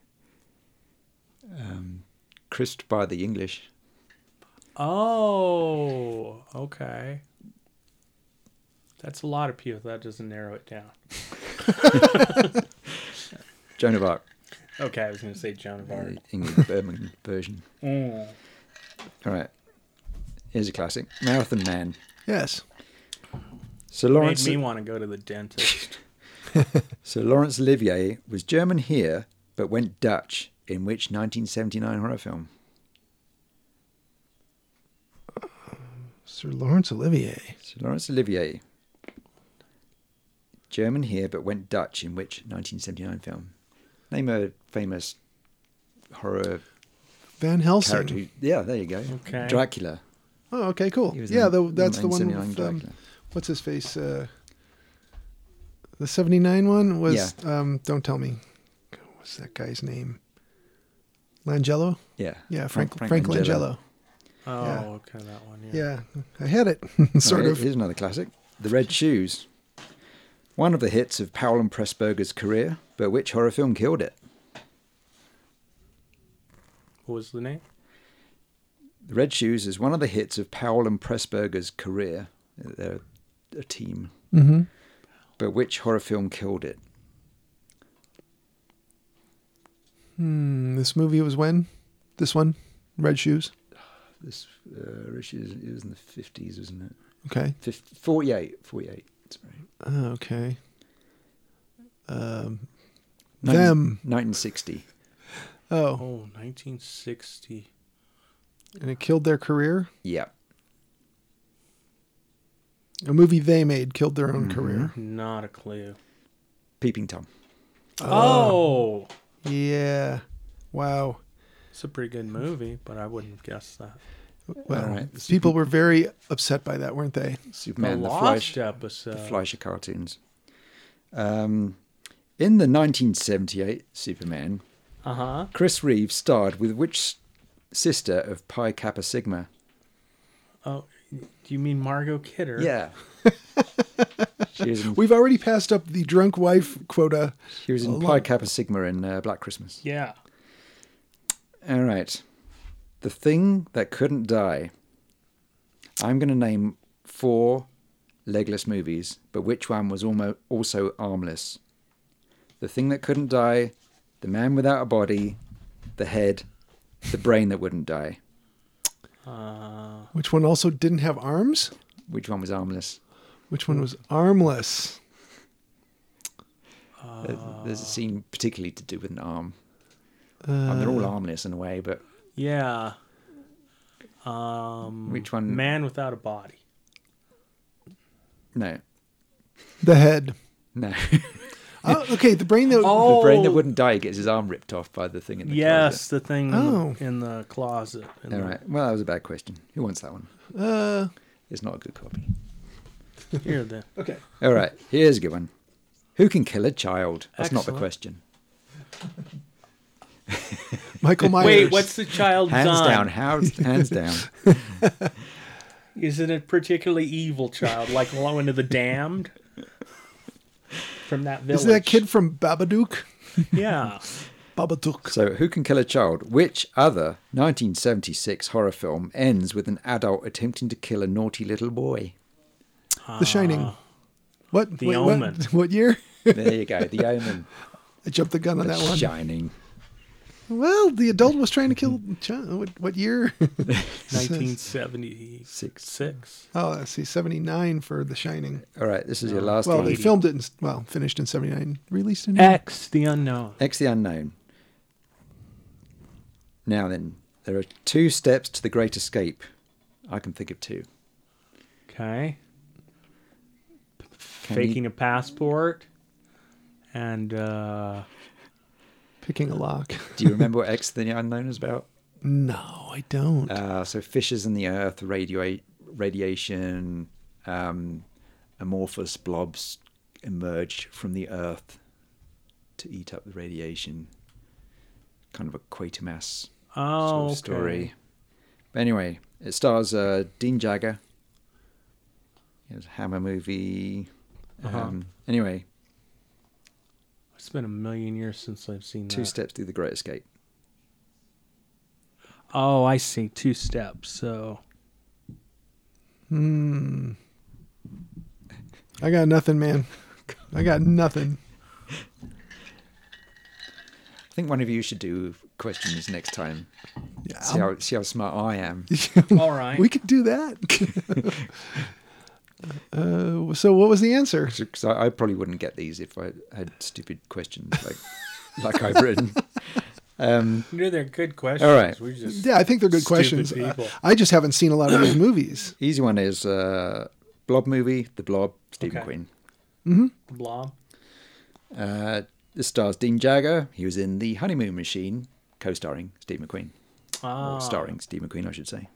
[SPEAKER 3] Um, crisped by the English.
[SPEAKER 1] Oh, okay. That's a lot of people. That doesn't narrow it down.
[SPEAKER 3] Joan of Arc,
[SPEAKER 1] Okay, I was going to say Joan of
[SPEAKER 3] uh,
[SPEAKER 1] Arc.
[SPEAKER 3] England, Birmingham version.
[SPEAKER 1] Mm.
[SPEAKER 3] All right. Here's a classic Marathon Man.
[SPEAKER 2] Yes.
[SPEAKER 3] Sir
[SPEAKER 1] Made
[SPEAKER 3] Lawrence,
[SPEAKER 1] me want to go to the dentist.
[SPEAKER 3] Sir Lawrence Olivier was German here, but went Dutch in which 1979 horror film?
[SPEAKER 2] Sir Lawrence Olivier.
[SPEAKER 3] Sir Lawrence Olivier, German here, but went Dutch in which 1979 film? Name a famous horror
[SPEAKER 2] Van Helsing.
[SPEAKER 3] character. who- Yeah, there you go.
[SPEAKER 1] Okay.
[SPEAKER 3] Dracula.
[SPEAKER 2] Oh, okay, cool.
[SPEAKER 3] He was
[SPEAKER 2] Yeah,
[SPEAKER 3] in
[SPEAKER 2] the, that's the one.
[SPEAKER 3] 1979
[SPEAKER 2] With, um,
[SPEAKER 3] Dracula.
[SPEAKER 2] what's his face? Uh, The 79 one was, um, don't tell me. What's that guy's name? Langello?
[SPEAKER 3] Yeah.
[SPEAKER 2] Yeah, Frank, Frank, Langello.
[SPEAKER 1] Oh,
[SPEAKER 2] Yeah.
[SPEAKER 1] okay, that one. Yeah.
[SPEAKER 2] Yeah, I had it, sort
[SPEAKER 3] Oh,
[SPEAKER 2] of.
[SPEAKER 3] Here's another classic The Red Shoes. One of the hits of Powell and Pressburger's career, but which horror film killed it?
[SPEAKER 1] What was the name?
[SPEAKER 3] The Red Shoes is one of the hits of Powell and Pressburger's career. They're a team.
[SPEAKER 2] Mm-hmm.
[SPEAKER 3] But which horror film killed it?
[SPEAKER 2] Hmm, this movie was when? This one? Red Shoes?
[SPEAKER 3] This uh, Rich is- it was in the 50s, wasn't it?
[SPEAKER 2] Okay.
[SPEAKER 3] 50, 48. 48. Sorry.
[SPEAKER 2] Oh, okay. Um,
[SPEAKER 3] Nineteen-
[SPEAKER 2] Them.
[SPEAKER 3] 1960.
[SPEAKER 2] oh,
[SPEAKER 1] Oh, 1960.
[SPEAKER 2] and it killed their career?
[SPEAKER 3] Yeah.
[SPEAKER 2] A movie they made killed their
[SPEAKER 3] Mm-hmm.
[SPEAKER 2] own career.
[SPEAKER 1] Not a clue.
[SPEAKER 3] Peeping Tom.
[SPEAKER 1] Oh,
[SPEAKER 2] Yeah. Wow.
[SPEAKER 1] it's a pretty good movie, but I wouldn't guess that.
[SPEAKER 2] Well,
[SPEAKER 3] All right.
[SPEAKER 2] people were very upset by that, weren't they?
[SPEAKER 3] Superman,
[SPEAKER 1] the
[SPEAKER 3] the,
[SPEAKER 1] Lost
[SPEAKER 3] Flash.
[SPEAKER 1] episode.
[SPEAKER 3] the Fleischer cartoons. Um, in the 1978 Superman,
[SPEAKER 1] Uh huh.
[SPEAKER 3] Chris Reeve starred with which s- sister of Pi Kappa Sigma?
[SPEAKER 1] Oh, do you mean Margot Kidder?
[SPEAKER 3] Yeah. she was in,
[SPEAKER 2] We've already passed up the drunk wife quota.
[SPEAKER 3] she was in Pi Kappa Sigma in uh, Black Christmas.
[SPEAKER 1] Yeah.
[SPEAKER 3] All right. The Thing That Couldn't Die. I'm going to name four legless movies, but which one was almost also armless? The Thing That Couldn't Die, The Man Without a Body, The Head, The Brain That Wouldn't Die.
[SPEAKER 1] Uh,
[SPEAKER 2] Which one also didn't have arms?
[SPEAKER 3] Which one was armless?
[SPEAKER 2] Which one was armless?
[SPEAKER 3] There- There's a scene particularly to do with an arm.
[SPEAKER 2] Uh,
[SPEAKER 3] and they're all armless in a way, but
[SPEAKER 1] yeah. Um,
[SPEAKER 3] Which one-
[SPEAKER 1] Man without a body.
[SPEAKER 3] no,
[SPEAKER 2] the head.
[SPEAKER 3] no.
[SPEAKER 2] Oh, okay, the brain that.
[SPEAKER 1] Oh,
[SPEAKER 3] the brain that wouldn't die gets his arm ripped off by the thing in the
[SPEAKER 1] Yes, the thing in the-
[SPEAKER 2] Oh.
[SPEAKER 1] in the closet. in
[SPEAKER 3] closet.
[SPEAKER 1] the-
[SPEAKER 3] All right. Well, that was a bad question. Who wants that one?
[SPEAKER 2] Uh,
[SPEAKER 3] It's not a good copy.
[SPEAKER 1] Here then.
[SPEAKER 2] okay.
[SPEAKER 3] All right. Here's a good one. Who can kill a child? That's not the
[SPEAKER 1] Excellent.
[SPEAKER 3] question.
[SPEAKER 2] Michael Myers.
[SPEAKER 1] Wait, what's the child's
[SPEAKER 3] Hands
[SPEAKER 1] on?
[SPEAKER 3] down. Hands, hands down.
[SPEAKER 1] Is it a particularly evil child, like Lowen of the Damned from that village?
[SPEAKER 2] Is that kid from Babadook?
[SPEAKER 1] Yeah.
[SPEAKER 2] Babadook.
[SPEAKER 3] So, Who Can Kill a Child? Which other 1976 horror film ends with an adult attempting to kill a naughty little boy?
[SPEAKER 2] The Shining. What?
[SPEAKER 1] The
[SPEAKER 2] Wait, what-
[SPEAKER 1] Omen.
[SPEAKER 2] What, year?
[SPEAKER 3] There you go. The Omen.
[SPEAKER 2] I jumped the gun on
[SPEAKER 3] The
[SPEAKER 2] that one.
[SPEAKER 3] Shining.
[SPEAKER 2] Well, the adult was trying to kill. Ch- What, what year?
[SPEAKER 1] 1976.
[SPEAKER 2] oh, I see. 79 for The Shining.
[SPEAKER 3] All right. This is your last
[SPEAKER 2] Well,
[SPEAKER 3] one.
[SPEAKER 2] they filmed it in, well, finished in 79, released in.
[SPEAKER 1] X, the unknown.
[SPEAKER 3] X the unknown. Now then, there are two steps to the great escape. I can think of two.
[SPEAKER 1] Okay.
[SPEAKER 3] Can you-
[SPEAKER 1] Faking a passport. And uh,
[SPEAKER 2] picking a lock.
[SPEAKER 3] Do you remember what X the unknown is about?
[SPEAKER 2] No, I don't.
[SPEAKER 3] Uh, so fissures in the earth, radio- radiation, um, amorphous blobs emerge from the earth to eat up the radiation. Kind of a Quatermass
[SPEAKER 1] oh,
[SPEAKER 3] sort of
[SPEAKER 1] okay.
[SPEAKER 3] story. But anyway, it stars uh, Dean Jagger. It was a Hammer movie.
[SPEAKER 1] Uh-huh.
[SPEAKER 3] Um, anyway,
[SPEAKER 1] It's been a million years since I've seen
[SPEAKER 3] Two
[SPEAKER 1] that.
[SPEAKER 3] Steps Through the Great Escape.
[SPEAKER 1] oh, I see. Two steps. So
[SPEAKER 2] Hmm. I got nothing, man. I got nothing.
[SPEAKER 3] I think one of you should do questions next time.
[SPEAKER 2] Yeah,
[SPEAKER 1] Um,
[SPEAKER 3] See how, see how smart I am.
[SPEAKER 1] all right.
[SPEAKER 2] Um, we could do that. uh, so, what was the answer?
[SPEAKER 3] Because I, I probably wouldn't get these if I had stupid questions like like I've written. Um,
[SPEAKER 1] Knew they're good questions.
[SPEAKER 3] All right.
[SPEAKER 1] We just
[SPEAKER 2] Yeah, I think they're good
[SPEAKER 1] Stupid
[SPEAKER 2] questions. I,
[SPEAKER 1] people.
[SPEAKER 2] I just haven't seen a lot of those movies.
[SPEAKER 3] easy one is uh, Blob movie, The Blob, Stephen
[SPEAKER 1] Okay.
[SPEAKER 3] Quinn.
[SPEAKER 1] blob.
[SPEAKER 3] Uh, this stars Dean Jagger. He was in The Honeymoon Machine, co-starring Steve McQueen.
[SPEAKER 1] Ah,
[SPEAKER 3] Or starring Steve McQueen, I should say.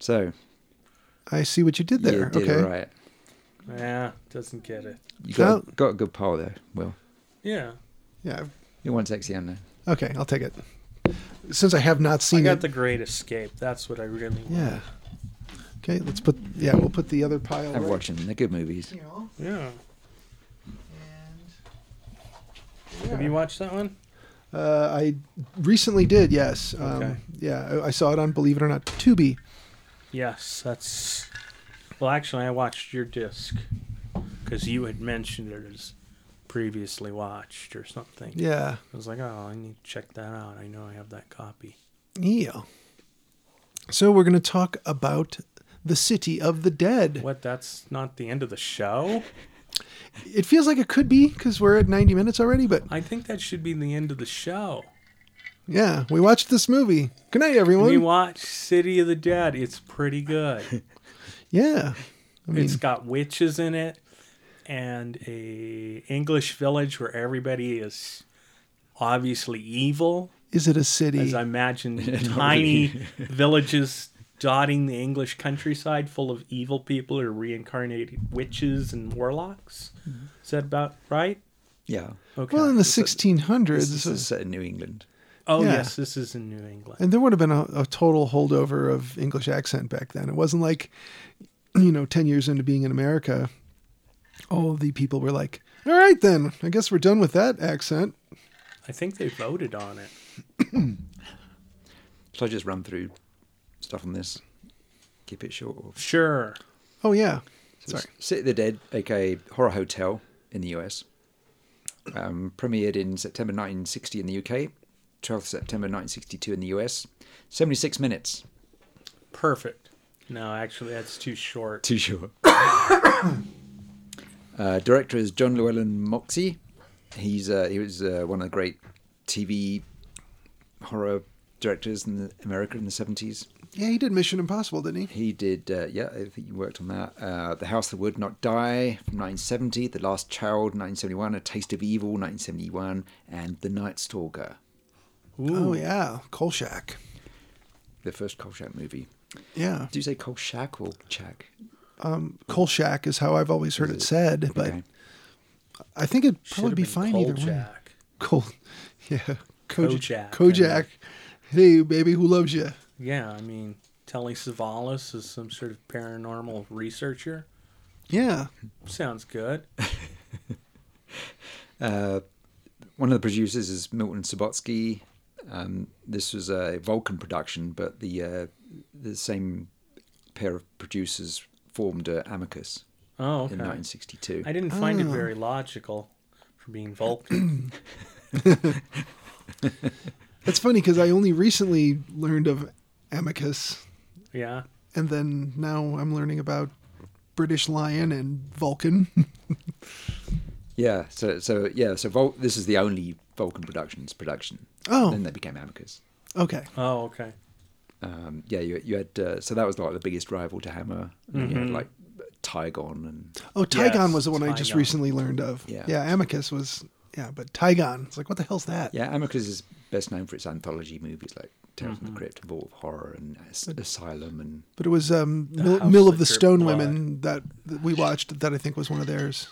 [SPEAKER 3] So,
[SPEAKER 2] I see what you did there.
[SPEAKER 3] you did
[SPEAKER 2] okay.
[SPEAKER 3] all right.
[SPEAKER 1] Yeah, doesn't get it.
[SPEAKER 3] You got, got a good poll there, Will.
[SPEAKER 1] Yeah.
[SPEAKER 2] Yeah.
[SPEAKER 3] It wants XCM there.
[SPEAKER 2] Okay, I'll take it. Since I have not
[SPEAKER 1] I
[SPEAKER 2] seen
[SPEAKER 1] got
[SPEAKER 2] it.
[SPEAKER 1] the Great Escape. That's what I really want.
[SPEAKER 2] yeah. Okay, let's put. Yeah, we'll put the other pile.
[SPEAKER 3] I've
[SPEAKER 2] right
[SPEAKER 3] watched them. They're good movies.
[SPEAKER 2] here.
[SPEAKER 1] Yeah.
[SPEAKER 2] Yeah.
[SPEAKER 1] Have you watched that one?
[SPEAKER 2] Uh, I recently did, yes. Um,
[SPEAKER 1] Okay.
[SPEAKER 2] Yeah, I, I saw it on Believe It or Not Tubi.
[SPEAKER 1] Yes, that's. Well, actually, I watched your disc because you had mentioned it as previously watched or something.
[SPEAKER 2] Yeah.
[SPEAKER 1] I was like, oh, I need to check that out. I know I have that copy.
[SPEAKER 2] Yeah. So we're going to talk about the city of the dead.
[SPEAKER 1] What? That's not the end of the show?
[SPEAKER 2] It feels like it could be because we're at 90 minutes already, but
[SPEAKER 1] I think that should be the end of the show.
[SPEAKER 2] yeah, we watched this movie. Good night, everyone.
[SPEAKER 1] We watch City of the Dead. It's pretty good.
[SPEAKER 2] yeah. I mean,
[SPEAKER 1] it's got witches in it and a English village where everybody is obviously evil.
[SPEAKER 2] is it a city?
[SPEAKER 1] As I imagine tiny villages dotting the English countryside full of evil people or reincarnated witches and warlocks. Is that about right?
[SPEAKER 3] Yeah.
[SPEAKER 1] Okay.
[SPEAKER 2] Mm-hmm. well, in the
[SPEAKER 3] It's a-
[SPEAKER 2] 1600s.
[SPEAKER 3] This, this is set in New England.
[SPEAKER 1] oh
[SPEAKER 2] yeah.
[SPEAKER 1] yes, this is in New England.
[SPEAKER 2] And there would have been a, a total holdover of English accent back then. It wasn't like, you know, 10 years into being in America, all the people were like, all right, then, I guess we're done with that accent.
[SPEAKER 1] I think they voted on it.
[SPEAKER 3] Should I just run through stuff on this? Keep it short. Or...
[SPEAKER 1] Sure.
[SPEAKER 2] Oh, yeah.
[SPEAKER 3] So
[SPEAKER 2] Sorry.
[SPEAKER 3] it's City of the Dead, aka Horror Hotel in the US. Um, premiered in September 1960 in the UK, 12th September 1962 in the US. 76 minutes.
[SPEAKER 1] Perfect. No, actually that's too short.
[SPEAKER 3] Too short. uh, director is John Llewellyn Moxey. He's uh, he was uh, one of the great TV horror directors in the, America in the 70s.
[SPEAKER 2] Yeah, he did Mission Impossible, didn't he?
[SPEAKER 3] He did, uh, yeah, I think you worked on that. Uh, the House That Would Not Die from 1970, The Last Child 1971, A Taste of Evil 1971, and The Night Stalker,
[SPEAKER 1] Ooh.
[SPEAKER 2] Oh, yeah. Kolchak.
[SPEAKER 3] the first Kolchak movie.
[SPEAKER 2] Yeah.
[SPEAKER 3] Do you say Kolchak or Chak?
[SPEAKER 2] Kolchak is how I've always heard it,
[SPEAKER 3] it?
[SPEAKER 2] said, but
[SPEAKER 3] Okay.
[SPEAKER 2] I think it'd
[SPEAKER 1] Should
[SPEAKER 2] probably
[SPEAKER 1] have
[SPEAKER 2] be
[SPEAKER 1] been
[SPEAKER 2] fine either way.
[SPEAKER 1] Kolchak.
[SPEAKER 2] Kol, yeah. Koj-
[SPEAKER 1] Kojak,
[SPEAKER 2] Kojak. Hey, baby, who loves you?
[SPEAKER 1] Yeah, I mean, Telly Savalas is some sort of paranormal researcher.
[SPEAKER 2] Yeah.
[SPEAKER 1] Sounds good.
[SPEAKER 3] Uh, one of the producers is Milton Subotsky. Um, this was a Vulcan production, but the uh, the same pair of producers formed uh, Amicus
[SPEAKER 1] Oh,
[SPEAKER 3] in
[SPEAKER 1] okay.
[SPEAKER 3] 1962.
[SPEAKER 1] I didn't find it very logical for being Vulcan.
[SPEAKER 2] That's funny because I only recently learned of Amicus,
[SPEAKER 1] yeah.
[SPEAKER 2] and then now I'm learning about British Lion and Vulcan.
[SPEAKER 3] Yeah, so so yeah, so Vol- this is the only Vulcan Productions production.
[SPEAKER 2] Oh.
[SPEAKER 3] then they became Amicus.
[SPEAKER 2] okay.
[SPEAKER 1] Oh, okay.
[SPEAKER 3] Um, yeah, you, you had uh, so that was like the biggest rival to Hammer. And You had like Tygon and
[SPEAKER 2] Oh, Tygon
[SPEAKER 1] Yes,
[SPEAKER 2] was the one I just
[SPEAKER 1] Tygon.
[SPEAKER 2] recently learned of.
[SPEAKER 3] Yeah.
[SPEAKER 2] Amicus was. Yeah, but Tygon. It's like, what the hell's that?
[SPEAKER 3] yeah, Amicus is best known for its anthology movies like Tales from the Crypt, Vault of Horror, and As- Asylum, and
[SPEAKER 2] But it was um, Mill,
[SPEAKER 1] House
[SPEAKER 2] Mill of
[SPEAKER 1] That
[SPEAKER 2] the
[SPEAKER 1] Drip
[SPEAKER 2] Stone
[SPEAKER 1] Blood.
[SPEAKER 2] Women that, that we watched that I think was one of theirs.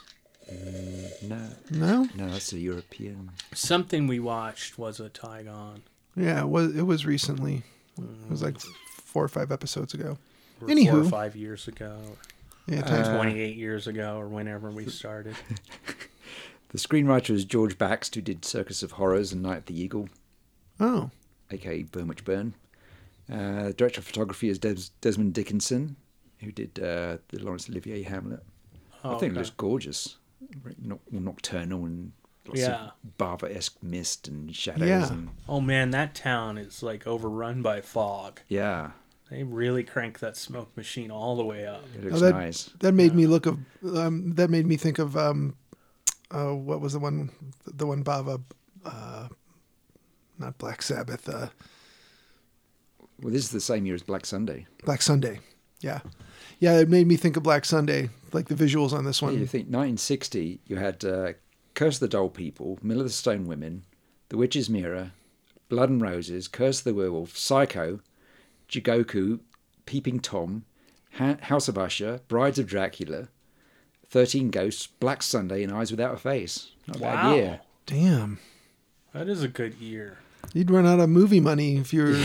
[SPEAKER 3] no,
[SPEAKER 2] No.
[SPEAKER 3] no, that's a European.
[SPEAKER 1] Something we watched was a Tygon.
[SPEAKER 2] Yeah, it was. It was recently. It was like four or five episodes ago.
[SPEAKER 1] Or Four or
[SPEAKER 2] Anywho. Uh,
[SPEAKER 1] five years ago,
[SPEAKER 2] Yeah.
[SPEAKER 1] or
[SPEAKER 2] Ty-
[SPEAKER 1] 28 years ago, or whenever we started.
[SPEAKER 3] The screenwriter is George Baxt, who did Circus of Horrors and Night of the Eagle.
[SPEAKER 2] oh.
[SPEAKER 3] aka Burmich Byrne. Uh, director of photography is Des- Desmond Dickinson, who did uh, the Laurence Olivier Hamlet.
[SPEAKER 1] Oh,
[SPEAKER 3] I think
[SPEAKER 1] okay.
[SPEAKER 3] it looks gorgeous, Very noc- nocturnal and lots
[SPEAKER 1] Yeah.
[SPEAKER 3] of Barber-esque mist and shadows.
[SPEAKER 2] Yeah.
[SPEAKER 3] and,
[SPEAKER 1] Oh, man, that town is like overrun by fog.
[SPEAKER 3] yeah,
[SPEAKER 1] They really crank that smoke machine all the way up.
[SPEAKER 3] it
[SPEAKER 2] Oh,
[SPEAKER 3] looks
[SPEAKER 2] that,
[SPEAKER 3] nice.
[SPEAKER 2] That made me look of. Um, that made me think of. Um, uh, what was the one? The one Bava. Uh, not Black Sabbath. Uh,
[SPEAKER 3] Well, this is the same year as Black Sunday.
[SPEAKER 2] Black Sunday. Yeah, yeah. It made me think of Black Sunday. Like the visuals on this
[SPEAKER 3] You
[SPEAKER 2] one.
[SPEAKER 3] think 1960? You had uh, Curse of the Doll People, Mill of the Stone Women, The Witch's Mirror, Blood and Roses, Curse of the Werewolf, Psycho, Jigoku, Peeping Tom, ha- House of Usher, Brides of Dracula, 13 Ghosts, Black Sunday, and Eyes Without a Face. Not a
[SPEAKER 1] Wow.
[SPEAKER 3] bad year.
[SPEAKER 2] Damn.
[SPEAKER 1] That is a good year.
[SPEAKER 2] You'd run out of movie money if you're a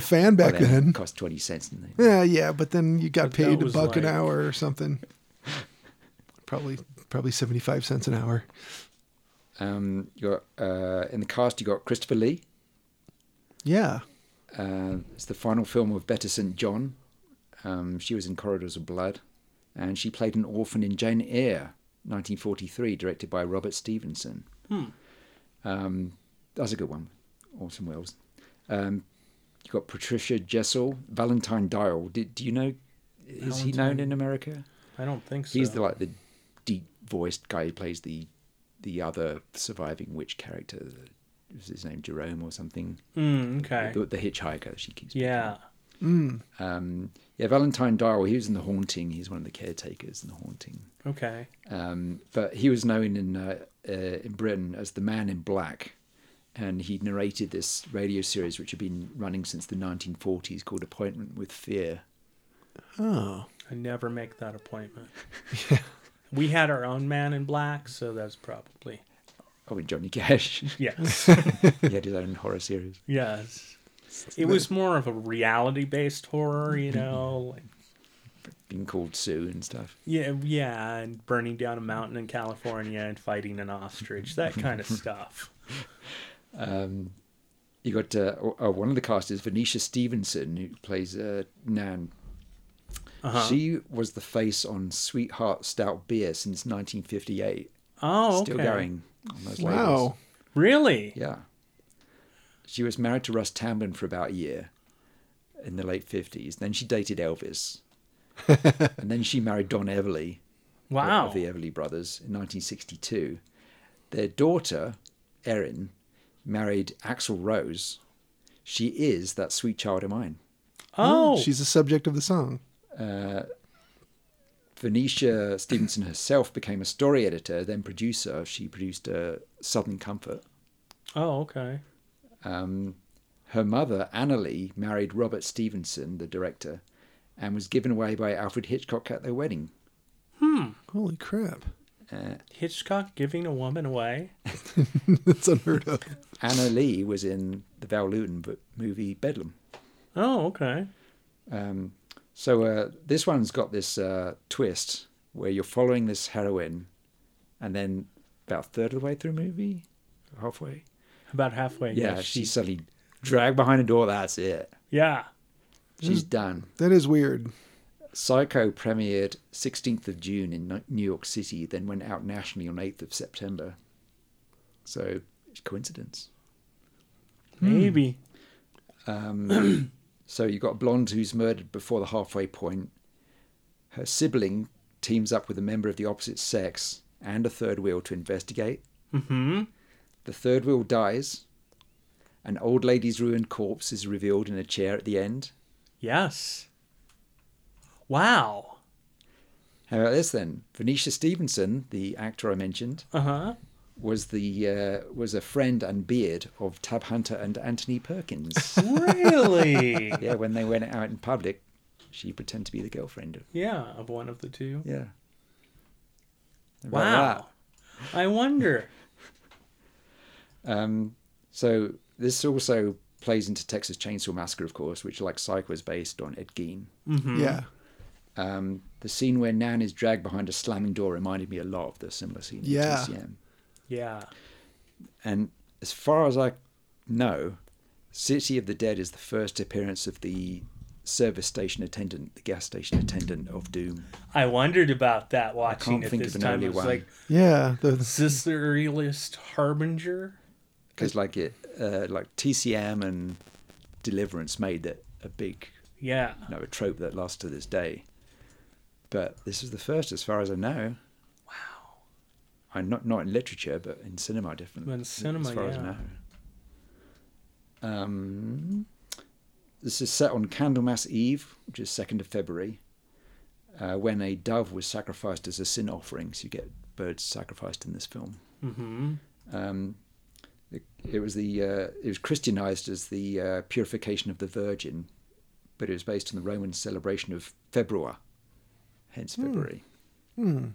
[SPEAKER 2] fan back
[SPEAKER 3] Well, then,
[SPEAKER 2] then.
[SPEAKER 3] it cost 20 cents, didn't they?
[SPEAKER 2] Yeah, yeah, but then you got
[SPEAKER 1] But that
[SPEAKER 2] paid a
[SPEAKER 1] was
[SPEAKER 2] buck an
[SPEAKER 1] like-
[SPEAKER 2] hour or something. Probably probably 75 cents an hour.
[SPEAKER 3] Um, you got, uh, in the cast, you got Christopher Lee.
[SPEAKER 2] Yeah.
[SPEAKER 3] Uh, it's the final film of Better St. John. Um, she was in Corridors of Blood, and she played an orphan in Jane Eyre, 1943, directed by Robert Stevenson.
[SPEAKER 1] Hmm.
[SPEAKER 3] Um, that's a good one. Orson Welles. Um, you got Patricia Jessel, Valentine Dial. Did, do you know? Is he known
[SPEAKER 1] Valentine-
[SPEAKER 3] in America?
[SPEAKER 1] I don't think so.
[SPEAKER 3] He's the like the deep-voiced guy who plays the the other surviving witch character. Was his name Jerome or something?
[SPEAKER 1] Mm, okay.
[SPEAKER 3] The, the hitchhiker she keeps. picking
[SPEAKER 1] Yeah.
[SPEAKER 3] um, yeah, Valentine Dial, he was in The Haunting. He's one of the caretakers in The Haunting.
[SPEAKER 1] Okay.
[SPEAKER 3] Um, but he was known in, uh, uh, in Britain as the Man in Black. And he narrated this radio series, which had been running since the 1940s, called Appointment with Fear.
[SPEAKER 2] Oh.
[SPEAKER 1] I never make that appointment. We had our own man in black, so that's probably
[SPEAKER 3] Oh, and Johnny Cash.
[SPEAKER 1] yes,
[SPEAKER 3] he had his own horror series.
[SPEAKER 1] yes. It was more of a reality-based horror,
[SPEAKER 3] Mm-hmm.
[SPEAKER 1] you know, like
[SPEAKER 3] Being called Sue and stuff.
[SPEAKER 1] yeah, yeah, and burning down a mountain in California and fighting an ostrich, that
[SPEAKER 3] Mm-hmm.
[SPEAKER 1] kind of stuff.
[SPEAKER 3] Um, you got uh, oh, oh, one of the cast is Venetia Stevenson, who plays uh, Nan
[SPEAKER 1] Uh-huh.
[SPEAKER 3] She was the face on Sweetheart Stout Beer since 1958.
[SPEAKER 1] oh, okay.
[SPEAKER 3] Still going on those labels.
[SPEAKER 2] Wow.
[SPEAKER 1] Really?
[SPEAKER 3] Yeah. She was married to Russ Tamblyn for about a year in the late 50s. Then she dated Elvis. and then she married Don Everly
[SPEAKER 1] Wow.
[SPEAKER 3] of the Everly brothers in 1962. Their daughter, Erin, married Axel Rose. She is that sweet child of mine. Mm,
[SPEAKER 1] Oh,
[SPEAKER 2] She's the subject of the song.
[SPEAKER 3] Venetia Stevenson herself became a story editor, then producer. She produced uh, Southern Comfort.
[SPEAKER 1] oh, okay.
[SPEAKER 3] Um, her mother, Annalie, married Robert Stevenson, the director, and was given away by Alfred Hitchcock at their wedding.
[SPEAKER 2] Holy crap.
[SPEAKER 1] Hitchcock giving a woman away.
[SPEAKER 2] That's unheard of.
[SPEAKER 3] Anna Lee was in the Val Lewton bo- movie Bedlam.
[SPEAKER 1] Oh, okay.
[SPEAKER 3] Um, so uh, this one's got this uh, twist where you're following this heroine, and then about a third of the way through the movie, halfway,
[SPEAKER 1] About halfway.
[SPEAKER 3] yeah,
[SPEAKER 1] yes,
[SPEAKER 3] she's suddenly dragged behind a door. That's it.
[SPEAKER 1] Yeah.
[SPEAKER 3] She's done.
[SPEAKER 2] That is weird.
[SPEAKER 3] Psycho premiered 16th of June in Ni- New York City, then went out nationally on 8th of September. So, it's coincidence. Hmm.
[SPEAKER 1] Maybe.
[SPEAKER 3] Um, so, you've got a blonde who's murdered before the halfway point. Her sibling teams up with a member of the opposite sex and a third wheel to investigate.
[SPEAKER 1] Hmm.
[SPEAKER 3] The third wheel dies. An old lady's ruined corpse is revealed in a chair at the end.
[SPEAKER 1] Yes. Wow.
[SPEAKER 3] How about this then? Venetia Stevenson, the actor I mentioned,
[SPEAKER 1] Uh huh.
[SPEAKER 3] was the uh, was a friend and beard of Tab Hunter and Anthony Perkins.
[SPEAKER 1] Really?
[SPEAKER 3] yeah, when they went out in public, she pretended to be the girlfriend.
[SPEAKER 1] yeah, of one of the two.
[SPEAKER 3] Yeah. How about
[SPEAKER 1] Wow. I wonder.
[SPEAKER 3] that? Um, so this also plays into Texas Chainsaw Massacre, of course, which, like Psych, was based on Ed Gein.
[SPEAKER 1] Mm-hmm.
[SPEAKER 2] Yeah.
[SPEAKER 3] Um, the scene where Nan is dragged behind a slamming door reminded me a lot of the similar scene
[SPEAKER 2] Yeah.
[SPEAKER 3] in TCM.
[SPEAKER 1] Yeah.
[SPEAKER 3] And as far as I know, City of the Dead is the first appearance of the service station attendant, the gas station attendant of Doom.
[SPEAKER 1] I wondered about that watching
[SPEAKER 3] can't
[SPEAKER 1] it
[SPEAKER 3] think
[SPEAKER 1] this
[SPEAKER 3] of an
[SPEAKER 1] time.
[SPEAKER 3] early
[SPEAKER 1] I was
[SPEAKER 3] one.
[SPEAKER 1] like,
[SPEAKER 2] Yeah. The,
[SPEAKER 1] is this the realist harbinger?
[SPEAKER 3] Because like it, uh, like TCM and Deliverance made it a big,
[SPEAKER 1] Yeah.
[SPEAKER 3] you know, a trope that lasts to this day. But this is the first, as far as I know. Wow. I not not in literature, but in cinema, definitely.
[SPEAKER 1] In cinema,
[SPEAKER 3] as far as I
[SPEAKER 1] yeah.
[SPEAKER 3] know. Um, this is set on Candlemas Eve, which is second of February, uh, when a dove was sacrificed as a sin offering. So you get birds sacrificed in this film.
[SPEAKER 1] Mm-hmm.
[SPEAKER 3] Um, it, it was the uh, it was Christianized as the uh, purification of the Virgin, but it was based on the Roman celebration of Februa, hence February.
[SPEAKER 2] hmm.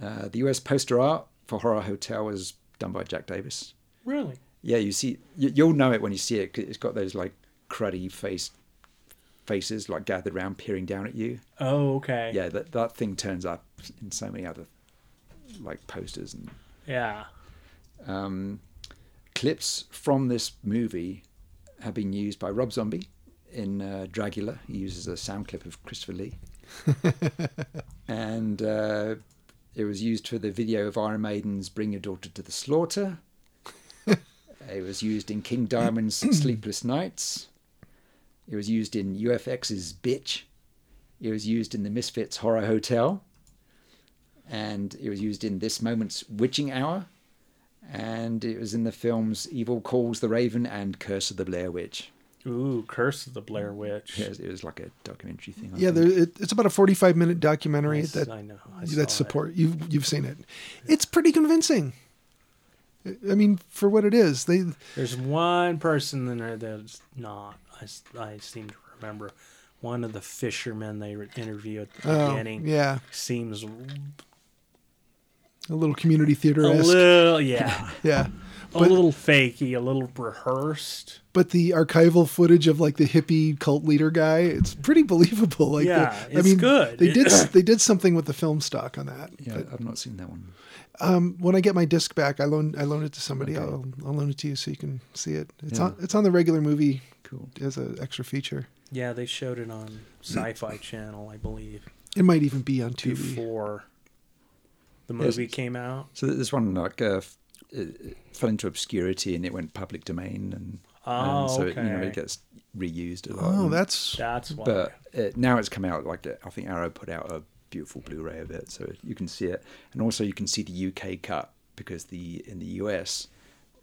[SPEAKER 3] Uh, the US poster art for Horror Hotel was done by Jack Davis.
[SPEAKER 1] Really?
[SPEAKER 3] Yeah, you see, you, you'll know it when you see it. it it's got those like cruddy face faces like gathered round, peering down at you.
[SPEAKER 1] Oh, okay.
[SPEAKER 3] Yeah, that that thing turns up in so many other like posters and
[SPEAKER 1] Yeah.
[SPEAKER 3] um, clips from this movie have been used by Rob Zombie in uh, Dragula. He uses a sound clip of Christopher Lee. and uh, it was used for the video of Iron Maiden's Bring Your Daughter to the Slaughter. it was used in King Diamond's Sleepless Nights. It was used in UFX's Bitch. It was used in the Misfits Horror Hotel. And it was used in this moment's Witching Hour and it was in the films Evil Calls the Raven and Curse of the Blair Witch.
[SPEAKER 1] Ooh, Curse of the Blair Witch.
[SPEAKER 3] It was, it was like a documentary thing. I
[SPEAKER 2] Yeah,
[SPEAKER 3] think.
[SPEAKER 2] there, it, it's about a 45 minute documentary
[SPEAKER 1] Yes,
[SPEAKER 2] that
[SPEAKER 1] I know. I saw
[SPEAKER 2] that
[SPEAKER 1] it.
[SPEAKER 2] support you've you've seen it. It's pretty convincing. I I mean, for what it is, they
[SPEAKER 1] There's one person in there that's not. I, s- I seem to remember one of the fishermen they re- interview at the
[SPEAKER 2] oh,
[SPEAKER 1] beginning
[SPEAKER 2] yeah,
[SPEAKER 1] seems
[SPEAKER 2] a little community theater
[SPEAKER 1] a little, yeah,
[SPEAKER 2] Yeah,
[SPEAKER 1] a
[SPEAKER 2] But-
[SPEAKER 1] little fakey, a little rehearsed.
[SPEAKER 2] but the archival footage of like the hippie cult leader guy, it's pretty believable. Like,
[SPEAKER 1] Yeah,
[SPEAKER 2] the- I
[SPEAKER 1] it's
[SPEAKER 2] mean,
[SPEAKER 1] good.
[SPEAKER 2] They did s- they did something with the film stock on that.
[SPEAKER 3] Yeah, I've not seen that one.
[SPEAKER 2] Um, when I get my disc back, I loan I loan it to somebody.
[SPEAKER 3] Okay.
[SPEAKER 2] I'll, I'll loan it to you so you can see it. It's
[SPEAKER 3] Yeah.
[SPEAKER 2] on it's on the regular movie
[SPEAKER 3] Cool.
[SPEAKER 2] as an extra feature.
[SPEAKER 1] Yeah, they showed it on Sci-Fi Channel, I believe,
[SPEAKER 2] It might even be on TV.
[SPEAKER 1] before the
[SPEAKER 3] Yes.
[SPEAKER 1] movie came out.
[SPEAKER 3] So th- this one like uh, f- it, it fell into obscurity and it went public domain, and,
[SPEAKER 1] Oh,
[SPEAKER 3] and so it, you know
[SPEAKER 1] okay.
[SPEAKER 3] it gets reused a lot.
[SPEAKER 2] Oh,
[SPEAKER 3] and-
[SPEAKER 2] that's
[SPEAKER 1] That's why.
[SPEAKER 3] But it, now it's come out like I think Arrow put out a beautiful Blu-ray of it, so you can see it, and also you can see the UK cut because the in the US,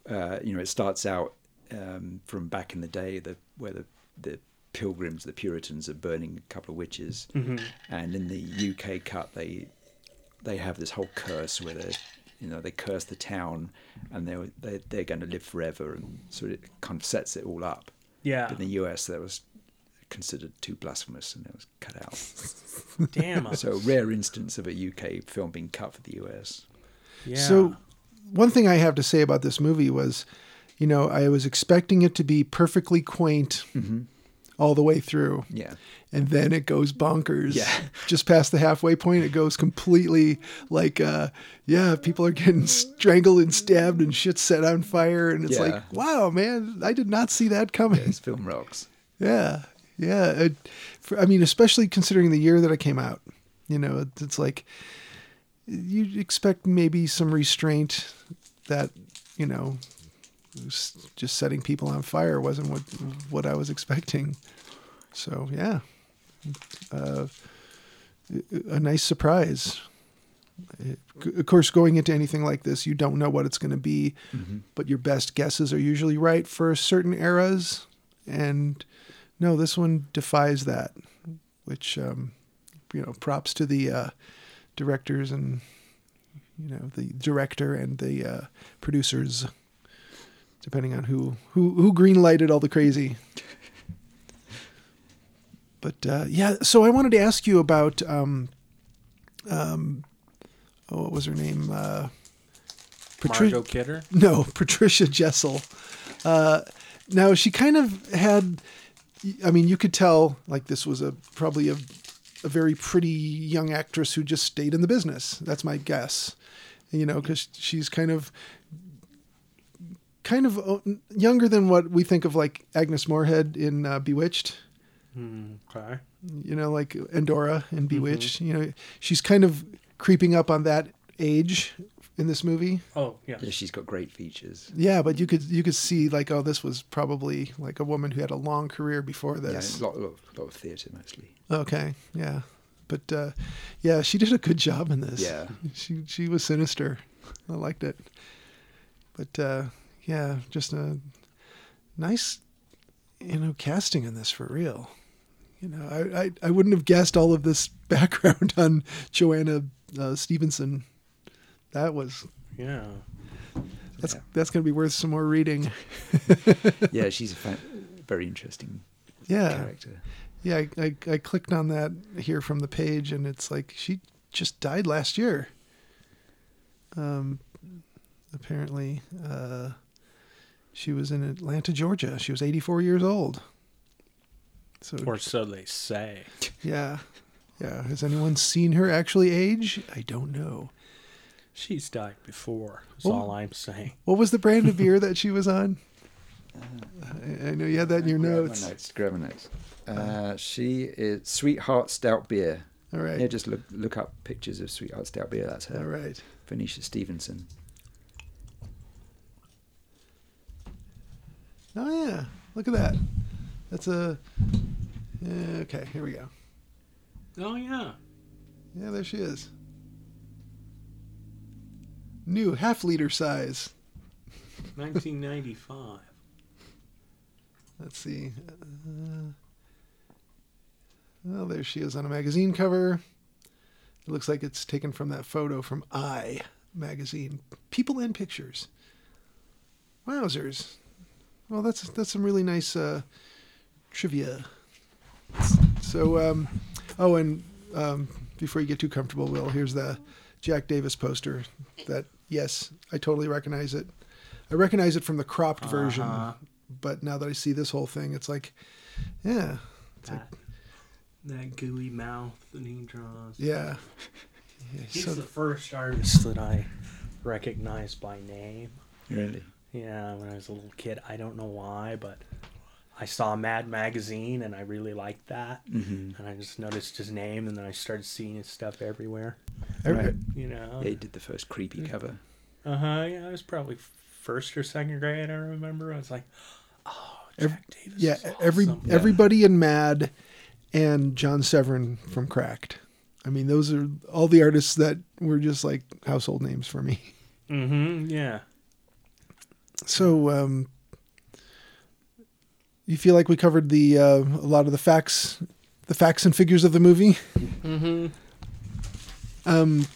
[SPEAKER 3] uh, you know, it starts out um, from back in the day, the where the the pilgrims, the Puritans, are burning a couple of witches,
[SPEAKER 1] Mm-hmm.
[SPEAKER 3] and in the UK cut they they have this whole curse where they you know they curse the town and they're they, they're going to live forever and so it kind of sets it all up
[SPEAKER 1] yeah,
[SPEAKER 3] in the US that was considered too blasphemous and it was cut out.
[SPEAKER 1] damn.
[SPEAKER 3] so a rare instance of a UK film being cut for the US.
[SPEAKER 1] yeah.
[SPEAKER 2] So, one thing I have to say about this movie was, you know, I was expecting it to be perfectly quaint all the way through,
[SPEAKER 3] Mm-hmm. Yeah.
[SPEAKER 2] and then it goes bonkers.
[SPEAKER 3] Yeah.
[SPEAKER 2] Just past the halfway point, it goes completely like, uh, yeah, people are getting strangled and stabbed and shit set on fire, and it's
[SPEAKER 3] Yeah.
[SPEAKER 2] like, wow, man, I did not see that coming.
[SPEAKER 3] This film rocks.
[SPEAKER 2] Yeah, yeah. It, for, I mean, especially considering the year that I came out, you know, it, it's like you'd expect maybe some restraint that you know, s- just setting people on fire wasn't what what I was expecting. So yeah, uh, a nice surprise. It- Of course, going into anything like this, you don't know what it's going to be, but your best guesses are usually right for certain eras. And no, this one defies that, which, um, you know, props to the uh, directors and, you know, the director and the uh, producers, depending on who, who, who green lighted all the crazy. But uh, yeah, so I wanted to ask you about, um, um, oh, what was her name? Uh, Patri-
[SPEAKER 1] Margot Kidder.
[SPEAKER 2] no, Patricia Jessel. Uh, now she kind of had. I mean, you could tell like this was a probably a, a very pretty young actress who just stayed in the business. That's my guess. You know, because she's kind of kind of uh, younger than what we think of like Agnes Moorehead in uh, Bewitched
[SPEAKER 1] Okay.
[SPEAKER 2] you know, like Endora and Bewitched. You know, she's kind of creeping up on that age in this movie.
[SPEAKER 1] Oh yeah.
[SPEAKER 3] Yeah, she's got great features.
[SPEAKER 2] Yeah, but you could you could see like, oh, this was probably like a woman who had a long career before
[SPEAKER 3] Yeah,
[SPEAKER 2] this.
[SPEAKER 3] a lot, lot, lot of theatre mostly.
[SPEAKER 2] Okay, yeah, but uh, yeah, she did a good job in this.
[SPEAKER 3] Yeah.
[SPEAKER 2] she she was sinister. I liked it, but uh, yeah, just a nice, you know, casting in this for real. You know, I I, I wouldn't have guessed all of this background on Joanna uh, Stevenson. That was
[SPEAKER 1] Yeah.
[SPEAKER 2] that's
[SPEAKER 3] Yeah.
[SPEAKER 2] that's gonna be worth some more reading.
[SPEAKER 3] yeah, she's a fa- very interesting
[SPEAKER 2] Yeah.
[SPEAKER 3] character.
[SPEAKER 2] Yeah, I, I, I clicked on that here from the page, and it's like she just died last year. Um, apparently, uh, she was in Atlanta, Georgia. She was 84 years old. So
[SPEAKER 1] Or so they say.
[SPEAKER 2] yeah, yeah. Has anyone seen her actually age? I don't know.
[SPEAKER 1] She's died before. That's
[SPEAKER 2] Well-
[SPEAKER 1] all I'm saying.
[SPEAKER 2] What was the brand of beer that she was on? I, I know you had that in your
[SPEAKER 3] Grab my
[SPEAKER 2] notes.
[SPEAKER 3] notes. Grab my notes. Uh, she is Sweetheart Stout Beer.
[SPEAKER 2] All right.
[SPEAKER 3] Yeah, just look look up pictures of Sweetheart Stout Beer. That's her.
[SPEAKER 2] All right.
[SPEAKER 3] Venetia Stevenson.
[SPEAKER 2] Oh yeah, look at that. That's a. Yeah, okay, here we go.
[SPEAKER 1] Oh yeah.
[SPEAKER 2] Yeah, there she is. New half liter size.
[SPEAKER 1] 1995.
[SPEAKER 2] Let's see. Uh, well, there she is on a magazine cover. It looks like it's taken from that photo from I magazine, People and Pictures. Wowzers! Well, that's that's some really nice uh, trivia. So, um, oh, and um, before you get too comfortable, Will, here's the Jack Davis poster. That yes, I totally recognize it. I recognize it from the cropped version,
[SPEAKER 1] Uh-huh.
[SPEAKER 2] but now that I see this whole thing, it's like, yeah, It's like-
[SPEAKER 1] That, that gooey mouth that he draws.
[SPEAKER 2] yeah. yeah
[SPEAKER 1] He's
[SPEAKER 2] so
[SPEAKER 1] the first artist that I recognized by name.
[SPEAKER 3] Really?
[SPEAKER 1] Yeah, when I was a little kid, I don't know why, but I saw Mad Magazine and I really liked that.
[SPEAKER 3] Mhm.
[SPEAKER 1] And I just noticed his name and then I started seeing his stuff everywhere.
[SPEAKER 2] every-
[SPEAKER 3] Right.
[SPEAKER 1] You know?
[SPEAKER 3] They did the first creepy cover.
[SPEAKER 1] Uh huh. Yeah, I was probably first or second grade. I remember. I was like, oh, Jack
[SPEAKER 2] Ev-
[SPEAKER 1] Davis.
[SPEAKER 2] yeah,
[SPEAKER 1] is
[SPEAKER 2] every
[SPEAKER 1] awesome.
[SPEAKER 2] everybody in Mad and John Severin from Cracked. I mean, those are all the artists that were just like household names for me.
[SPEAKER 1] Mm-hmm. Yeah.
[SPEAKER 2] So, um, you feel like we covered the uh, a lot of the facts, the facts and figures of the movie.
[SPEAKER 1] Mm-hmm.
[SPEAKER 2] Um,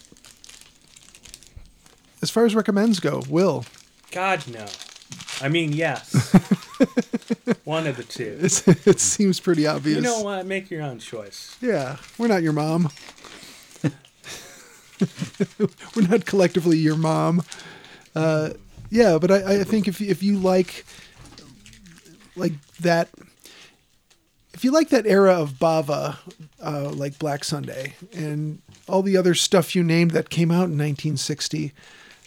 [SPEAKER 2] as far as recommends go, Will,
[SPEAKER 1] God no. I mean, yes. One of the two.
[SPEAKER 2] it's, it seems pretty obvious.
[SPEAKER 1] You know what? Make your own choice.
[SPEAKER 2] Yeah, we're not your mom. we're not collectively your mom. Uh, yeah, but I, I think if if you like like that, if you like that era of Bava, uh, like Black Sunday and all the other stuff you named that came out in 1960,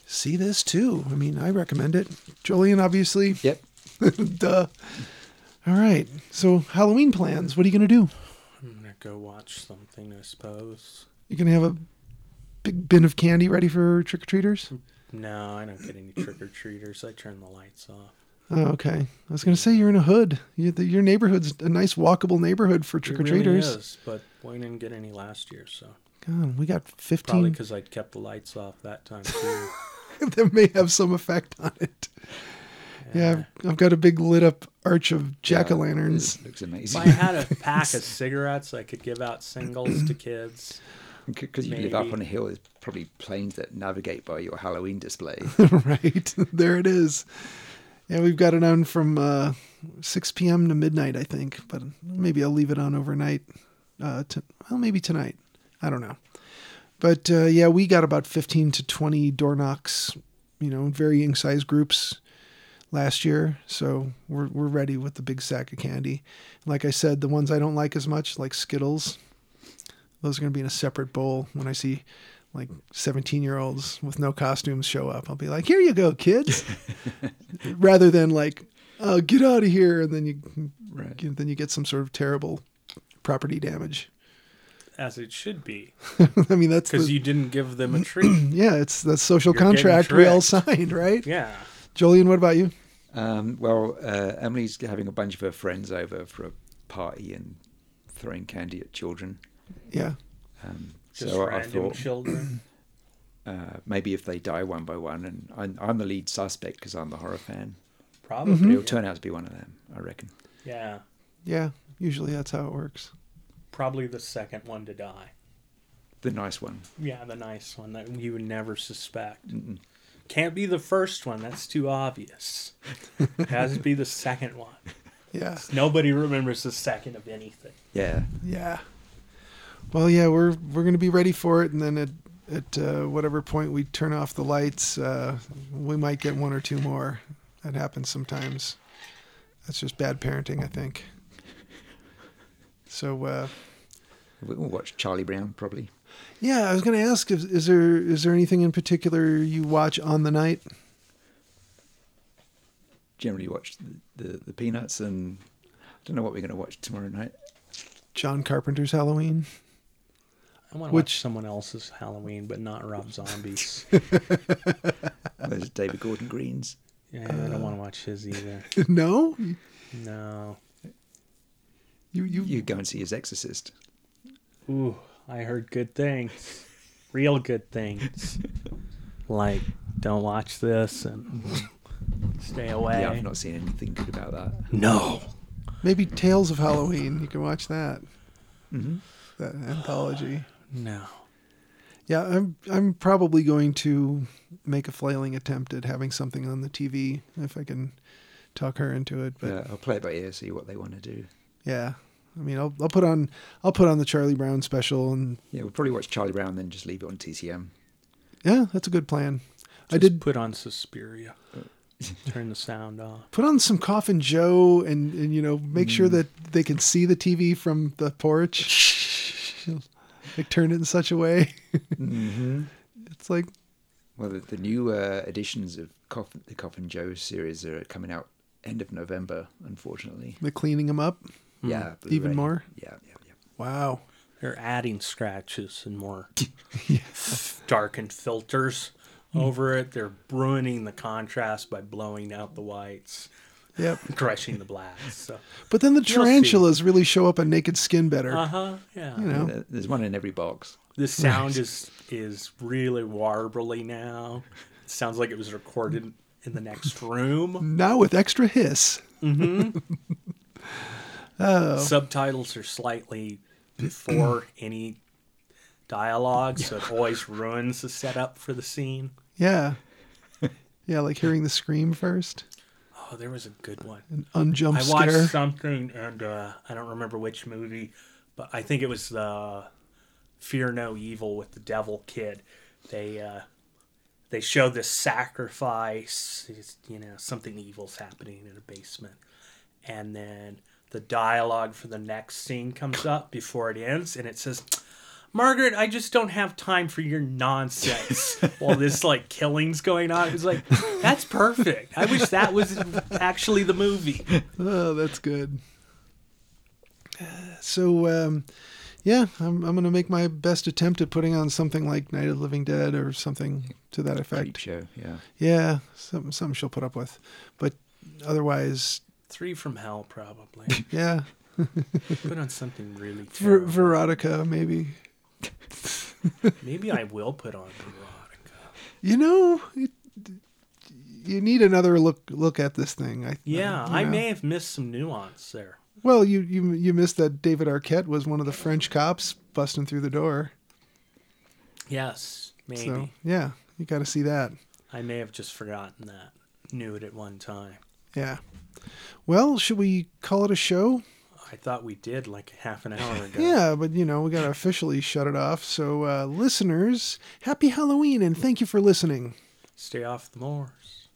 [SPEAKER 2] see this too. I mean, I recommend it. Julian, obviously,
[SPEAKER 3] Yep.
[SPEAKER 2] duh. All right, so Halloween plans. What are you gonna do?
[SPEAKER 1] I'm gonna go watch something, I suppose.
[SPEAKER 2] You gonna have a big bin of candy ready for trick or
[SPEAKER 1] Hmm.
[SPEAKER 2] treaters?
[SPEAKER 1] No, I don't get any trick or treaters. I turn the lights off.
[SPEAKER 2] Oh, okay. I was gonna say you're in a hood. You, the, your neighborhood's a nice walkable neighborhood for trick or
[SPEAKER 1] It really
[SPEAKER 2] treaters.
[SPEAKER 1] is, but we didn't get any last year, so
[SPEAKER 2] God, we got
[SPEAKER 1] probably
[SPEAKER 2] 15.
[SPEAKER 1] because I kept the lights off that time too.
[SPEAKER 2] that may have some effect on it. Yeah, I've, I've got a big lit up arch of jack o' lanterns.
[SPEAKER 3] It looks
[SPEAKER 1] If
[SPEAKER 3] amazing.
[SPEAKER 1] I had a pack of cigarettes, I could give out singles to kids.
[SPEAKER 3] Because you live up
[SPEAKER 1] Maybe.
[SPEAKER 3] on a hill, there's probably planes that navigate by your Halloween display.
[SPEAKER 2] right there it is. Yeah, we've got it on from uh, 6 p.m. to midnight, I think. But maybe I'll leave it on overnight. Uh, to, well, maybe tonight. I don't know. But uh, yeah, we got about 15 to 20 door knocks, you know, in varying size groups last year. So we're we're ready with the big sack of candy. Like I said, the ones I don't like as much, like Skittles, those are going to be in a separate bowl when I see like 17 year olds with no costumes show up. I'll be like, here you go, kids. Rather than like, oh, get out of here. And then you,
[SPEAKER 3] Right.
[SPEAKER 2] then you get some sort of terrible property damage.
[SPEAKER 1] As it should be,
[SPEAKER 2] I mean, that's,
[SPEAKER 1] because
[SPEAKER 2] the,
[SPEAKER 1] you didn't give them a treat.
[SPEAKER 2] yeah, it's that social
[SPEAKER 1] You're getting
[SPEAKER 2] contract we all
[SPEAKER 1] tricked.
[SPEAKER 2] signed, right?
[SPEAKER 1] Yeah.
[SPEAKER 2] Julian, what about you?
[SPEAKER 3] Um, well, uh, Emily's having a bunch of her friends over for a party and throwing candy at children.
[SPEAKER 2] Yeah.
[SPEAKER 3] Um,
[SPEAKER 1] Just
[SPEAKER 3] so I
[SPEAKER 1] random
[SPEAKER 3] thought
[SPEAKER 1] children.
[SPEAKER 3] uh, maybe if they die one by one, and I'm, I'm the lead suspect because I'm the horror fan,
[SPEAKER 1] Probably.
[SPEAKER 3] but it'll turn out to be one of them, I reckon.
[SPEAKER 1] Yeah.
[SPEAKER 2] Yeah. Usually that's how it works.
[SPEAKER 1] Probably the second one to die.
[SPEAKER 3] The nice one.
[SPEAKER 1] Yeah, the nice one that you would never suspect.
[SPEAKER 3] Mm-mm.
[SPEAKER 1] Can't be the first one. That's too obvious. Has to be the second one.
[SPEAKER 2] Yeah.
[SPEAKER 1] Nobody remembers the second of anything.
[SPEAKER 3] Yeah.
[SPEAKER 2] Yeah. Well, yeah, we're we're gonna be ready for it, and then it at uh, whatever point we turn off the lights, uh, we might get one or two more. That happens sometimes. That's just bad parenting, I think. So, uh,
[SPEAKER 3] We all watched Charlie Brown, probably.
[SPEAKER 2] yeah, I was going to ask: is, is there is there anything in particular you watch on the night?
[SPEAKER 3] Generally watched the, the, the Peanuts, and I don't know what we're going to watch tomorrow night.
[SPEAKER 2] John Carpenter's Halloween.
[SPEAKER 1] I want to
[SPEAKER 2] Which-
[SPEAKER 1] watch someone else's Halloween, but not Rob Zombie's.
[SPEAKER 3] There's David Gordon Green's.
[SPEAKER 1] yeah, I don't want to watch his either.
[SPEAKER 2] no,
[SPEAKER 1] No.
[SPEAKER 2] you you
[SPEAKER 3] You go and see his Exorcist.
[SPEAKER 1] Ooh, I heard good things. Real good things. like, don't watch this and stay away.
[SPEAKER 3] Yeah, I've not seen anything good about that.
[SPEAKER 1] No.
[SPEAKER 2] maybe Tales of Halloween. You can watch that
[SPEAKER 3] Mm-hmm.
[SPEAKER 2] that anthology.
[SPEAKER 1] No.
[SPEAKER 2] Yeah, I'm I'm probably going to make a flailing attempt at having something on the TV if I can talk her into it. But
[SPEAKER 3] yeah, I'll play it by ear, see what they want to do.
[SPEAKER 2] yeah, I mean, I'll I'll put on I'll put on the Charlie Brown special, and
[SPEAKER 3] Yeah, we'll probably watch Charlie Brown, then just leave it on TCM.
[SPEAKER 2] yeah, that's a good plan. I
[SPEAKER 1] Just
[SPEAKER 2] did
[SPEAKER 1] put on Suspiria. Turn the sound off.
[SPEAKER 2] put on some Coffin Joe, and and you know make
[SPEAKER 1] Mm.
[SPEAKER 2] sure that they can see the TV from the porch. like turn it in such a way.
[SPEAKER 1] Mm-hmm.
[SPEAKER 2] It's like
[SPEAKER 3] Well, the, the new uh, editions of Coffin, the Coffin Joe series are coming out end of November, unfortunately.
[SPEAKER 2] the cleaning them up.
[SPEAKER 3] Yeah,
[SPEAKER 2] Hmm. Even
[SPEAKER 3] Blu-ray.
[SPEAKER 2] more?
[SPEAKER 3] Yeah, yeah, yeah.
[SPEAKER 2] Wow.
[SPEAKER 1] They're adding scratches and more darkened filters over it. They're ruining the contrast by blowing out the whites,
[SPEAKER 2] Yep.
[SPEAKER 1] crushing the blacks. So.
[SPEAKER 2] But then the
[SPEAKER 1] You'll see.
[SPEAKER 2] tarantulas really show up on naked skin better.
[SPEAKER 1] Uh huh. Yeah.
[SPEAKER 2] you know.
[SPEAKER 3] There- There's one in every box.
[SPEAKER 1] The sound is is really warbly now. It sounds like it was recorded in the next room.
[SPEAKER 2] now with extra hiss.
[SPEAKER 1] Oh. Subtitles are slightly before any dialogue, so it always ruins the setup for the scene.
[SPEAKER 2] Yeah. Yeah, like hearing the scream first.
[SPEAKER 1] Oh, there was a good one.
[SPEAKER 2] Unjump
[SPEAKER 1] I watched
[SPEAKER 2] scare.
[SPEAKER 1] something, and uh, I don't remember which movie, but I think it was the Fear No Evil with the Devil Kid. They uh, they show this sacrifice, it's, you know, something evil's happening in a basement, and then the dialogue for the next scene comes up before it ends, and it says. Margaret, I just don't have time for your nonsense while this like killing's going on. It was like, that's perfect. I wish that was actually the movie.
[SPEAKER 2] Oh, that's good. Uh, So, um, yeah, I'm, I'm going to make my best attempt at putting on something like Night of the Living Dead or something to that
[SPEAKER 3] Creep
[SPEAKER 2] effect.
[SPEAKER 3] show, yeah.
[SPEAKER 2] Yeah, something, something she'll put up with. But otherwise,
[SPEAKER 1] Three from Hell, probably.
[SPEAKER 2] yeah,
[SPEAKER 1] Put on something really
[SPEAKER 2] Ver-
[SPEAKER 1] terrible.
[SPEAKER 2] Veronica, maybe.
[SPEAKER 1] Maybe I will put on Veronica.
[SPEAKER 2] You know, it, you need another look look at this thing. I,
[SPEAKER 1] Yeah,
[SPEAKER 2] you
[SPEAKER 1] I
[SPEAKER 2] know.
[SPEAKER 1] may have missed some nuance there.
[SPEAKER 2] Well, you, you you missed that David Arquette was one of the French cops busting through the door.
[SPEAKER 1] Yes, maybe.
[SPEAKER 2] So yeah, you got to see that.
[SPEAKER 1] I may have just forgotten that. Knew it at one time.
[SPEAKER 2] Yeah. Well, should we call it a show?
[SPEAKER 1] I thought we did like half an hour ago.
[SPEAKER 2] Yeah, but you know we got to officially shut it off. So uh, listeners, happy Halloween and thank you for listening.
[SPEAKER 1] Stay off the moors.